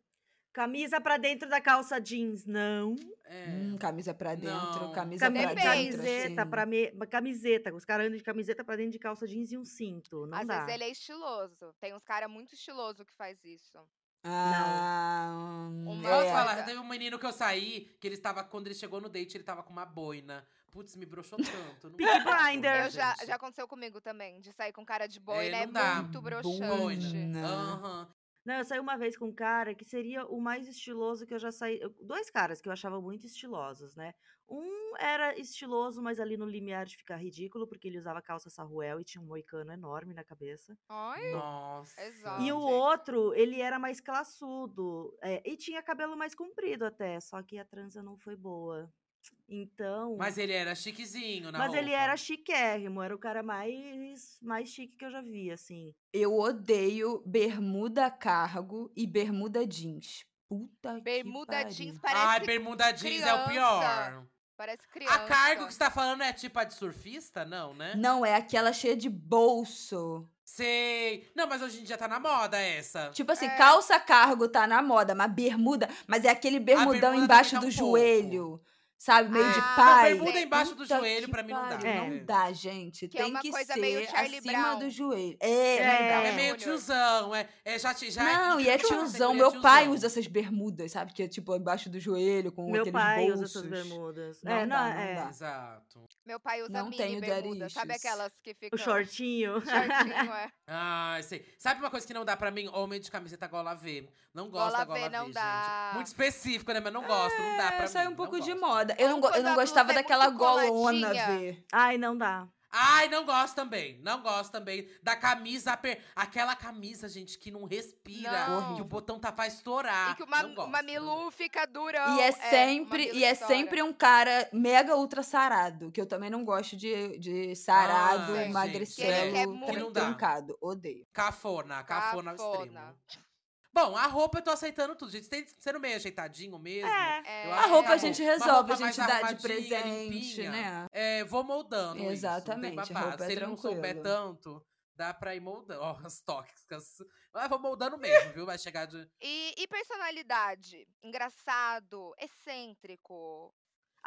[SPEAKER 2] Camisa pra dentro da calça jeans, não.
[SPEAKER 5] É.
[SPEAKER 3] Hum, camisa pra dentro,
[SPEAKER 5] Não.
[SPEAKER 3] camisa
[SPEAKER 2] Cami-
[SPEAKER 3] pra
[SPEAKER 1] Depende.
[SPEAKER 3] dentro.
[SPEAKER 1] Tá
[SPEAKER 2] camiseta,
[SPEAKER 3] assim.
[SPEAKER 2] pra me... camiseta. Os caras andam de camiseta pra dentro de calça jeans e um cinto. Não
[SPEAKER 1] Às
[SPEAKER 2] dá.
[SPEAKER 1] vezes ele é estiloso. Tem uns caras muito estiloso que faz isso.
[SPEAKER 3] Ah, hum,
[SPEAKER 1] Uma-
[SPEAKER 5] Posso
[SPEAKER 3] é.
[SPEAKER 5] falar? Teve um menino que eu saí, que ele estava, quando ele chegou no date, ele tava com uma boina. Putz, me broxou tanto. não
[SPEAKER 2] Peaky
[SPEAKER 5] tem como,
[SPEAKER 2] Blinders.
[SPEAKER 5] né,
[SPEAKER 1] Eu já,
[SPEAKER 5] gente?
[SPEAKER 1] já aconteceu comigo também, de sair com cara de boina.
[SPEAKER 5] não
[SPEAKER 1] É,
[SPEAKER 5] dá.
[SPEAKER 1] muito broxante.
[SPEAKER 3] Boina.
[SPEAKER 5] Aham.
[SPEAKER 2] Não, eu saí uma vez com um cara que seria o mais estiloso que eu já saí. eu- Dois caras que eu achava muito estilosos, né? Um era estiloso, mas ali no limiar de ficar ridículo, porque ele usava calça sarruel e tinha um moicano enorme na cabeça.
[SPEAKER 1] Ai,
[SPEAKER 5] Nossa.
[SPEAKER 1] Exato.
[SPEAKER 2] E o
[SPEAKER 1] gente.
[SPEAKER 2] outro, ele era mais classudo é, e tinha cabelo mais comprido até, só que a transa não foi boa. Então.
[SPEAKER 5] Mas ele era chiquezinho, na
[SPEAKER 2] mas ele
[SPEAKER 5] roupa.
[SPEAKER 2] era chiquérrimo, era o cara mais, mais chique que eu já vi, assim.
[SPEAKER 3] Eu odeio bermuda cargo e bermuda jeans. Puta
[SPEAKER 1] bermuda
[SPEAKER 3] que
[SPEAKER 1] jeans
[SPEAKER 3] pariu.
[SPEAKER 1] parece,
[SPEAKER 5] Ai, bermuda jeans é o pior.
[SPEAKER 1] parece criança.
[SPEAKER 5] A cargo que você tá falando é tipo a de surfista? Não, né?
[SPEAKER 3] Não, é aquela cheia de bolso.
[SPEAKER 5] Sei. Não, mas hoje em dia tá na moda essa.
[SPEAKER 3] Tipo assim,
[SPEAKER 1] É.
[SPEAKER 3] calça cargo tá na moda, mas bermuda, mas é aquele bermudão
[SPEAKER 5] bermuda
[SPEAKER 3] embaixo
[SPEAKER 5] também dá
[SPEAKER 3] do
[SPEAKER 5] um
[SPEAKER 3] joelho. Sabe, meio de
[SPEAKER 1] Ah, não,
[SPEAKER 3] pai.
[SPEAKER 5] bermuda embaixo do
[SPEAKER 3] Puta
[SPEAKER 5] joelho
[SPEAKER 3] que
[SPEAKER 5] pra mim não dá.
[SPEAKER 3] pariu,
[SPEAKER 2] É.
[SPEAKER 3] Não dá, gente.
[SPEAKER 1] Que é
[SPEAKER 3] Tem
[SPEAKER 1] uma
[SPEAKER 3] que
[SPEAKER 1] coisa
[SPEAKER 3] ser
[SPEAKER 1] meio Charlie
[SPEAKER 3] acima
[SPEAKER 1] Brown.
[SPEAKER 3] do joelho. É, não dá.
[SPEAKER 5] É,
[SPEAKER 2] É.
[SPEAKER 5] meio
[SPEAKER 1] Júnior.
[SPEAKER 5] tiozão, é, é já, ti- já
[SPEAKER 3] Não, e é
[SPEAKER 5] Nossa,
[SPEAKER 3] tiozão.
[SPEAKER 5] ele é
[SPEAKER 3] Meu pai
[SPEAKER 5] tiozão.
[SPEAKER 3] usa essas bermudas, sabe? Que é tipo embaixo do joelho, com
[SPEAKER 2] Meu
[SPEAKER 3] aqueles
[SPEAKER 2] pai
[SPEAKER 3] bolsos.
[SPEAKER 2] usa essas bermudas.
[SPEAKER 3] Não
[SPEAKER 2] é,
[SPEAKER 3] dá,
[SPEAKER 2] não,
[SPEAKER 3] não
[SPEAKER 2] é.
[SPEAKER 3] dá.
[SPEAKER 5] Exato.
[SPEAKER 1] Meu pai usa
[SPEAKER 3] Não
[SPEAKER 1] mini
[SPEAKER 3] tenho
[SPEAKER 1] bermuda. Sabe
[SPEAKER 3] derixes.
[SPEAKER 1] aquelas que ficam...
[SPEAKER 2] O
[SPEAKER 1] *laughs*
[SPEAKER 2] shortinho.
[SPEAKER 1] Shortinho, é.
[SPEAKER 5] Ah, sei. Sabe uma coisa que não dá pra mim? Homem de camiseta gola V. Não gosto
[SPEAKER 1] Gola
[SPEAKER 5] da
[SPEAKER 1] V,
[SPEAKER 5] gola V,
[SPEAKER 1] não
[SPEAKER 5] gente.
[SPEAKER 1] dá.
[SPEAKER 5] Muito específico, né? Mas não gosto, não dá pra
[SPEAKER 3] É,
[SPEAKER 5] mim.
[SPEAKER 3] sai um
[SPEAKER 5] não
[SPEAKER 3] pouco de
[SPEAKER 5] gosto.
[SPEAKER 3] moda. Eu não,
[SPEAKER 1] Ou
[SPEAKER 3] go- eu
[SPEAKER 1] quando
[SPEAKER 3] não
[SPEAKER 1] a blusa
[SPEAKER 3] gostava
[SPEAKER 1] é muito
[SPEAKER 3] daquela golona,
[SPEAKER 1] coladinha.
[SPEAKER 3] vê.
[SPEAKER 2] Ai, não dá.
[SPEAKER 5] Ai, não gosto também. Não gosto também da camisa aper... Aquela camisa, gente, que não respira.
[SPEAKER 1] Não.
[SPEAKER 5] Que o botão tá pra estourar.
[SPEAKER 1] e que o, ma
[SPEAKER 5] não gosto,
[SPEAKER 1] o mamilu fica durão.
[SPEAKER 3] E é
[SPEAKER 1] o
[SPEAKER 3] sempre,
[SPEAKER 1] mamilo
[SPEAKER 3] e é
[SPEAKER 1] estoura.
[SPEAKER 3] sempre um cara mega ultra sarado, que eu também não gosto de, de sarado,
[SPEAKER 1] Ah, sim.
[SPEAKER 3] magricelo,
[SPEAKER 1] Que ele quer
[SPEAKER 3] tran-
[SPEAKER 1] muito.
[SPEAKER 5] Não dá.
[SPEAKER 3] trancado. Odeio.
[SPEAKER 5] Cafona, cafona, ao
[SPEAKER 1] Cafona.
[SPEAKER 5] extremo. Bom, a roupa eu tô aceitando tudo, gente. Tem- Sendo meio ajeitadinho mesmo.
[SPEAKER 2] É.
[SPEAKER 1] É,
[SPEAKER 5] Eu
[SPEAKER 3] A
[SPEAKER 5] acho que
[SPEAKER 3] roupa
[SPEAKER 5] tá
[SPEAKER 3] a gente
[SPEAKER 5] bom. Uma
[SPEAKER 3] resolve,
[SPEAKER 5] roupa
[SPEAKER 3] a gente
[SPEAKER 5] mais
[SPEAKER 3] dá de
[SPEAKER 5] arrumadinha,
[SPEAKER 3] presente,
[SPEAKER 5] limpinha.
[SPEAKER 3] né?
[SPEAKER 5] É, vou moldando. isso, não tem
[SPEAKER 3] Exatamente, a
[SPEAKER 5] babado.
[SPEAKER 3] roupa é
[SPEAKER 5] Se ele não souber
[SPEAKER 3] tranquila.
[SPEAKER 5] tanto, dá pra ir moldando. *laughs* Ó, as tóxicas. Mas vou moldando mesmo, viu? Vai chegar de.
[SPEAKER 1] E, e personalidade? Engraçado, excêntrico,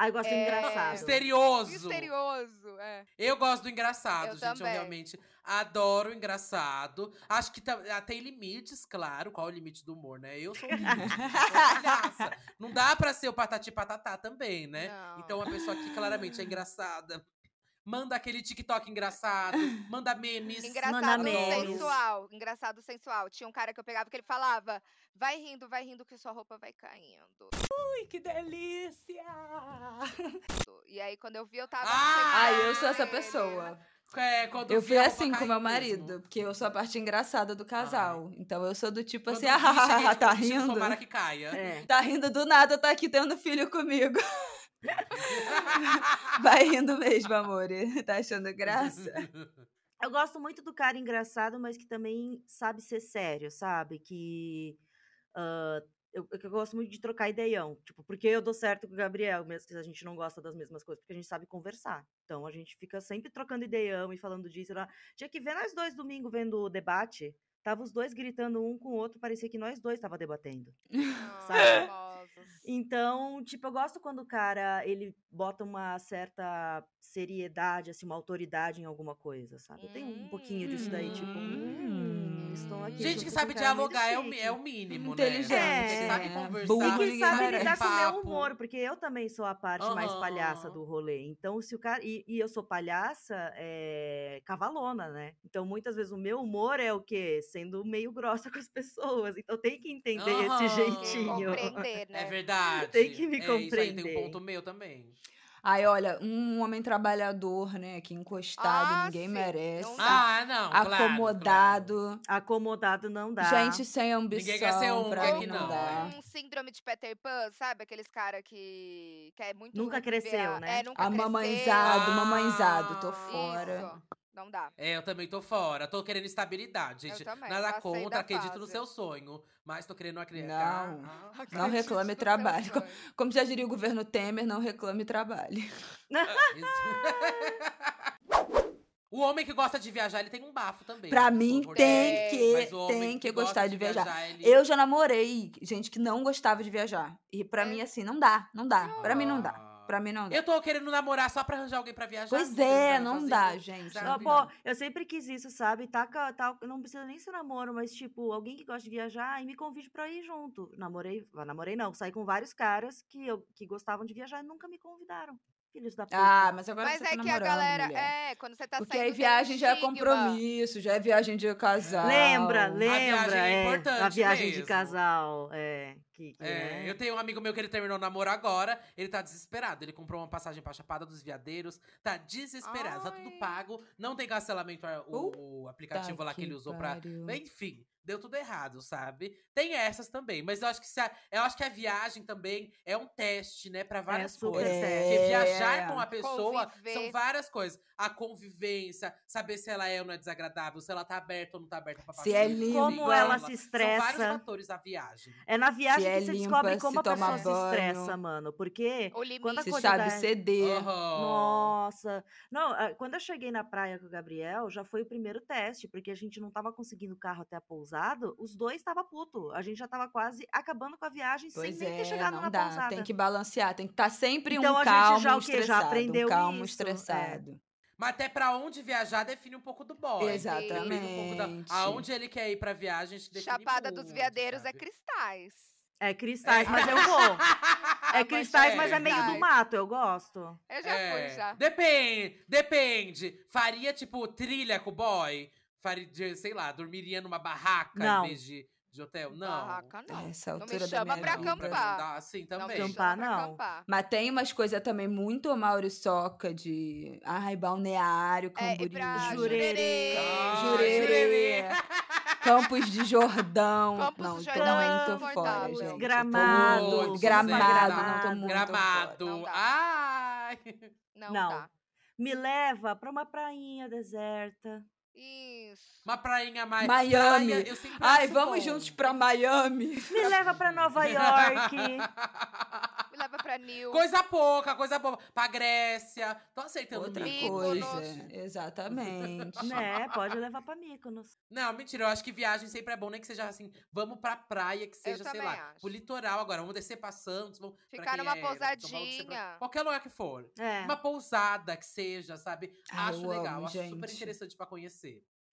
[SPEAKER 2] Ai, gosto
[SPEAKER 1] É.
[SPEAKER 2] de engraçado.
[SPEAKER 5] Misterioso.
[SPEAKER 1] misterioso. É.
[SPEAKER 5] Eu gosto do engraçado,
[SPEAKER 1] Eu
[SPEAKER 5] gente.
[SPEAKER 1] também.
[SPEAKER 5] Eu realmente adoro o engraçado. Acho que tá- ah, tem limites, claro. Qual é o limite do humor, né? Eu sou um limite, eu sou
[SPEAKER 3] *laughs*
[SPEAKER 5] palhaça. Não dá pra ser o patati patatá também, né?
[SPEAKER 1] Não.
[SPEAKER 5] Então, uma pessoa que claramente é engraçada. Manda aquele TikTok engraçado, manda memes.
[SPEAKER 1] Engraçado
[SPEAKER 2] memes.
[SPEAKER 1] sensual. Engraçado sensual. Tinha um cara que eu pegava que ele falava: vai rindo, vai rindo, que sua roupa vai caindo.
[SPEAKER 3] Ui, que delícia!
[SPEAKER 1] E aí, quando eu vi, eu tava.
[SPEAKER 5] Ah!
[SPEAKER 3] Ai, eu sou essa
[SPEAKER 1] Ele-
[SPEAKER 3] pessoa.
[SPEAKER 5] É, quando
[SPEAKER 3] Eu
[SPEAKER 5] vi,
[SPEAKER 3] fui
[SPEAKER 5] a roupa
[SPEAKER 3] assim com
[SPEAKER 5] caiu
[SPEAKER 3] meu
[SPEAKER 5] mesmo.
[SPEAKER 3] marido, porque eu sou a parte engraçada do casal. Então eu sou do tipo
[SPEAKER 5] Quando
[SPEAKER 3] assim,
[SPEAKER 5] vi, cheguei,
[SPEAKER 3] ah,
[SPEAKER 5] tipo,
[SPEAKER 3] tá
[SPEAKER 5] "Mentira,
[SPEAKER 3] rindo.
[SPEAKER 5] Tomara que caia. *laughs*
[SPEAKER 2] É.
[SPEAKER 3] Tá rindo do nada, tá aqui tendo filho comigo. *laughs* Vai rindo mesmo, amor. *laughs* Tá
[SPEAKER 5] *laughs*
[SPEAKER 3] achando graça?
[SPEAKER 2] Eu gosto muito do cara engraçado, mas que também sabe ser sério, sabe? Que. ah, eu, eu gosto muito de trocar ideião. Tipo, porque eu dou certo com o Gabriel, mesmo que a gente não gosta das mesmas coisas, porque a gente sabe conversar. Então a gente fica sempre trocando ideião e falando disso. lá. Tinha que ver nós dois domingo vendo o debate. Tava os dois gritando um com o outro, parecia que nós dois tava debatendo.
[SPEAKER 1] Não,
[SPEAKER 2] Sabe?
[SPEAKER 1] famosos.
[SPEAKER 2] Então, tipo, eu gosto quando o cara, ele bota uma certa seriedade, assim, uma autoridade em alguma coisa, sabe? Eu tenho um pouquinho disso daí, tipo, hum, estão aqui
[SPEAKER 5] Gente
[SPEAKER 2] junto com
[SPEAKER 5] que sabe
[SPEAKER 2] um cara muito
[SPEAKER 5] dialogar é o, mi-
[SPEAKER 2] chique.
[SPEAKER 5] é o mínimo,
[SPEAKER 3] Inteligente,
[SPEAKER 5] né?
[SPEAKER 2] É.
[SPEAKER 5] Sabe
[SPEAKER 3] é.
[SPEAKER 5] conversar.
[SPEAKER 3] Bom,
[SPEAKER 2] E quem
[SPEAKER 3] ninguém
[SPEAKER 2] sabe
[SPEAKER 3] merece.
[SPEAKER 2] lidar com o meu
[SPEAKER 5] é Papo.
[SPEAKER 2] humor, porque eu também sou a parte mais
[SPEAKER 5] Aham.
[SPEAKER 2] palhaça do rolê. Então, se o cara. E, e eu sou palhaça, é. cavalona, né? Então, muitas vezes o meu humor é o quê? Sendo meio grossa *laughs* com as pessoas. Então, tem que entender
[SPEAKER 5] Aham.
[SPEAKER 1] Tem que
[SPEAKER 2] esse jeitinho.
[SPEAKER 1] compreender, né?
[SPEAKER 5] É verdade.
[SPEAKER 2] Tem que me
[SPEAKER 5] É, Isso aí tem
[SPEAKER 2] compreender.
[SPEAKER 5] um ponto meu também.
[SPEAKER 3] Ai, olha, um homem trabalhador, né? Que encostado,
[SPEAKER 1] Ah,
[SPEAKER 3] ninguém
[SPEAKER 1] sim,
[SPEAKER 3] merece.
[SPEAKER 1] não dá.
[SPEAKER 5] Ah, não. claro, claro.
[SPEAKER 3] Acomodado.
[SPEAKER 2] Acomodado não dá.
[SPEAKER 3] Gente sem ambição.
[SPEAKER 5] Ninguém quer ser um,
[SPEAKER 3] pra
[SPEAKER 5] quer
[SPEAKER 3] mim
[SPEAKER 5] que
[SPEAKER 3] não,
[SPEAKER 5] não,
[SPEAKER 3] dá.
[SPEAKER 5] é.
[SPEAKER 1] Um síndrome de Peter Pan, sabe? Aqueles cara que quer muito.
[SPEAKER 2] Nunca
[SPEAKER 1] viver a-
[SPEAKER 2] cresceu, né?
[SPEAKER 1] É, nunca
[SPEAKER 3] A
[SPEAKER 1] cresceu.
[SPEAKER 3] mamãezado,
[SPEAKER 5] Ah,
[SPEAKER 3] mamãezado, tô
[SPEAKER 5] isso.
[SPEAKER 3] fora.
[SPEAKER 1] Isso. Não dá.
[SPEAKER 5] É, eu também tô fora. Tô querendo estabilidade,
[SPEAKER 1] Eu
[SPEAKER 5] gente.
[SPEAKER 1] também,
[SPEAKER 5] Nada
[SPEAKER 1] passei
[SPEAKER 5] contra,
[SPEAKER 1] da
[SPEAKER 5] acredito no
[SPEAKER 1] fase.
[SPEAKER 5] seu sonho. Mas tô querendo acreditar.
[SPEAKER 3] Não.
[SPEAKER 5] Ah,
[SPEAKER 1] Acredite
[SPEAKER 3] reclame,
[SPEAKER 1] no seu
[SPEAKER 3] trabalhe.
[SPEAKER 1] sonho.
[SPEAKER 3] Como já diria o governo Temer, não reclame e trabalhe.
[SPEAKER 5] isso. *laughs* O homem que gosta de viajar, ele tem um bafo também.
[SPEAKER 3] Pra
[SPEAKER 5] Eu
[SPEAKER 3] mim,
[SPEAKER 5] concordo.
[SPEAKER 3] tem que,
[SPEAKER 5] Mas o homem
[SPEAKER 3] tem que
[SPEAKER 5] gosta
[SPEAKER 3] gostar de viajar.
[SPEAKER 5] ele-
[SPEAKER 3] Eu já namorei gente que não gostava de viajar. E pra
[SPEAKER 1] É.
[SPEAKER 3] mim, assim, não dá, não dá. Pra mim, não dá.
[SPEAKER 5] Ah.
[SPEAKER 3] Pra mim, não dá.
[SPEAKER 5] Eu tô querendo namorar só pra arranjar alguém pra viajar.
[SPEAKER 3] Pois
[SPEAKER 5] tô querendo
[SPEAKER 3] é,
[SPEAKER 5] viajar
[SPEAKER 3] não
[SPEAKER 5] sozinho.
[SPEAKER 3] dá, gente.
[SPEAKER 5] já
[SPEAKER 3] Não
[SPEAKER 5] vi.
[SPEAKER 3] dá.
[SPEAKER 2] Ó, pô, eu sempre quis isso, sabe? Taca, tal, não precisa nem ser namoro, mas tipo, alguém que gosta de viajar e me convide pra ir junto. Namorei, ah, namorei não, saí com vários caras que, eu, que gostavam de viajar e nunca me convidaram. Filhos da puta.
[SPEAKER 3] Ah, mas agora
[SPEAKER 1] Mas
[SPEAKER 3] você
[SPEAKER 1] é
[SPEAKER 3] tá
[SPEAKER 1] que a
[SPEAKER 3] namorando,
[SPEAKER 1] galera.
[SPEAKER 3] mulher.
[SPEAKER 1] É, quando você tá
[SPEAKER 3] Porque
[SPEAKER 1] saindo.
[SPEAKER 3] aí
[SPEAKER 1] tem um
[SPEAKER 3] viagem já é
[SPEAKER 1] estigma.
[SPEAKER 3] compromisso, já é viagem de casal.
[SPEAKER 2] lembra, lembra.
[SPEAKER 5] viagem é
[SPEAKER 2] a
[SPEAKER 5] importante
[SPEAKER 2] viagem de
[SPEAKER 5] mesmo.
[SPEAKER 2] casal. É, que, que,
[SPEAKER 5] É,
[SPEAKER 2] né?
[SPEAKER 5] eu tenho um amigo meu que ele terminou o namoro agora, ele tá desesperado. Ele comprou uma passagem pra Chapada dos Veadeiros, tá desesperado, tá tudo
[SPEAKER 1] Ai.
[SPEAKER 5] pago, não tem cancelamento a- o, o aplicativo
[SPEAKER 3] Tá
[SPEAKER 5] lá que ele usou pra.
[SPEAKER 3] pariu.
[SPEAKER 5] Enfim, deu tudo errado, sabe? Tem essas também, mas eu acho que se a, eu acho que a viagem também é um teste, né, pra várias
[SPEAKER 2] é super
[SPEAKER 5] coisas.
[SPEAKER 2] teste.
[SPEAKER 5] Porque
[SPEAKER 3] É.
[SPEAKER 5] viajar com a pessoa
[SPEAKER 1] Conviver.
[SPEAKER 5] são várias coisas. A convivência, saber se ela é ou não é desagradável, se ela tá aberta ou não tá aberta pra
[SPEAKER 3] Se é
[SPEAKER 5] parceiro,
[SPEAKER 3] limpa.
[SPEAKER 2] Como ela se
[SPEAKER 5] São vários
[SPEAKER 2] estressa.
[SPEAKER 5] fatores da viagem.
[SPEAKER 2] É na viagem
[SPEAKER 3] Se é
[SPEAKER 2] que você
[SPEAKER 3] limpa,
[SPEAKER 2] descobre
[SPEAKER 3] se
[SPEAKER 2] como a
[SPEAKER 3] toma
[SPEAKER 2] pessoa
[SPEAKER 3] banho.
[SPEAKER 2] se estressa, mano. Porque
[SPEAKER 1] O limite.
[SPEAKER 2] Quando a
[SPEAKER 3] Se
[SPEAKER 2] coisa
[SPEAKER 3] sabe
[SPEAKER 2] dá-
[SPEAKER 3] ceder.
[SPEAKER 5] Aham.
[SPEAKER 2] Nossa! Não, ah, quando eu cheguei na praia com o Gabriel, já foi o primeiro teste, porque a gente não tava conseguindo o carro até a pousada, os dois estavam puto. A gente já tava quase acabando com a viagem
[SPEAKER 3] Pois
[SPEAKER 2] sem nem ter
[SPEAKER 3] é,
[SPEAKER 2] chegado
[SPEAKER 3] não
[SPEAKER 2] na
[SPEAKER 3] dá.
[SPEAKER 2] pousada.
[SPEAKER 3] Tem que balancear, tem que estar sempre
[SPEAKER 2] Então,
[SPEAKER 3] um
[SPEAKER 2] a gente
[SPEAKER 3] calmo,
[SPEAKER 2] já
[SPEAKER 3] um
[SPEAKER 2] o quê? Já
[SPEAKER 3] estressado.
[SPEAKER 2] aprendeu
[SPEAKER 3] um calmo,
[SPEAKER 2] isso, é.
[SPEAKER 3] estressado.
[SPEAKER 5] Mas até pra onde viajar define um pouco do boy.
[SPEAKER 3] Exatamente.
[SPEAKER 5] Define um pouco da, aonde ele quer ir pra viagem, a gente define
[SPEAKER 1] Chapada dos
[SPEAKER 5] muito,
[SPEAKER 1] Veadeiros é
[SPEAKER 5] sabe?
[SPEAKER 1] cristais.
[SPEAKER 2] É cristais, mas
[SPEAKER 3] *laughs*
[SPEAKER 2] eu vou. É cristais, mas é meio do
[SPEAKER 1] cristais.
[SPEAKER 2] mato, eu gosto.
[SPEAKER 1] Eu já
[SPEAKER 5] É,
[SPEAKER 1] fui, já.
[SPEAKER 5] Depende, depende. Faria, tipo, trilha com o boy? Faria, de- sei lá, dormiria numa barraca
[SPEAKER 2] Não.
[SPEAKER 5] em vez de, de hotel? Não.
[SPEAKER 1] Barraca,
[SPEAKER 3] A
[SPEAKER 1] não.
[SPEAKER 3] Essa
[SPEAKER 1] Não me
[SPEAKER 3] altura da
[SPEAKER 1] chama
[SPEAKER 3] minha
[SPEAKER 1] pra
[SPEAKER 3] vida.
[SPEAKER 1] acampar.
[SPEAKER 5] Não dá assim
[SPEAKER 1] Não
[SPEAKER 5] também.
[SPEAKER 1] me chama
[SPEAKER 2] É, Acampar,
[SPEAKER 1] pra
[SPEAKER 2] não.
[SPEAKER 1] acampar.
[SPEAKER 3] Mas tem umas coisas também muito mauriçoca de. Ai, balneário,
[SPEAKER 1] É, e
[SPEAKER 3] Camboriú.
[SPEAKER 1] pra
[SPEAKER 2] Jurerê.
[SPEAKER 1] Jurerê.
[SPEAKER 5] Ah,
[SPEAKER 3] Jurerê. Campos de Jordão.
[SPEAKER 1] Campos
[SPEAKER 3] não,
[SPEAKER 1] de
[SPEAKER 3] então
[SPEAKER 1] Jordão é
[SPEAKER 3] aí tô fora,
[SPEAKER 1] insuportável.
[SPEAKER 3] gente. Eu tô
[SPEAKER 2] Gramado,
[SPEAKER 3] muito-
[SPEAKER 5] Todos,
[SPEAKER 3] gramado, não tô
[SPEAKER 2] Gramado.
[SPEAKER 3] muito fora.
[SPEAKER 5] Gramado.
[SPEAKER 1] Não dá.
[SPEAKER 5] Ai!
[SPEAKER 1] Não,
[SPEAKER 2] Não.
[SPEAKER 1] dá.
[SPEAKER 2] Me leva pra uma prainha deserta.
[SPEAKER 1] Isso.
[SPEAKER 5] Uma prainha mais.
[SPEAKER 3] Miami.
[SPEAKER 5] Praia, eu sempre
[SPEAKER 3] Ai,
[SPEAKER 5] acho
[SPEAKER 3] vamos
[SPEAKER 5] bom.
[SPEAKER 3] juntos pra Miami.
[SPEAKER 2] Me leva pra Nova York.
[SPEAKER 3] *laughs*
[SPEAKER 1] Me leva pra Nil.
[SPEAKER 5] *laughs* coisa pouca, coisa boa. Pra Grécia. Tô aceitando
[SPEAKER 3] Outra
[SPEAKER 5] mico.
[SPEAKER 3] coisa.
[SPEAKER 1] Mykonos.
[SPEAKER 3] Exatamente.
[SPEAKER 2] né? Pode levar pra Mykonos.
[SPEAKER 5] Não, mentira. Eu acho que viagem sempre é bom, nem que seja assim. Vamos pra praia, que seja, sei
[SPEAKER 1] também
[SPEAKER 5] lá,
[SPEAKER 1] acho.
[SPEAKER 5] pro litoral agora. Vamos descer pra Santos. Vamos, pra
[SPEAKER 1] Ficar
[SPEAKER 5] quem
[SPEAKER 1] numa
[SPEAKER 5] é São Paulo, descer pra-
[SPEAKER 1] pousadinha.
[SPEAKER 5] Qualquer lugar que for.
[SPEAKER 2] É.
[SPEAKER 5] Uma pousada que seja, sabe?
[SPEAKER 3] Ai,
[SPEAKER 5] acho
[SPEAKER 3] eu
[SPEAKER 5] legal,
[SPEAKER 3] amo,
[SPEAKER 5] acho super
[SPEAKER 3] gente.
[SPEAKER 5] interessante pra conhecer.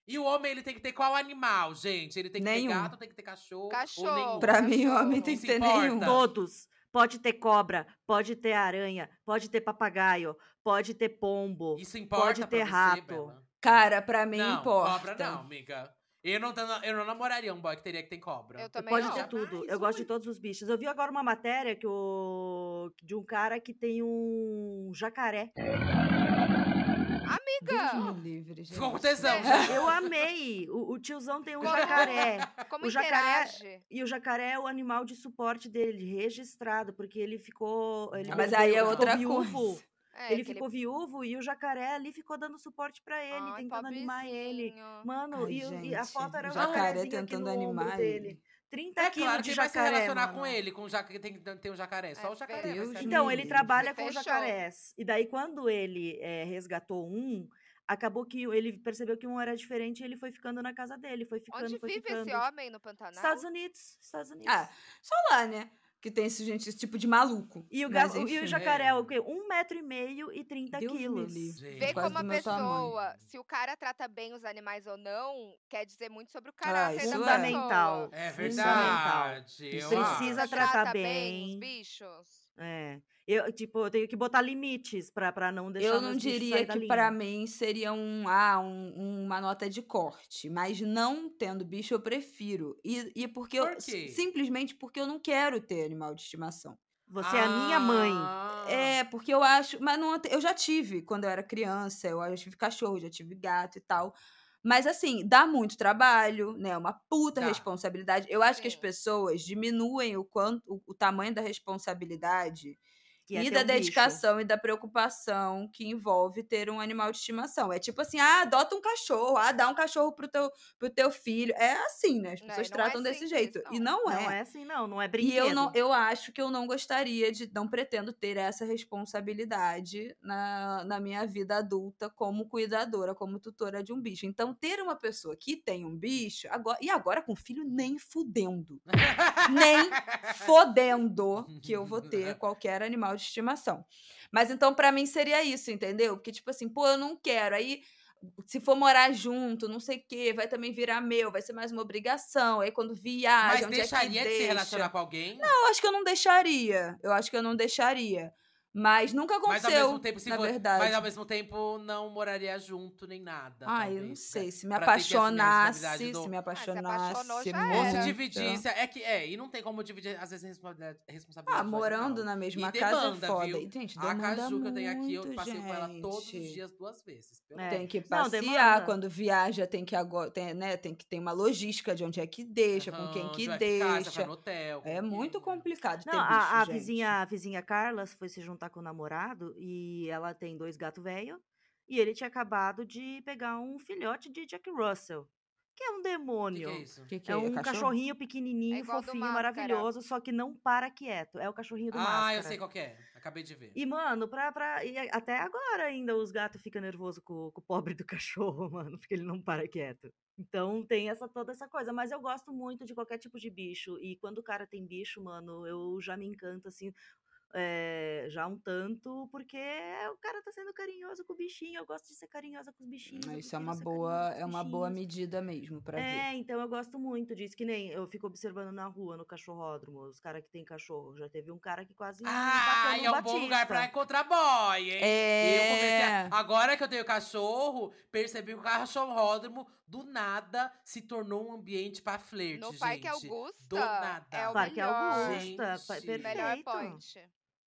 [SPEAKER 5] E o homem, ele tem que ter qual animal, gente? Ele tem que
[SPEAKER 3] Nenhum.
[SPEAKER 5] ter gato, tem que ter cachorro.
[SPEAKER 1] Cachorro.
[SPEAKER 5] Ou nenhum.
[SPEAKER 3] Pra mim, o homem
[SPEAKER 1] Não
[SPEAKER 3] tem que
[SPEAKER 5] se
[SPEAKER 3] ter
[SPEAKER 5] importa.
[SPEAKER 3] nenhum.
[SPEAKER 5] Tá.
[SPEAKER 2] Todos. Pode ter cobra, pode ter aranha, pode ter papagaio, pode ter pombo.
[SPEAKER 5] Isso importa
[SPEAKER 2] Pode ter
[SPEAKER 5] pra você,
[SPEAKER 2] rato.
[SPEAKER 5] Bela?
[SPEAKER 3] Cara, pra mim
[SPEAKER 5] não,
[SPEAKER 3] importa.
[SPEAKER 5] cobra não, amiga. Eu não, tô- eu não namoraria um boy que teria que tem cobra.
[SPEAKER 1] Eu também
[SPEAKER 2] Pode
[SPEAKER 1] não.
[SPEAKER 2] ter tudo.
[SPEAKER 5] Jamais,
[SPEAKER 2] Eu gosto de
[SPEAKER 5] ui.
[SPEAKER 2] todos os bichos. Eu vi agora uma matéria que o... de um cara que tem um
[SPEAKER 3] *laughs*
[SPEAKER 2] jacaré.
[SPEAKER 3] Deus
[SPEAKER 1] Amiga,
[SPEAKER 3] me livre, gente.
[SPEAKER 5] Ficou com tesão.
[SPEAKER 1] É.
[SPEAKER 5] *laughs* gente.
[SPEAKER 2] Eu amei. O, o tiozão tem um
[SPEAKER 3] é?
[SPEAKER 1] Como-
[SPEAKER 2] jacaré.
[SPEAKER 1] como
[SPEAKER 2] O jacaré-
[SPEAKER 1] interage?
[SPEAKER 2] E o jacaré é o animal de suporte dele, registrado, porque ele ficou. Ele
[SPEAKER 3] Ah, Mas aí é
[SPEAKER 2] ficou
[SPEAKER 3] outra
[SPEAKER 2] viúvo.
[SPEAKER 3] coisa.
[SPEAKER 1] É,
[SPEAKER 2] Ele
[SPEAKER 1] que
[SPEAKER 2] ficou viúvo e o jacaré ali ficou dando suporte pra ele,
[SPEAKER 1] Ai,
[SPEAKER 2] tentando animar ele.
[SPEAKER 1] é pobrezinho.
[SPEAKER 2] Mano,
[SPEAKER 3] Ai,
[SPEAKER 2] e, o- e a
[SPEAKER 3] gente,
[SPEAKER 2] foto era
[SPEAKER 3] o
[SPEAKER 2] o
[SPEAKER 3] jacaré
[SPEAKER 2] jacarezinho
[SPEAKER 3] tentando
[SPEAKER 2] aqui no ombro
[SPEAKER 3] animar
[SPEAKER 2] dele.
[SPEAKER 3] ele.
[SPEAKER 2] 30
[SPEAKER 5] É
[SPEAKER 2] quilos
[SPEAKER 5] claro,
[SPEAKER 2] de
[SPEAKER 5] quem vai se
[SPEAKER 2] tá jacaré.
[SPEAKER 5] relacionar
[SPEAKER 2] mano.
[SPEAKER 5] com ele, com o jaca- que tem, tem um jacaré? Só
[SPEAKER 1] É
[SPEAKER 5] o jacaré. vai
[SPEAKER 1] feio.
[SPEAKER 5] se
[SPEAKER 2] Então,
[SPEAKER 5] amar.
[SPEAKER 2] ele
[SPEAKER 3] Hum.
[SPEAKER 2] trabalha com
[SPEAKER 1] Fechou.
[SPEAKER 2] jacarés. E daí, quando ele eh, resgatou um, acabou que ele percebeu que um era diferente e ele foi ficando na casa dele. Foi ficando,
[SPEAKER 1] Onde
[SPEAKER 2] foi
[SPEAKER 1] vive
[SPEAKER 2] ficando.
[SPEAKER 1] esse homem no Pantanal?
[SPEAKER 2] Estados Unidos. Estados Unidos.
[SPEAKER 3] Ah, só lá, né? Que tem esse, gente, esse tipo de maluco.
[SPEAKER 2] E o,
[SPEAKER 3] Mas,
[SPEAKER 2] ga- o- e o
[SPEAKER 3] enfim.
[SPEAKER 2] jacaré,
[SPEAKER 5] é.
[SPEAKER 2] o quê? Um metro e meio e 30
[SPEAKER 3] Deus me
[SPEAKER 2] quilos.
[SPEAKER 3] livre.
[SPEAKER 5] Gente,
[SPEAKER 1] Vê
[SPEAKER 3] quase
[SPEAKER 1] como a
[SPEAKER 3] do meu tamanho.
[SPEAKER 1] pessoa, se o cara trata bem os animais ou não, quer dizer muito sobre o
[SPEAKER 3] Ah,
[SPEAKER 1] caráter
[SPEAKER 3] isso
[SPEAKER 1] da
[SPEAKER 3] é.
[SPEAKER 2] Fundamental.
[SPEAKER 1] pessoa.
[SPEAKER 5] É
[SPEAKER 2] Fundamental.
[SPEAKER 5] verdade. eu
[SPEAKER 2] Precisa
[SPEAKER 5] acho.
[SPEAKER 2] tratar
[SPEAKER 1] os
[SPEAKER 2] bem.
[SPEAKER 1] bichos.
[SPEAKER 2] É. Eu, tipo, eu tenho que botar limites pra, pra não deixar
[SPEAKER 3] Eu não
[SPEAKER 2] meus bichos
[SPEAKER 3] diria
[SPEAKER 2] sair da
[SPEAKER 3] que
[SPEAKER 2] linha.
[SPEAKER 3] pra mim seria um, ah, um- uma nota de corte, mas não tendo bicho eu prefiro. E, e porque eu
[SPEAKER 5] Por quê?
[SPEAKER 3] simplesmente porque eu não quero ter animal de estimação.
[SPEAKER 2] Você é a minha mãe.
[SPEAKER 5] Ah.
[SPEAKER 3] É, porque eu acho, mas não eu já tive quando eu era criança, eu já tive cachorro, já tive gato e tal. Mas assim, dá muito trabalho, né? Uma puta
[SPEAKER 5] Dá.
[SPEAKER 3] responsabilidade. Eu acho que as
[SPEAKER 1] Sim.
[SPEAKER 3] pessoas diminuem o quanto o, o tamanho da responsabilidade
[SPEAKER 2] Ia
[SPEAKER 3] e é
[SPEAKER 2] ter
[SPEAKER 3] da
[SPEAKER 2] um bicho.
[SPEAKER 3] dedicação e da preocupação que envolve ter um animal de estimação. É tipo assim, ah, adota um cachorro, ah, dá um cachorro pro teu, pro teu filho. É assim, né? As
[SPEAKER 1] Não,
[SPEAKER 3] pessoas
[SPEAKER 1] e não é
[SPEAKER 3] tratam desse
[SPEAKER 1] simples,
[SPEAKER 3] jeito. E não é.
[SPEAKER 2] Não é assim, não. Não é
[SPEAKER 3] E
[SPEAKER 2] brinquedo.
[SPEAKER 3] eu, não, eu acho que eu não gostaria de, não pretendo ter essa responsabilidade na, na minha vida adulta como cuidadora, como tutora de um bicho. Então, ter uma pessoa que tem um bicho, agora, e agora com filho, nem
[SPEAKER 5] *laughs*
[SPEAKER 3] fudendo. Nem fodendo que eu vou
[SPEAKER 5] É.
[SPEAKER 3] ter qualquer animal de estimação. Mas então, pra mim, seria isso, entendeu? Porque, tipo assim, pô, eu não quero. Aí, se for morar junto, não sei o quê, vai também virar meu, vai ser mais uma obrigação. Aí, quando viaja,
[SPEAKER 5] Mas
[SPEAKER 3] onde é que
[SPEAKER 5] deixaria de se
[SPEAKER 3] deixa?
[SPEAKER 5] relacionar com alguém?
[SPEAKER 3] Eu acho que eu não deixaria. Eu acho que eu não deixaria. Mas nunca aconteceu.
[SPEAKER 5] mas ao mesmo tempo, se
[SPEAKER 3] na
[SPEAKER 5] vo-
[SPEAKER 3] verdade.
[SPEAKER 5] Mas ao mesmo tempo, não moraria junto nem nada.
[SPEAKER 3] Ai, eu
[SPEAKER 5] talvez,
[SPEAKER 3] não
[SPEAKER 5] né?
[SPEAKER 3] sei. Se me
[SPEAKER 5] Pra ter que assumir a
[SPEAKER 3] apaixonasse,
[SPEAKER 5] responsabilidade do-
[SPEAKER 3] se
[SPEAKER 2] Ah,
[SPEAKER 3] me
[SPEAKER 1] se
[SPEAKER 3] apaixonasse.
[SPEAKER 1] apaixonou, já
[SPEAKER 3] muito.
[SPEAKER 5] Ou
[SPEAKER 1] Era.
[SPEAKER 5] se
[SPEAKER 3] Ah,
[SPEAKER 5] dividisse. É que é, e não tem como dividir, às vezes, responsabilidade. responsabilidade
[SPEAKER 3] Ah,
[SPEAKER 5] do
[SPEAKER 3] morando
[SPEAKER 5] animal.
[SPEAKER 3] na mesma
[SPEAKER 5] E
[SPEAKER 3] casa
[SPEAKER 5] demanda,
[SPEAKER 3] é foda.
[SPEAKER 5] viu?
[SPEAKER 3] E, gente,
[SPEAKER 5] A
[SPEAKER 3] demanda
[SPEAKER 5] Caju que eu tenho aqui, eu
[SPEAKER 3] muito,
[SPEAKER 5] passei com ela todos os
[SPEAKER 3] gente.
[SPEAKER 5] dias, duas vezes. pelo
[SPEAKER 2] É.
[SPEAKER 3] Tem que
[SPEAKER 2] Não,
[SPEAKER 3] passear,
[SPEAKER 2] demanda.
[SPEAKER 3] quando viaja tem que agora, tem, né, tem que ter uma logística de onde é que deixa, com quem
[SPEAKER 5] Aham,
[SPEAKER 3] que
[SPEAKER 5] vai ficar, tá, você vai
[SPEAKER 3] deixa.
[SPEAKER 5] no hotel, com
[SPEAKER 3] é
[SPEAKER 5] quem,
[SPEAKER 3] muito
[SPEAKER 5] né?
[SPEAKER 3] complicado ter
[SPEAKER 2] Não,
[SPEAKER 3] é bicho,
[SPEAKER 2] a, a
[SPEAKER 3] gente.
[SPEAKER 2] vizinha, a vizinha Carla foi se juntar com o namorado e ela tem dois gato velho e ele tinha acabado de pegar um filhote de Jack Russell, que é um
[SPEAKER 5] O que que
[SPEAKER 2] demônio.
[SPEAKER 5] é isso?
[SPEAKER 3] Que que
[SPEAKER 2] é, um
[SPEAKER 3] cachorro?
[SPEAKER 2] cachorrinho pequenininho,
[SPEAKER 1] É igual do
[SPEAKER 2] fofinho,
[SPEAKER 1] Máscara.
[SPEAKER 2] maravilhoso, só que não para quieto. É o cachorrinho do
[SPEAKER 5] ah,
[SPEAKER 2] máscara.
[SPEAKER 5] eu sei qual que é. Acabei de ver.
[SPEAKER 2] E, mano, pra, pra, e a- até agora ainda os gatos ficam nervosos com, com o pobre do *laughs* cachorro, mano, porque ele não para quieto. Então tem essa toda essa coisa. Mas eu gosto muito de qualquer tipo de bicho. E quando o cara tem bicho, mano, eu já me encanto, assim, eh, já um tanto, porque o cara tá sendo carinhoso com o bichinho. Eu gosto de ser carinhosa com os bichinhos. eu
[SPEAKER 3] Isso é
[SPEAKER 2] prefiro
[SPEAKER 3] uma
[SPEAKER 2] ser
[SPEAKER 3] boa,
[SPEAKER 2] carinhosa com os
[SPEAKER 3] é uma boa
[SPEAKER 2] bichinhos.
[SPEAKER 3] medida mesmo pra ver.
[SPEAKER 2] É, então eu gosto muito disso. Que nem eu fico observando na rua, no cachorródromo, os caras que tem cachorro. Já teve um cara que quase
[SPEAKER 5] Ah,
[SPEAKER 2] bateu
[SPEAKER 5] e
[SPEAKER 2] no
[SPEAKER 5] é um bom lugar pra
[SPEAKER 2] Batista.
[SPEAKER 5] encontrar boy, hein? E Eu comecei
[SPEAKER 3] É.
[SPEAKER 5] a... Agora que eu tenho cachorro, percebi que o cachorródromo do nada se tornou um ambiente pra flerte,
[SPEAKER 1] No
[SPEAKER 5] gente.
[SPEAKER 2] é
[SPEAKER 1] Parque Augusta.
[SPEAKER 5] do nada.
[SPEAKER 1] É o
[SPEAKER 2] Parque
[SPEAKER 1] melhor.
[SPEAKER 2] Augusta, pa-
[SPEAKER 5] Gente.
[SPEAKER 1] Melhor
[SPEAKER 2] perfeito.
[SPEAKER 1] point.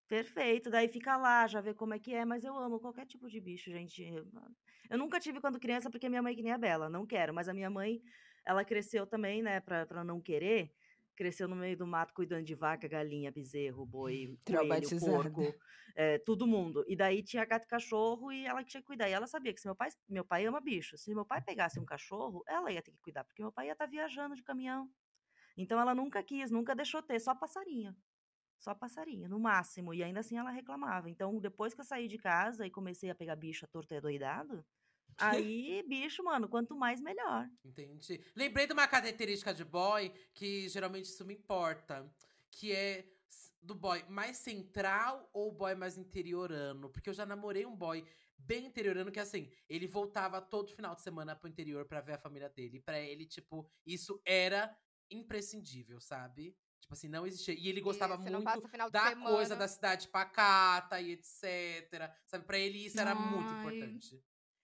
[SPEAKER 2] Perfeito, daí fica lá, já vê como é que é, mas eu amo qualquer tipo de bicho, gente. Eu- ah, Eu nunca tive quando criança, porque minha mãe é que nem a Bela, não quero, mas a minha mãe, ela cresceu também, né, pra, pra não querer, cresceu no meio do mato cuidando de vaca, galinha, bezerro, boi, coelho,
[SPEAKER 3] Traumatizada.
[SPEAKER 2] porco, é, todo mundo. E daí tinha gato e cachorro e ela que tinha que cuidar. E ela sabia que se meu pai, meu pai ama bicho, se meu pai pegasse um cachorro, ela ia ter que cuidar, porque meu pai ia estar viajando de caminhão. Então ela nunca quis, nunca deixou ter, só passarinho. Só passarinho, no máximo. E ainda assim ela reclamava. Então, depois que eu saí de casa e comecei a pegar bicho à torta
[SPEAKER 1] *laughs*
[SPEAKER 2] e doidado, aí, bicho, mano, quanto mais melhor.
[SPEAKER 5] Entendi. Lembrei de uma característica de boy que geralmente isso me importa. Que é s- do boy mais central ou boy mais interiorano. Porque eu já namorei um boy bem interiorano que, assim, ele voltava todo final de semana pro interior pra ver a família dele. Pra ele, tipo, isso era imprescindível, sabe? Tipo assim, não existia. E ele gostava
[SPEAKER 1] Isso, não
[SPEAKER 5] muito
[SPEAKER 1] passa final de
[SPEAKER 5] da
[SPEAKER 1] semana.
[SPEAKER 5] coisa da cidade pacata e etc. Sabe, pra ele isso era muito
[SPEAKER 3] Ai.
[SPEAKER 5] importante.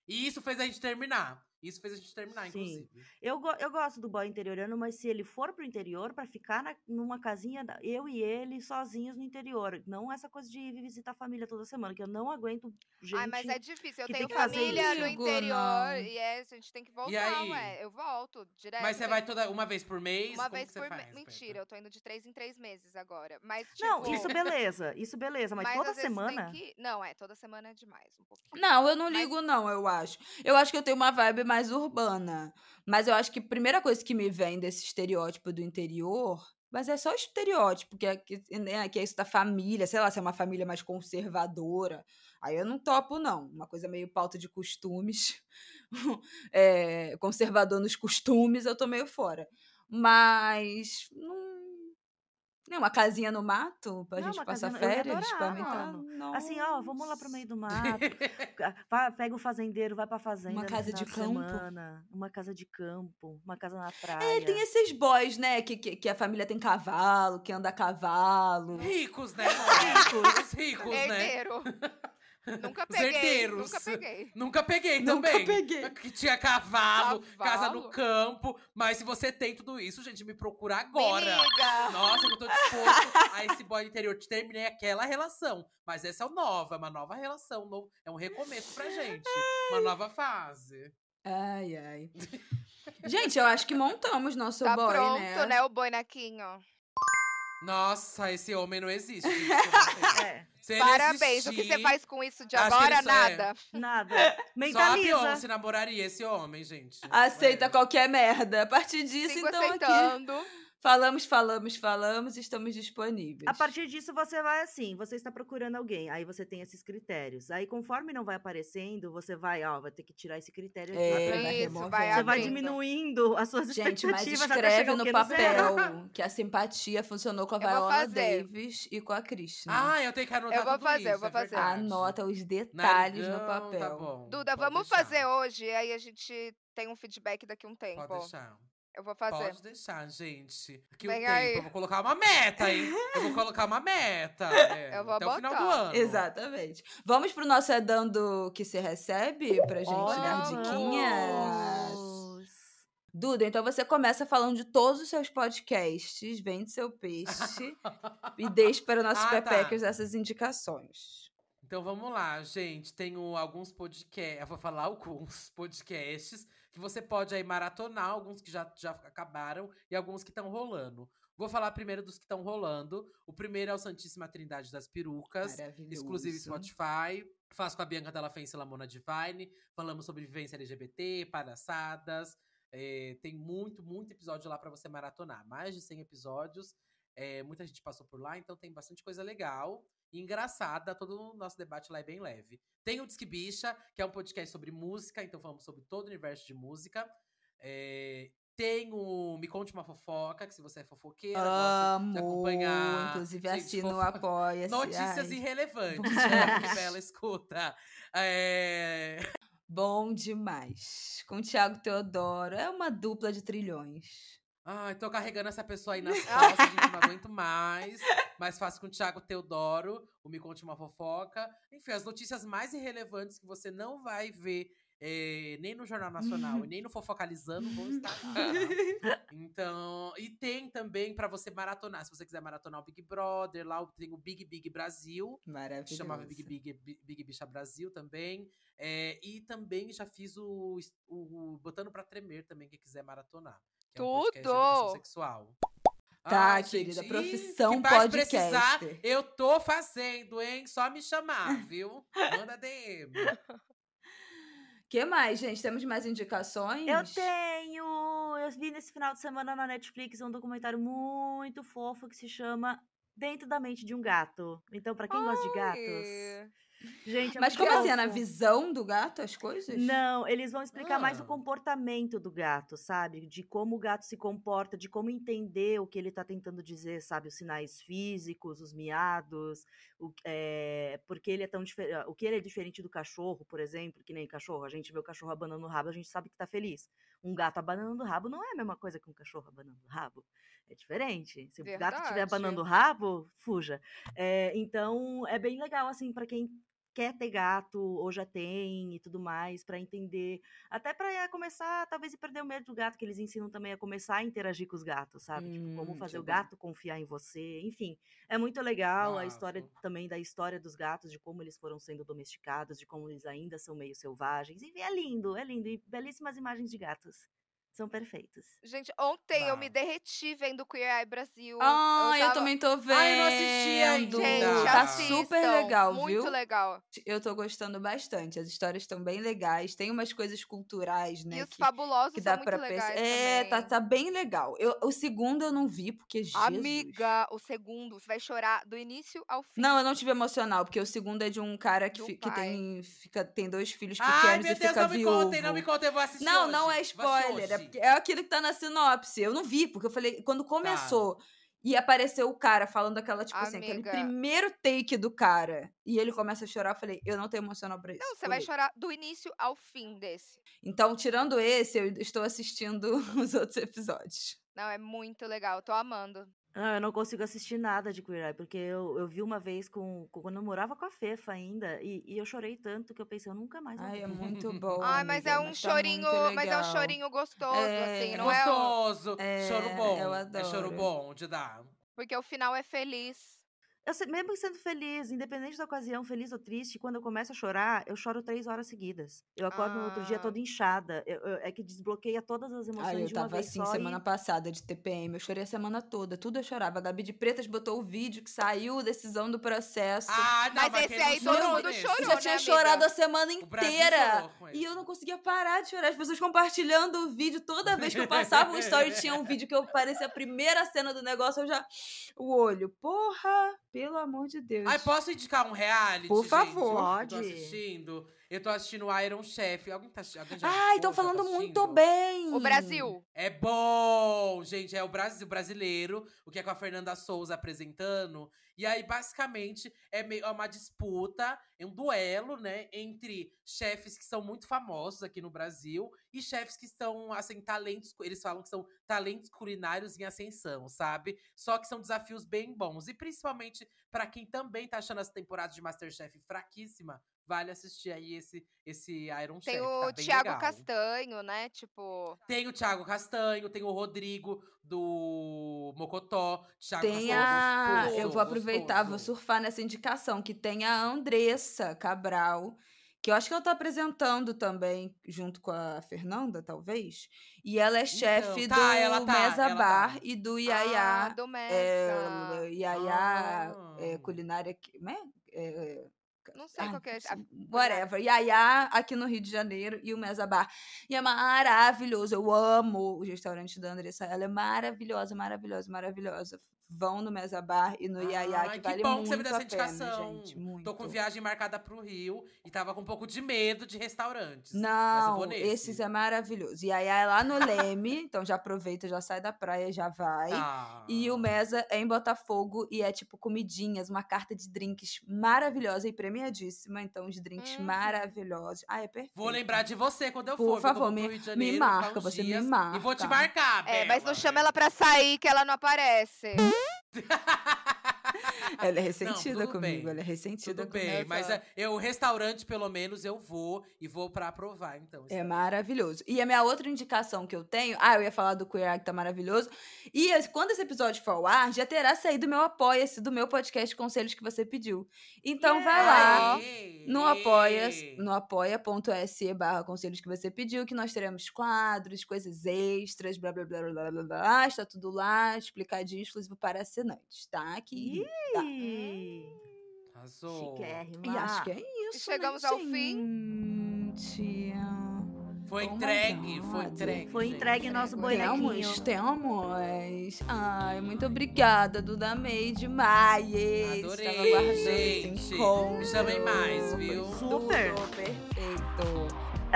[SPEAKER 5] E isso fez a gente terminar. Isso fez a gente terminar,
[SPEAKER 2] Sim.
[SPEAKER 5] inclusive.
[SPEAKER 2] Eu, go- eu gosto do boy interiorano, mas se ele for pro interior, pra ficar na- numa casinha, da- eu e ele sozinhos no interior. Não essa coisa de ir visitar a família toda semana, que eu não aguento gente.
[SPEAKER 1] Ai, mas é difícil. Eu
[SPEAKER 2] que
[SPEAKER 1] tenho
[SPEAKER 2] tem que fazer
[SPEAKER 1] família no
[SPEAKER 3] isso.
[SPEAKER 1] interior
[SPEAKER 3] Não.
[SPEAKER 1] e é, a gente tem que voltar,
[SPEAKER 5] aí?
[SPEAKER 1] ué. Eu volto direto.
[SPEAKER 5] Mas você
[SPEAKER 1] tem-
[SPEAKER 5] vai toda uma vez por mês?
[SPEAKER 1] É, uma
[SPEAKER 5] Como
[SPEAKER 1] vez
[SPEAKER 5] que você
[SPEAKER 1] por
[SPEAKER 5] faz,
[SPEAKER 1] mês. Mentira, eu tô indo de três em três meses agora. Mas, tipo,
[SPEAKER 2] Não, isso beleza, isso beleza, mas, toda
[SPEAKER 1] às vezes tem
[SPEAKER 2] semana.
[SPEAKER 1] que- Não, é, toda semana é demais, um pouquinho.
[SPEAKER 3] Não, eu não
[SPEAKER 1] Mas-
[SPEAKER 3] ligo, não, eu acho. Eu acho que eu tenho uma vibe mais urbana. Mas eu acho que a primeira coisa que me vem desse estereótipo do interior. Mas é só estereótipo, que é, que, né, que é isso da família, sei lá, se é uma família mais conservadora. Aí eu não topo, não. Uma coisa meio pauta de costumes. *laughs* é, conservador nos costumes, eu tô meio fora. Mas. Não, não, uma casinha no mato pra
[SPEAKER 2] Não,
[SPEAKER 3] gente
[SPEAKER 2] uma
[SPEAKER 3] passar
[SPEAKER 2] casinha no- eu ia
[SPEAKER 3] férias, pra
[SPEAKER 2] adorar,
[SPEAKER 3] mim tá.
[SPEAKER 2] Assim, ó, vamos lá pro
[SPEAKER 3] nossa.
[SPEAKER 2] meio do mato,
[SPEAKER 3] *laughs*
[SPEAKER 2] Ca- vai- pega o fazendeiro, vai pra fazenda. no
[SPEAKER 3] casa
[SPEAKER 2] final
[SPEAKER 3] de campo.
[SPEAKER 2] Semana, uma casa de campo, uma casa na praia.
[SPEAKER 3] É, tem esses boys, né? Que, que, que a família tem cavalo, que anda
[SPEAKER 1] *laughs*
[SPEAKER 3] a cavalo.
[SPEAKER 5] Ricos, né? amor? Os ricos, né?
[SPEAKER 1] Herdeiro. nunca
[SPEAKER 5] *laughs* Os
[SPEAKER 1] peguei.
[SPEAKER 5] herdeiros.
[SPEAKER 1] Nunca peguei.
[SPEAKER 5] Nunca peguei
[SPEAKER 3] Nunca
[SPEAKER 5] também.
[SPEAKER 3] peguei.
[SPEAKER 5] Que tinha cavalo, casa
[SPEAKER 1] Cavalo?
[SPEAKER 5] no campo. Mas se você tem tudo isso, gente, me procura
[SPEAKER 1] Me
[SPEAKER 5] agora.
[SPEAKER 1] liga.
[SPEAKER 5] Nossa, que eu tô disposto a esse boy interior. Terminei aquela relação. Mas essa é o nova, é uma nova relação. um novo- É um recomeço pra gente. Uma nova fase.
[SPEAKER 3] Ai, ai. Gente, eu acho que montamos nosso
[SPEAKER 1] tá
[SPEAKER 3] boy,
[SPEAKER 1] pronto,
[SPEAKER 3] né?
[SPEAKER 1] né? o boinaquinho.
[SPEAKER 5] Nossa, esse homem não existe. gente, eu não
[SPEAKER 1] *laughs*
[SPEAKER 5] sei.
[SPEAKER 2] É,
[SPEAKER 5] Se ele
[SPEAKER 1] Parabéns. O que
[SPEAKER 5] existir,
[SPEAKER 1] você faz com isso de
[SPEAKER 5] acho que
[SPEAKER 1] agora?
[SPEAKER 5] ele só é-
[SPEAKER 1] Nada.
[SPEAKER 3] *laughs*
[SPEAKER 2] nada.
[SPEAKER 5] Só a
[SPEAKER 2] Mentaliza.
[SPEAKER 5] Beyoncé namoraria esse homem, gente.
[SPEAKER 3] Aceita
[SPEAKER 5] É.
[SPEAKER 3] qualquer merda. A partir disso,
[SPEAKER 1] Sigo
[SPEAKER 3] então, aqui.
[SPEAKER 1] aceitando.
[SPEAKER 3] Falamos, falamos, falamos, estamos disponíveis.
[SPEAKER 2] A partir disso, você vai assim, você está procurando alguém, aí você tem esses critérios. Aí, conforme não vai aparecendo, você vai, ó, vai ter que tirar esse critério aqui.
[SPEAKER 3] É,
[SPEAKER 2] vai
[SPEAKER 3] vai
[SPEAKER 2] tirar esse
[SPEAKER 1] Isso,
[SPEAKER 2] outro.
[SPEAKER 3] removendo.
[SPEAKER 1] vai
[SPEAKER 2] Você vai
[SPEAKER 1] abrindo.
[SPEAKER 2] diminuindo as suas
[SPEAKER 3] Gente, mas
[SPEAKER 2] expectativas até
[SPEAKER 3] escreve
[SPEAKER 2] chegar o
[SPEAKER 3] no
[SPEAKER 2] quê? zero.
[SPEAKER 3] papel
[SPEAKER 2] *laughs*
[SPEAKER 3] que a simpatia funcionou com a
[SPEAKER 1] Eu vou
[SPEAKER 3] Viola
[SPEAKER 1] fazer.
[SPEAKER 3] Davis e com a Krishna.
[SPEAKER 5] Ah, eu tenho que anotar
[SPEAKER 1] Eu vou
[SPEAKER 5] tudo
[SPEAKER 1] fazer,
[SPEAKER 5] isso,
[SPEAKER 1] eu vou
[SPEAKER 5] é
[SPEAKER 1] fazer.
[SPEAKER 5] verdade.
[SPEAKER 3] Anota os
[SPEAKER 1] é
[SPEAKER 3] detalhes
[SPEAKER 5] Narigão,
[SPEAKER 3] no papel.
[SPEAKER 5] Tá bom,
[SPEAKER 1] Duda,
[SPEAKER 5] pode
[SPEAKER 1] vamos
[SPEAKER 5] deixar,
[SPEAKER 1] fazer hoje, aí a gente tem um feedback daqui a um tempo.
[SPEAKER 5] Pode deixar.
[SPEAKER 1] Eu vou fazer.
[SPEAKER 5] Pode deixar, gente. Que o
[SPEAKER 1] Vem
[SPEAKER 5] tempo,
[SPEAKER 1] aí.
[SPEAKER 5] eu vou colocar uma meta, hein? Eu vou colocar uma
[SPEAKER 1] *laughs*
[SPEAKER 5] meta. né?
[SPEAKER 1] Eu vou
[SPEAKER 5] até o final do
[SPEAKER 1] botar.
[SPEAKER 5] ano.
[SPEAKER 3] Exatamente. Vamos pro nosso É Dando que se recebe pra gente dar
[SPEAKER 1] Olha,
[SPEAKER 3] diquinhas. Duda, então você começa falando de todos os seus podcasts, vende seu
[SPEAKER 5] *laughs*
[SPEAKER 3] peixe e deixe para nossos
[SPEAKER 5] Ah, tá.
[SPEAKER 3] pepecas essas indicações.
[SPEAKER 5] Então vamos lá, gente. Tenho alguns podcasts. Eu vou falar alguns *laughs* podcasts que você pode aí maratonar, alguns que já, já acabaram e alguns que estão rolando. Vou falar primeiro dos que estão rolando. O primeiro é o Santíssima Trindade das Perucas.
[SPEAKER 3] Maravilhoso.
[SPEAKER 5] exclusivo Spotify. Faço com a Bianca Della Fence e Lamona Divine. Falamos sobre vivência LGBT, palhaçadas. É, tem muito, muito episódio lá pra você maratonar. Mais de 100 episódios. É, muita gente passou por lá, então tem bastante coisa legal e engraçada. Todo o nosso debate lá é bem leve. Tem o Disque Bicha, que é um podcast sobre música, então falamos sobre todo o universo de música. É, tem o Me Conte Uma Fofoca, que se você é fofoqueira, gosta
[SPEAKER 3] Amo.
[SPEAKER 5] de acompanhar.
[SPEAKER 3] Inclusive,
[SPEAKER 5] gente,
[SPEAKER 3] assino o
[SPEAKER 5] fofo-
[SPEAKER 3] Apoia.
[SPEAKER 5] Notícias irrelevantes.
[SPEAKER 3] Bom
[SPEAKER 5] né,
[SPEAKER 3] demais.
[SPEAKER 5] que bela escuta. É,
[SPEAKER 3] Bom demais. Com o Thiago Teodoro. É uma dupla de trilhões.
[SPEAKER 5] Ai, tô carregando essa pessoa aí nas costas, gente, não aguento mais. Mas faço com o Thiago Teodoro, o Me Conte Uma Fofoca. Enfim, as notícias mais irrelevantes que você não vai ver eh, nem no Jornal Nacional e nem no Fofocalizando vão estar lá. tá? Então, e tem também pra você maratonar. Se você quiser maratonar o Big Brother, lá tem o Big Big Brasil. que
[SPEAKER 3] Maravilhoso.
[SPEAKER 5] se chamava Big, Big, Bi- Big Bicha Brasil também. É, e também já fiz o, es- o, o Botando Pra Tremer também, quem quiser maratonar. Que é um podcast de educação
[SPEAKER 1] Tudo!
[SPEAKER 5] sexual.
[SPEAKER 3] Tá,
[SPEAKER 5] Ai,
[SPEAKER 3] querida,
[SPEAKER 5] Ah, gente,
[SPEAKER 3] profissão
[SPEAKER 5] que mais
[SPEAKER 3] podcaster.
[SPEAKER 5] precisar, eu tô fazendo, hein? Só me chamar, viu? Manda DM.
[SPEAKER 3] que mais, gente? Temos mais indicações?
[SPEAKER 2] Eu tenho! Eu vi nesse final de semana na Netflix um documentário muito fofo que se chama Dentro da Mente de um Gato. Então, pra quem gosta de gatos.
[SPEAKER 1] E-
[SPEAKER 2] Gente, é
[SPEAKER 3] Mas
[SPEAKER 2] muito
[SPEAKER 3] como assim? É na
[SPEAKER 2] fofo.
[SPEAKER 3] visão do gato as coisas?
[SPEAKER 2] Não, eles vão explicar mais o
[SPEAKER 5] Ah.
[SPEAKER 2] comportamento do gato, sabe? De como o gato se comporta, de como entender o que ele tá tentando dizer, sabe? Os sinais físicos, os miados, o, é, porque ele é tão diferente. O que ele é diferente do cachorro, por exemplo, que nem cachorro. A gente vê o cachorro abanando o rabo, a gente sabe que tá feliz. Um gato abanando o rabo não é a mesma coisa que um cachorro abanando o rabo. É diferente. Se o gato
[SPEAKER 1] Verdade.
[SPEAKER 2] estiver abanando o rabo, fuja. É, então, é bem legal, assim, pra quem quer ter gato ou já tem e tudo mais pra entender, até pra começar, talvez e perder o medo do gato que eles ensinam também a começar a interagir com os gatos, sabe? tipo, como
[SPEAKER 3] Hum,
[SPEAKER 2] fazer
[SPEAKER 3] que
[SPEAKER 2] o
[SPEAKER 3] bom.
[SPEAKER 2] gato confiar em você, enfim, é muito legal a história
[SPEAKER 5] Bravo.
[SPEAKER 2] também da história dos gatos, de como eles foram sendo domesticados, de como eles ainda são meio selvagens. Enfim, é lindo, é lindo e belíssimas imagens de gatos. São perfeitas.
[SPEAKER 1] Gente, ontem eu me
[SPEAKER 5] Bah.
[SPEAKER 1] derreti vendo Queer Eye Brasil.
[SPEAKER 3] Ah, eu,
[SPEAKER 1] tava-
[SPEAKER 3] também tô vendo.
[SPEAKER 5] Ah, eu não assisti ainda.
[SPEAKER 1] Gente,
[SPEAKER 3] tá
[SPEAKER 1] assistam,
[SPEAKER 3] super legal,
[SPEAKER 1] muito
[SPEAKER 3] viu?
[SPEAKER 1] legal.
[SPEAKER 3] Eu tô gostando bastante. As histórias estão bem legais. Tem umas coisas culturais, né?
[SPEAKER 1] e os
[SPEAKER 3] que-
[SPEAKER 1] fabulosos
[SPEAKER 3] que
[SPEAKER 1] são
[SPEAKER 3] dá
[SPEAKER 1] muito
[SPEAKER 3] pra
[SPEAKER 1] legais
[SPEAKER 3] perceber. É, tá,
[SPEAKER 1] também.
[SPEAKER 3] tá bem legal. Eu, o segundo eu não vi, porque Jesus.
[SPEAKER 1] Amiga, o segundo, você vai chorar do início ao fim.
[SPEAKER 3] Não, eu não tive emocional, porque o segundo é de um cara que,
[SPEAKER 1] Do
[SPEAKER 3] fi- que
[SPEAKER 1] pai.
[SPEAKER 3] tem, fica, tem dois filhos pequenos
[SPEAKER 5] Ai, meu
[SPEAKER 3] e fica
[SPEAKER 5] Deus, não me
[SPEAKER 3] viúvo.
[SPEAKER 5] contem, não me contem, eu vou assistir
[SPEAKER 3] Não,
[SPEAKER 5] hoje.
[SPEAKER 3] não é
[SPEAKER 5] Vou assistir
[SPEAKER 3] spoiler. É,
[SPEAKER 5] hoje.
[SPEAKER 3] porque é aquilo que tá na sinopse. Eu não vi, porque eu falei, quando
[SPEAKER 1] Tá.
[SPEAKER 3] começou e apareceu o cara falando aquela, tipo assim, aquele
[SPEAKER 1] Amiga.
[SPEAKER 3] primeiro take do cara, e ele começa a chorar, eu falei, eu não tenho emocional pra isso.
[SPEAKER 1] Não, você vai
[SPEAKER 3] pulei.
[SPEAKER 1] chorar do início ao fim desse.
[SPEAKER 3] Então, tirando esse, eu estou assistindo *laughs* os outros episódios.
[SPEAKER 1] Não, é muito legal, tô amando.
[SPEAKER 2] Não, Ah, eu não consigo assistir nada de Queer Eye, porque eu, eu vi uma vez com, com- quando eu morava com a Fefa ainda, e, e eu chorei tanto que eu pensei, eu nunca mais vou
[SPEAKER 3] Ai,
[SPEAKER 2] ver.
[SPEAKER 1] *laughs*
[SPEAKER 3] é muito bom.
[SPEAKER 1] Ai, mas é
[SPEAKER 3] amiga,
[SPEAKER 1] um
[SPEAKER 3] tá muito
[SPEAKER 1] chorinho, mas é um
[SPEAKER 3] legal.
[SPEAKER 1] chorinho gostoso,
[SPEAKER 3] É,
[SPEAKER 1] assim,
[SPEAKER 5] É
[SPEAKER 1] não é? um-
[SPEAKER 5] gostoso,
[SPEAKER 3] É,
[SPEAKER 5] choro bom.
[SPEAKER 3] eu
[SPEAKER 5] É choro
[SPEAKER 3] adoro.
[SPEAKER 5] bom de dar.
[SPEAKER 1] Porque o final é feliz.
[SPEAKER 2] Eu, se- mesmo sendo feliz, independente da ocasião, feliz ou triste, quando eu começo a chorar, eu choro três horas seguidas. Eu acordo no outro dia
[SPEAKER 1] Ah.
[SPEAKER 2] toda inchada. Eu- eu- é que desbloqueia todas as
[SPEAKER 3] Ai,
[SPEAKER 2] emoções
[SPEAKER 3] eu
[SPEAKER 2] de uma
[SPEAKER 3] tava
[SPEAKER 2] vez
[SPEAKER 3] assim
[SPEAKER 2] só. e-
[SPEAKER 3] semana passada de TPM. Eu chorei a semana toda. Tudo eu chorava. A Gabi de Pretas botou o vídeo que saiu, decisão do processo.
[SPEAKER 5] Ah, não,
[SPEAKER 1] Mas
[SPEAKER 5] mas
[SPEAKER 1] esse
[SPEAKER 5] quem não
[SPEAKER 1] aí todo
[SPEAKER 5] chorou
[SPEAKER 1] mundo
[SPEAKER 5] nesse?
[SPEAKER 1] chorou,
[SPEAKER 3] eu
[SPEAKER 1] né,
[SPEAKER 3] já tinha
[SPEAKER 1] amiga?
[SPEAKER 3] chorado a semana
[SPEAKER 5] O Brasil
[SPEAKER 3] inteira.
[SPEAKER 5] chorou com
[SPEAKER 3] E
[SPEAKER 5] esse.
[SPEAKER 3] eu não conseguia parar de chorar. As pessoas compartilhando o vídeo. Toda vez que eu passava
[SPEAKER 5] *laughs*
[SPEAKER 3] um story, tinha um vídeo que eu parecia a primeira cena do negócio. Eu já. O olho. Porra! Pelo amor de Deus.
[SPEAKER 5] Ai, posso indicar um reality?
[SPEAKER 3] Por
[SPEAKER 5] gente?
[SPEAKER 3] favor.
[SPEAKER 5] Eu
[SPEAKER 2] Pode.
[SPEAKER 5] tô assistindo. Eu tô assistindo o Iron Chef. Alguém tá assistindo? Alguém já
[SPEAKER 3] Ai,
[SPEAKER 5] indicou?
[SPEAKER 3] estão
[SPEAKER 5] Já tá
[SPEAKER 3] falando muito
[SPEAKER 5] assistindo?
[SPEAKER 3] bem.
[SPEAKER 1] O Brasil.
[SPEAKER 5] É bom, gente. É o Brasil brasileiro, o que é com a Fernanda Souza apresentando. E aí, basicamente, é meio é uma disputa, é um duelo, né? Entre chefes que são muito famosos aqui no Brasil e chefes que estão, assim, talentos. cu- Eles falam que são talentos culinários em ascensão, sabe? Só que são desafios bem bons. E principalmente para quem também tá achando essa temporada de Masterchef fraquíssima, vale assistir aí esse, esse Iron
[SPEAKER 1] Tem
[SPEAKER 5] Chef.
[SPEAKER 1] o
[SPEAKER 5] tá bem
[SPEAKER 1] Thiago
[SPEAKER 5] legal.
[SPEAKER 1] Castanho, né? Tipo.
[SPEAKER 5] Tem o Thiago Castanho, tem o Rodrigo do Mocotó, Thiago
[SPEAKER 3] Tem
[SPEAKER 5] Castanho,
[SPEAKER 3] a.
[SPEAKER 5] tá gostoso,
[SPEAKER 3] eu vou aproveitar, vou
[SPEAKER 5] gostoso.
[SPEAKER 3] surfar nessa indicação, que tem a Andressa Cabral, que eu acho que ela tá apresentando também, junto com a Fernanda, talvez. E ela é chefe
[SPEAKER 5] tá,
[SPEAKER 3] do
[SPEAKER 5] ela tá,
[SPEAKER 3] Mesa
[SPEAKER 5] ela tá.
[SPEAKER 3] Bar e do
[SPEAKER 1] Ah,
[SPEAKER 3] Iaiá.
[SPEAKER 1] do
[SPEAKER 3] é,
[SPEAKER 1] Messa.
[SPEAKER 3] Iaiá é,
[SPEAKER 5] Ah.
[SPEAKER 3] culinária. que- Né? É, é,
[SPEAKER 1] Não sei
[SPEAKER 3] ai,
[SPEAKER 1] qual que é.
[SPEAKER 3] não
[SPEAKER 1] esse-
[SPEAKER 3] sei, Whatever. Iaiá aqui no Rio de Janeiro e o Mesa Bar. E é maravilhoso. Eu amo o restaurante da Andressa. Ela é maravilhosa, maravilhosa, maravilhosa. Vão no Mesa Bar e no Iaiá,
[SPEAKER 5] Ai,
[SPEAKER 3] que
[SPEAKER 5] que
[SPEAKER 3] vale
[SPEAKER 5] bom
[SPEAKER 3] muito
[SPEAKER 5] que você me deu
[SPEAKER 3] a
[SPEAKER 5] essa indicação.
[SPEAKER 3] pena, gente. Muito.
[SPEAKER 5] Tô com viagem marcada pro Rio e tava com um pouco de medo de restaurantes. mas eu vou
[SPEAKER 3] Não,
[SPEAKER 5] nesse.
[SPEAKER 3] esses é maravilhoso. Iaiá é lá no Leme, então já aproveita, já sai da praia, já vai.
[SPEAKER 5] Ah.
[SPEAKER 3] E o Mesa é em Botafogo e é tipo comidinhas, uma carta de drinks maravilhosa e premiadíssima. Então, os drinks
[SPEAKER 1] Uhum.
[SPEAKER 3] maravilhosos. Ah, é perfeito.
[SPEAKER 5] Hum. Vou lembrar de você quando eu
[SPEAKER 3] Por
[SPEAKER 5] for. viu, que eu
[SPEAKER 3] favor,
[SPEAKER 5] vou pro
[SPEAKER 3] me-
[SPEAKER 5] Rio de
[SPEAKER 3] me
[SPEAKER 5] Janeiro, vou ficar
[SPEAKER 3] marca,
[SPEAKER 5] uns
[SPEAKER 3] você me
[SPEAKER 5] dias E vou
[SPEAKER 3] marca.
[SPEAKER 5] te marcar,
[SPEAKER 1] É, mas não
[SPEAKER 5] Bela. né?
[SPEAKER 1] chama ela pra sair que ela não aparece.
[SPEAKER 3] Ela é
[SPEAKER 5] Não,
[SPEAKER 3] ressentida
[SPEAKER 5] tudo
[SPEAKER 3] comigo,
[SPEAKER 5] bem.
[SPEAKER 3] ela é ressentida
[SPEAKER 1] né,
[SPEAKER 5] Tudo
[SPEAKER 3] comigo.
[SPEAKER 5] bem, mas é, eu, o restaurante, pelo menos, eu vou e vou pra aprovar, então.
[SPEAKER 3] É
[SPEAKER 5] sabe?
[SPEAKER 3] maravilhoso. E a minha outra indicação que eu tenho. Ah, eu ia falar do Queer Eye, que tá maravilhoso. E esse- quando esse episódio for ao ar, já terá saído meu apoia-se do meu podcast Conselhos que você pediu. Então vai lá.
[SPEAKER 5] Aê,
[SPEAKER 3] No
[SPEAKER 5] aê.
[SPEAKER 3] apoia, no apoia.se barra conselhos que você pediu, que nós teremos quadros, coisas extras, blá blá blá blá blá blá, blá. Está tudo lá, explicadinho, exclusivo para assinantes, tá? Que... Tá.
[SPEAKER 2] Ih,
[SPEAKER 5] Arrasou.
[SPEAKER 2] Chiquérrima.
[SPEAKER 3] E acho que é isso.
[SPEAKER 1] chegamos
[SPEAKER 3] né,
[SPEAKER 1] ao fim.
[SPEAKER 3] gente?
[SPEAKER 5] Foi
[SPEAKER 3] Oh my
[SPEAKER 5] entregue, foi
[SPEAKER 3] God.
[SPEAKER 5] entregue.
[SPEAKER 2] Foi
[SPEAKER 5] gente.
[SPEAKER 2] entregue nosso bonequinho.
[SPEAKER 3] Temos, temos. Ai, muito obrigada, Duda Meide Maies.
[SPEAKER 5] Adorei,
[SPEAKER 3] Estava aguardando esse
[SPEAKER 5] gente.
[SPEAKER 3] encontro.
[SPEAKER 5] Me chamem mais, viu?
[SPEAKER 3] Foi
[SPEAKER 2] Super.
[SPEAKER 3] tudo perfeito.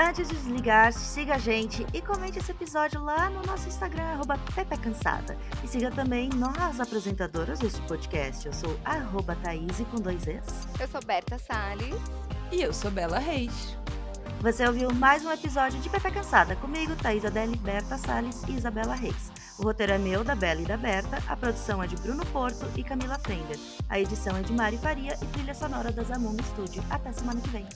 [SPEAKER 2] Antes de desligar, siga a gente e comente esse episódio lá no nosso Instagram, arroba PepeCansada. E siga também nós, apresentadoras deste podcast. Eu sou arroba Thaís com dois Es.
[SPEAKER 1] Eu sou Berta Salles.
[SPEAKER 3] E eu sou Bela Reis.
[SPEAKER 2] Você ouviu mais um episódio de Pepe Cansada comigo, Thaís Adele, Berta Salles e Isabela Reis. O roteiro é meu, da Bela e da Berta, a produção é de Bruno Porto e Camila Frender. A edição é de Mari Faria e trilha sonora da Zamundo Studio. Até semana que vem.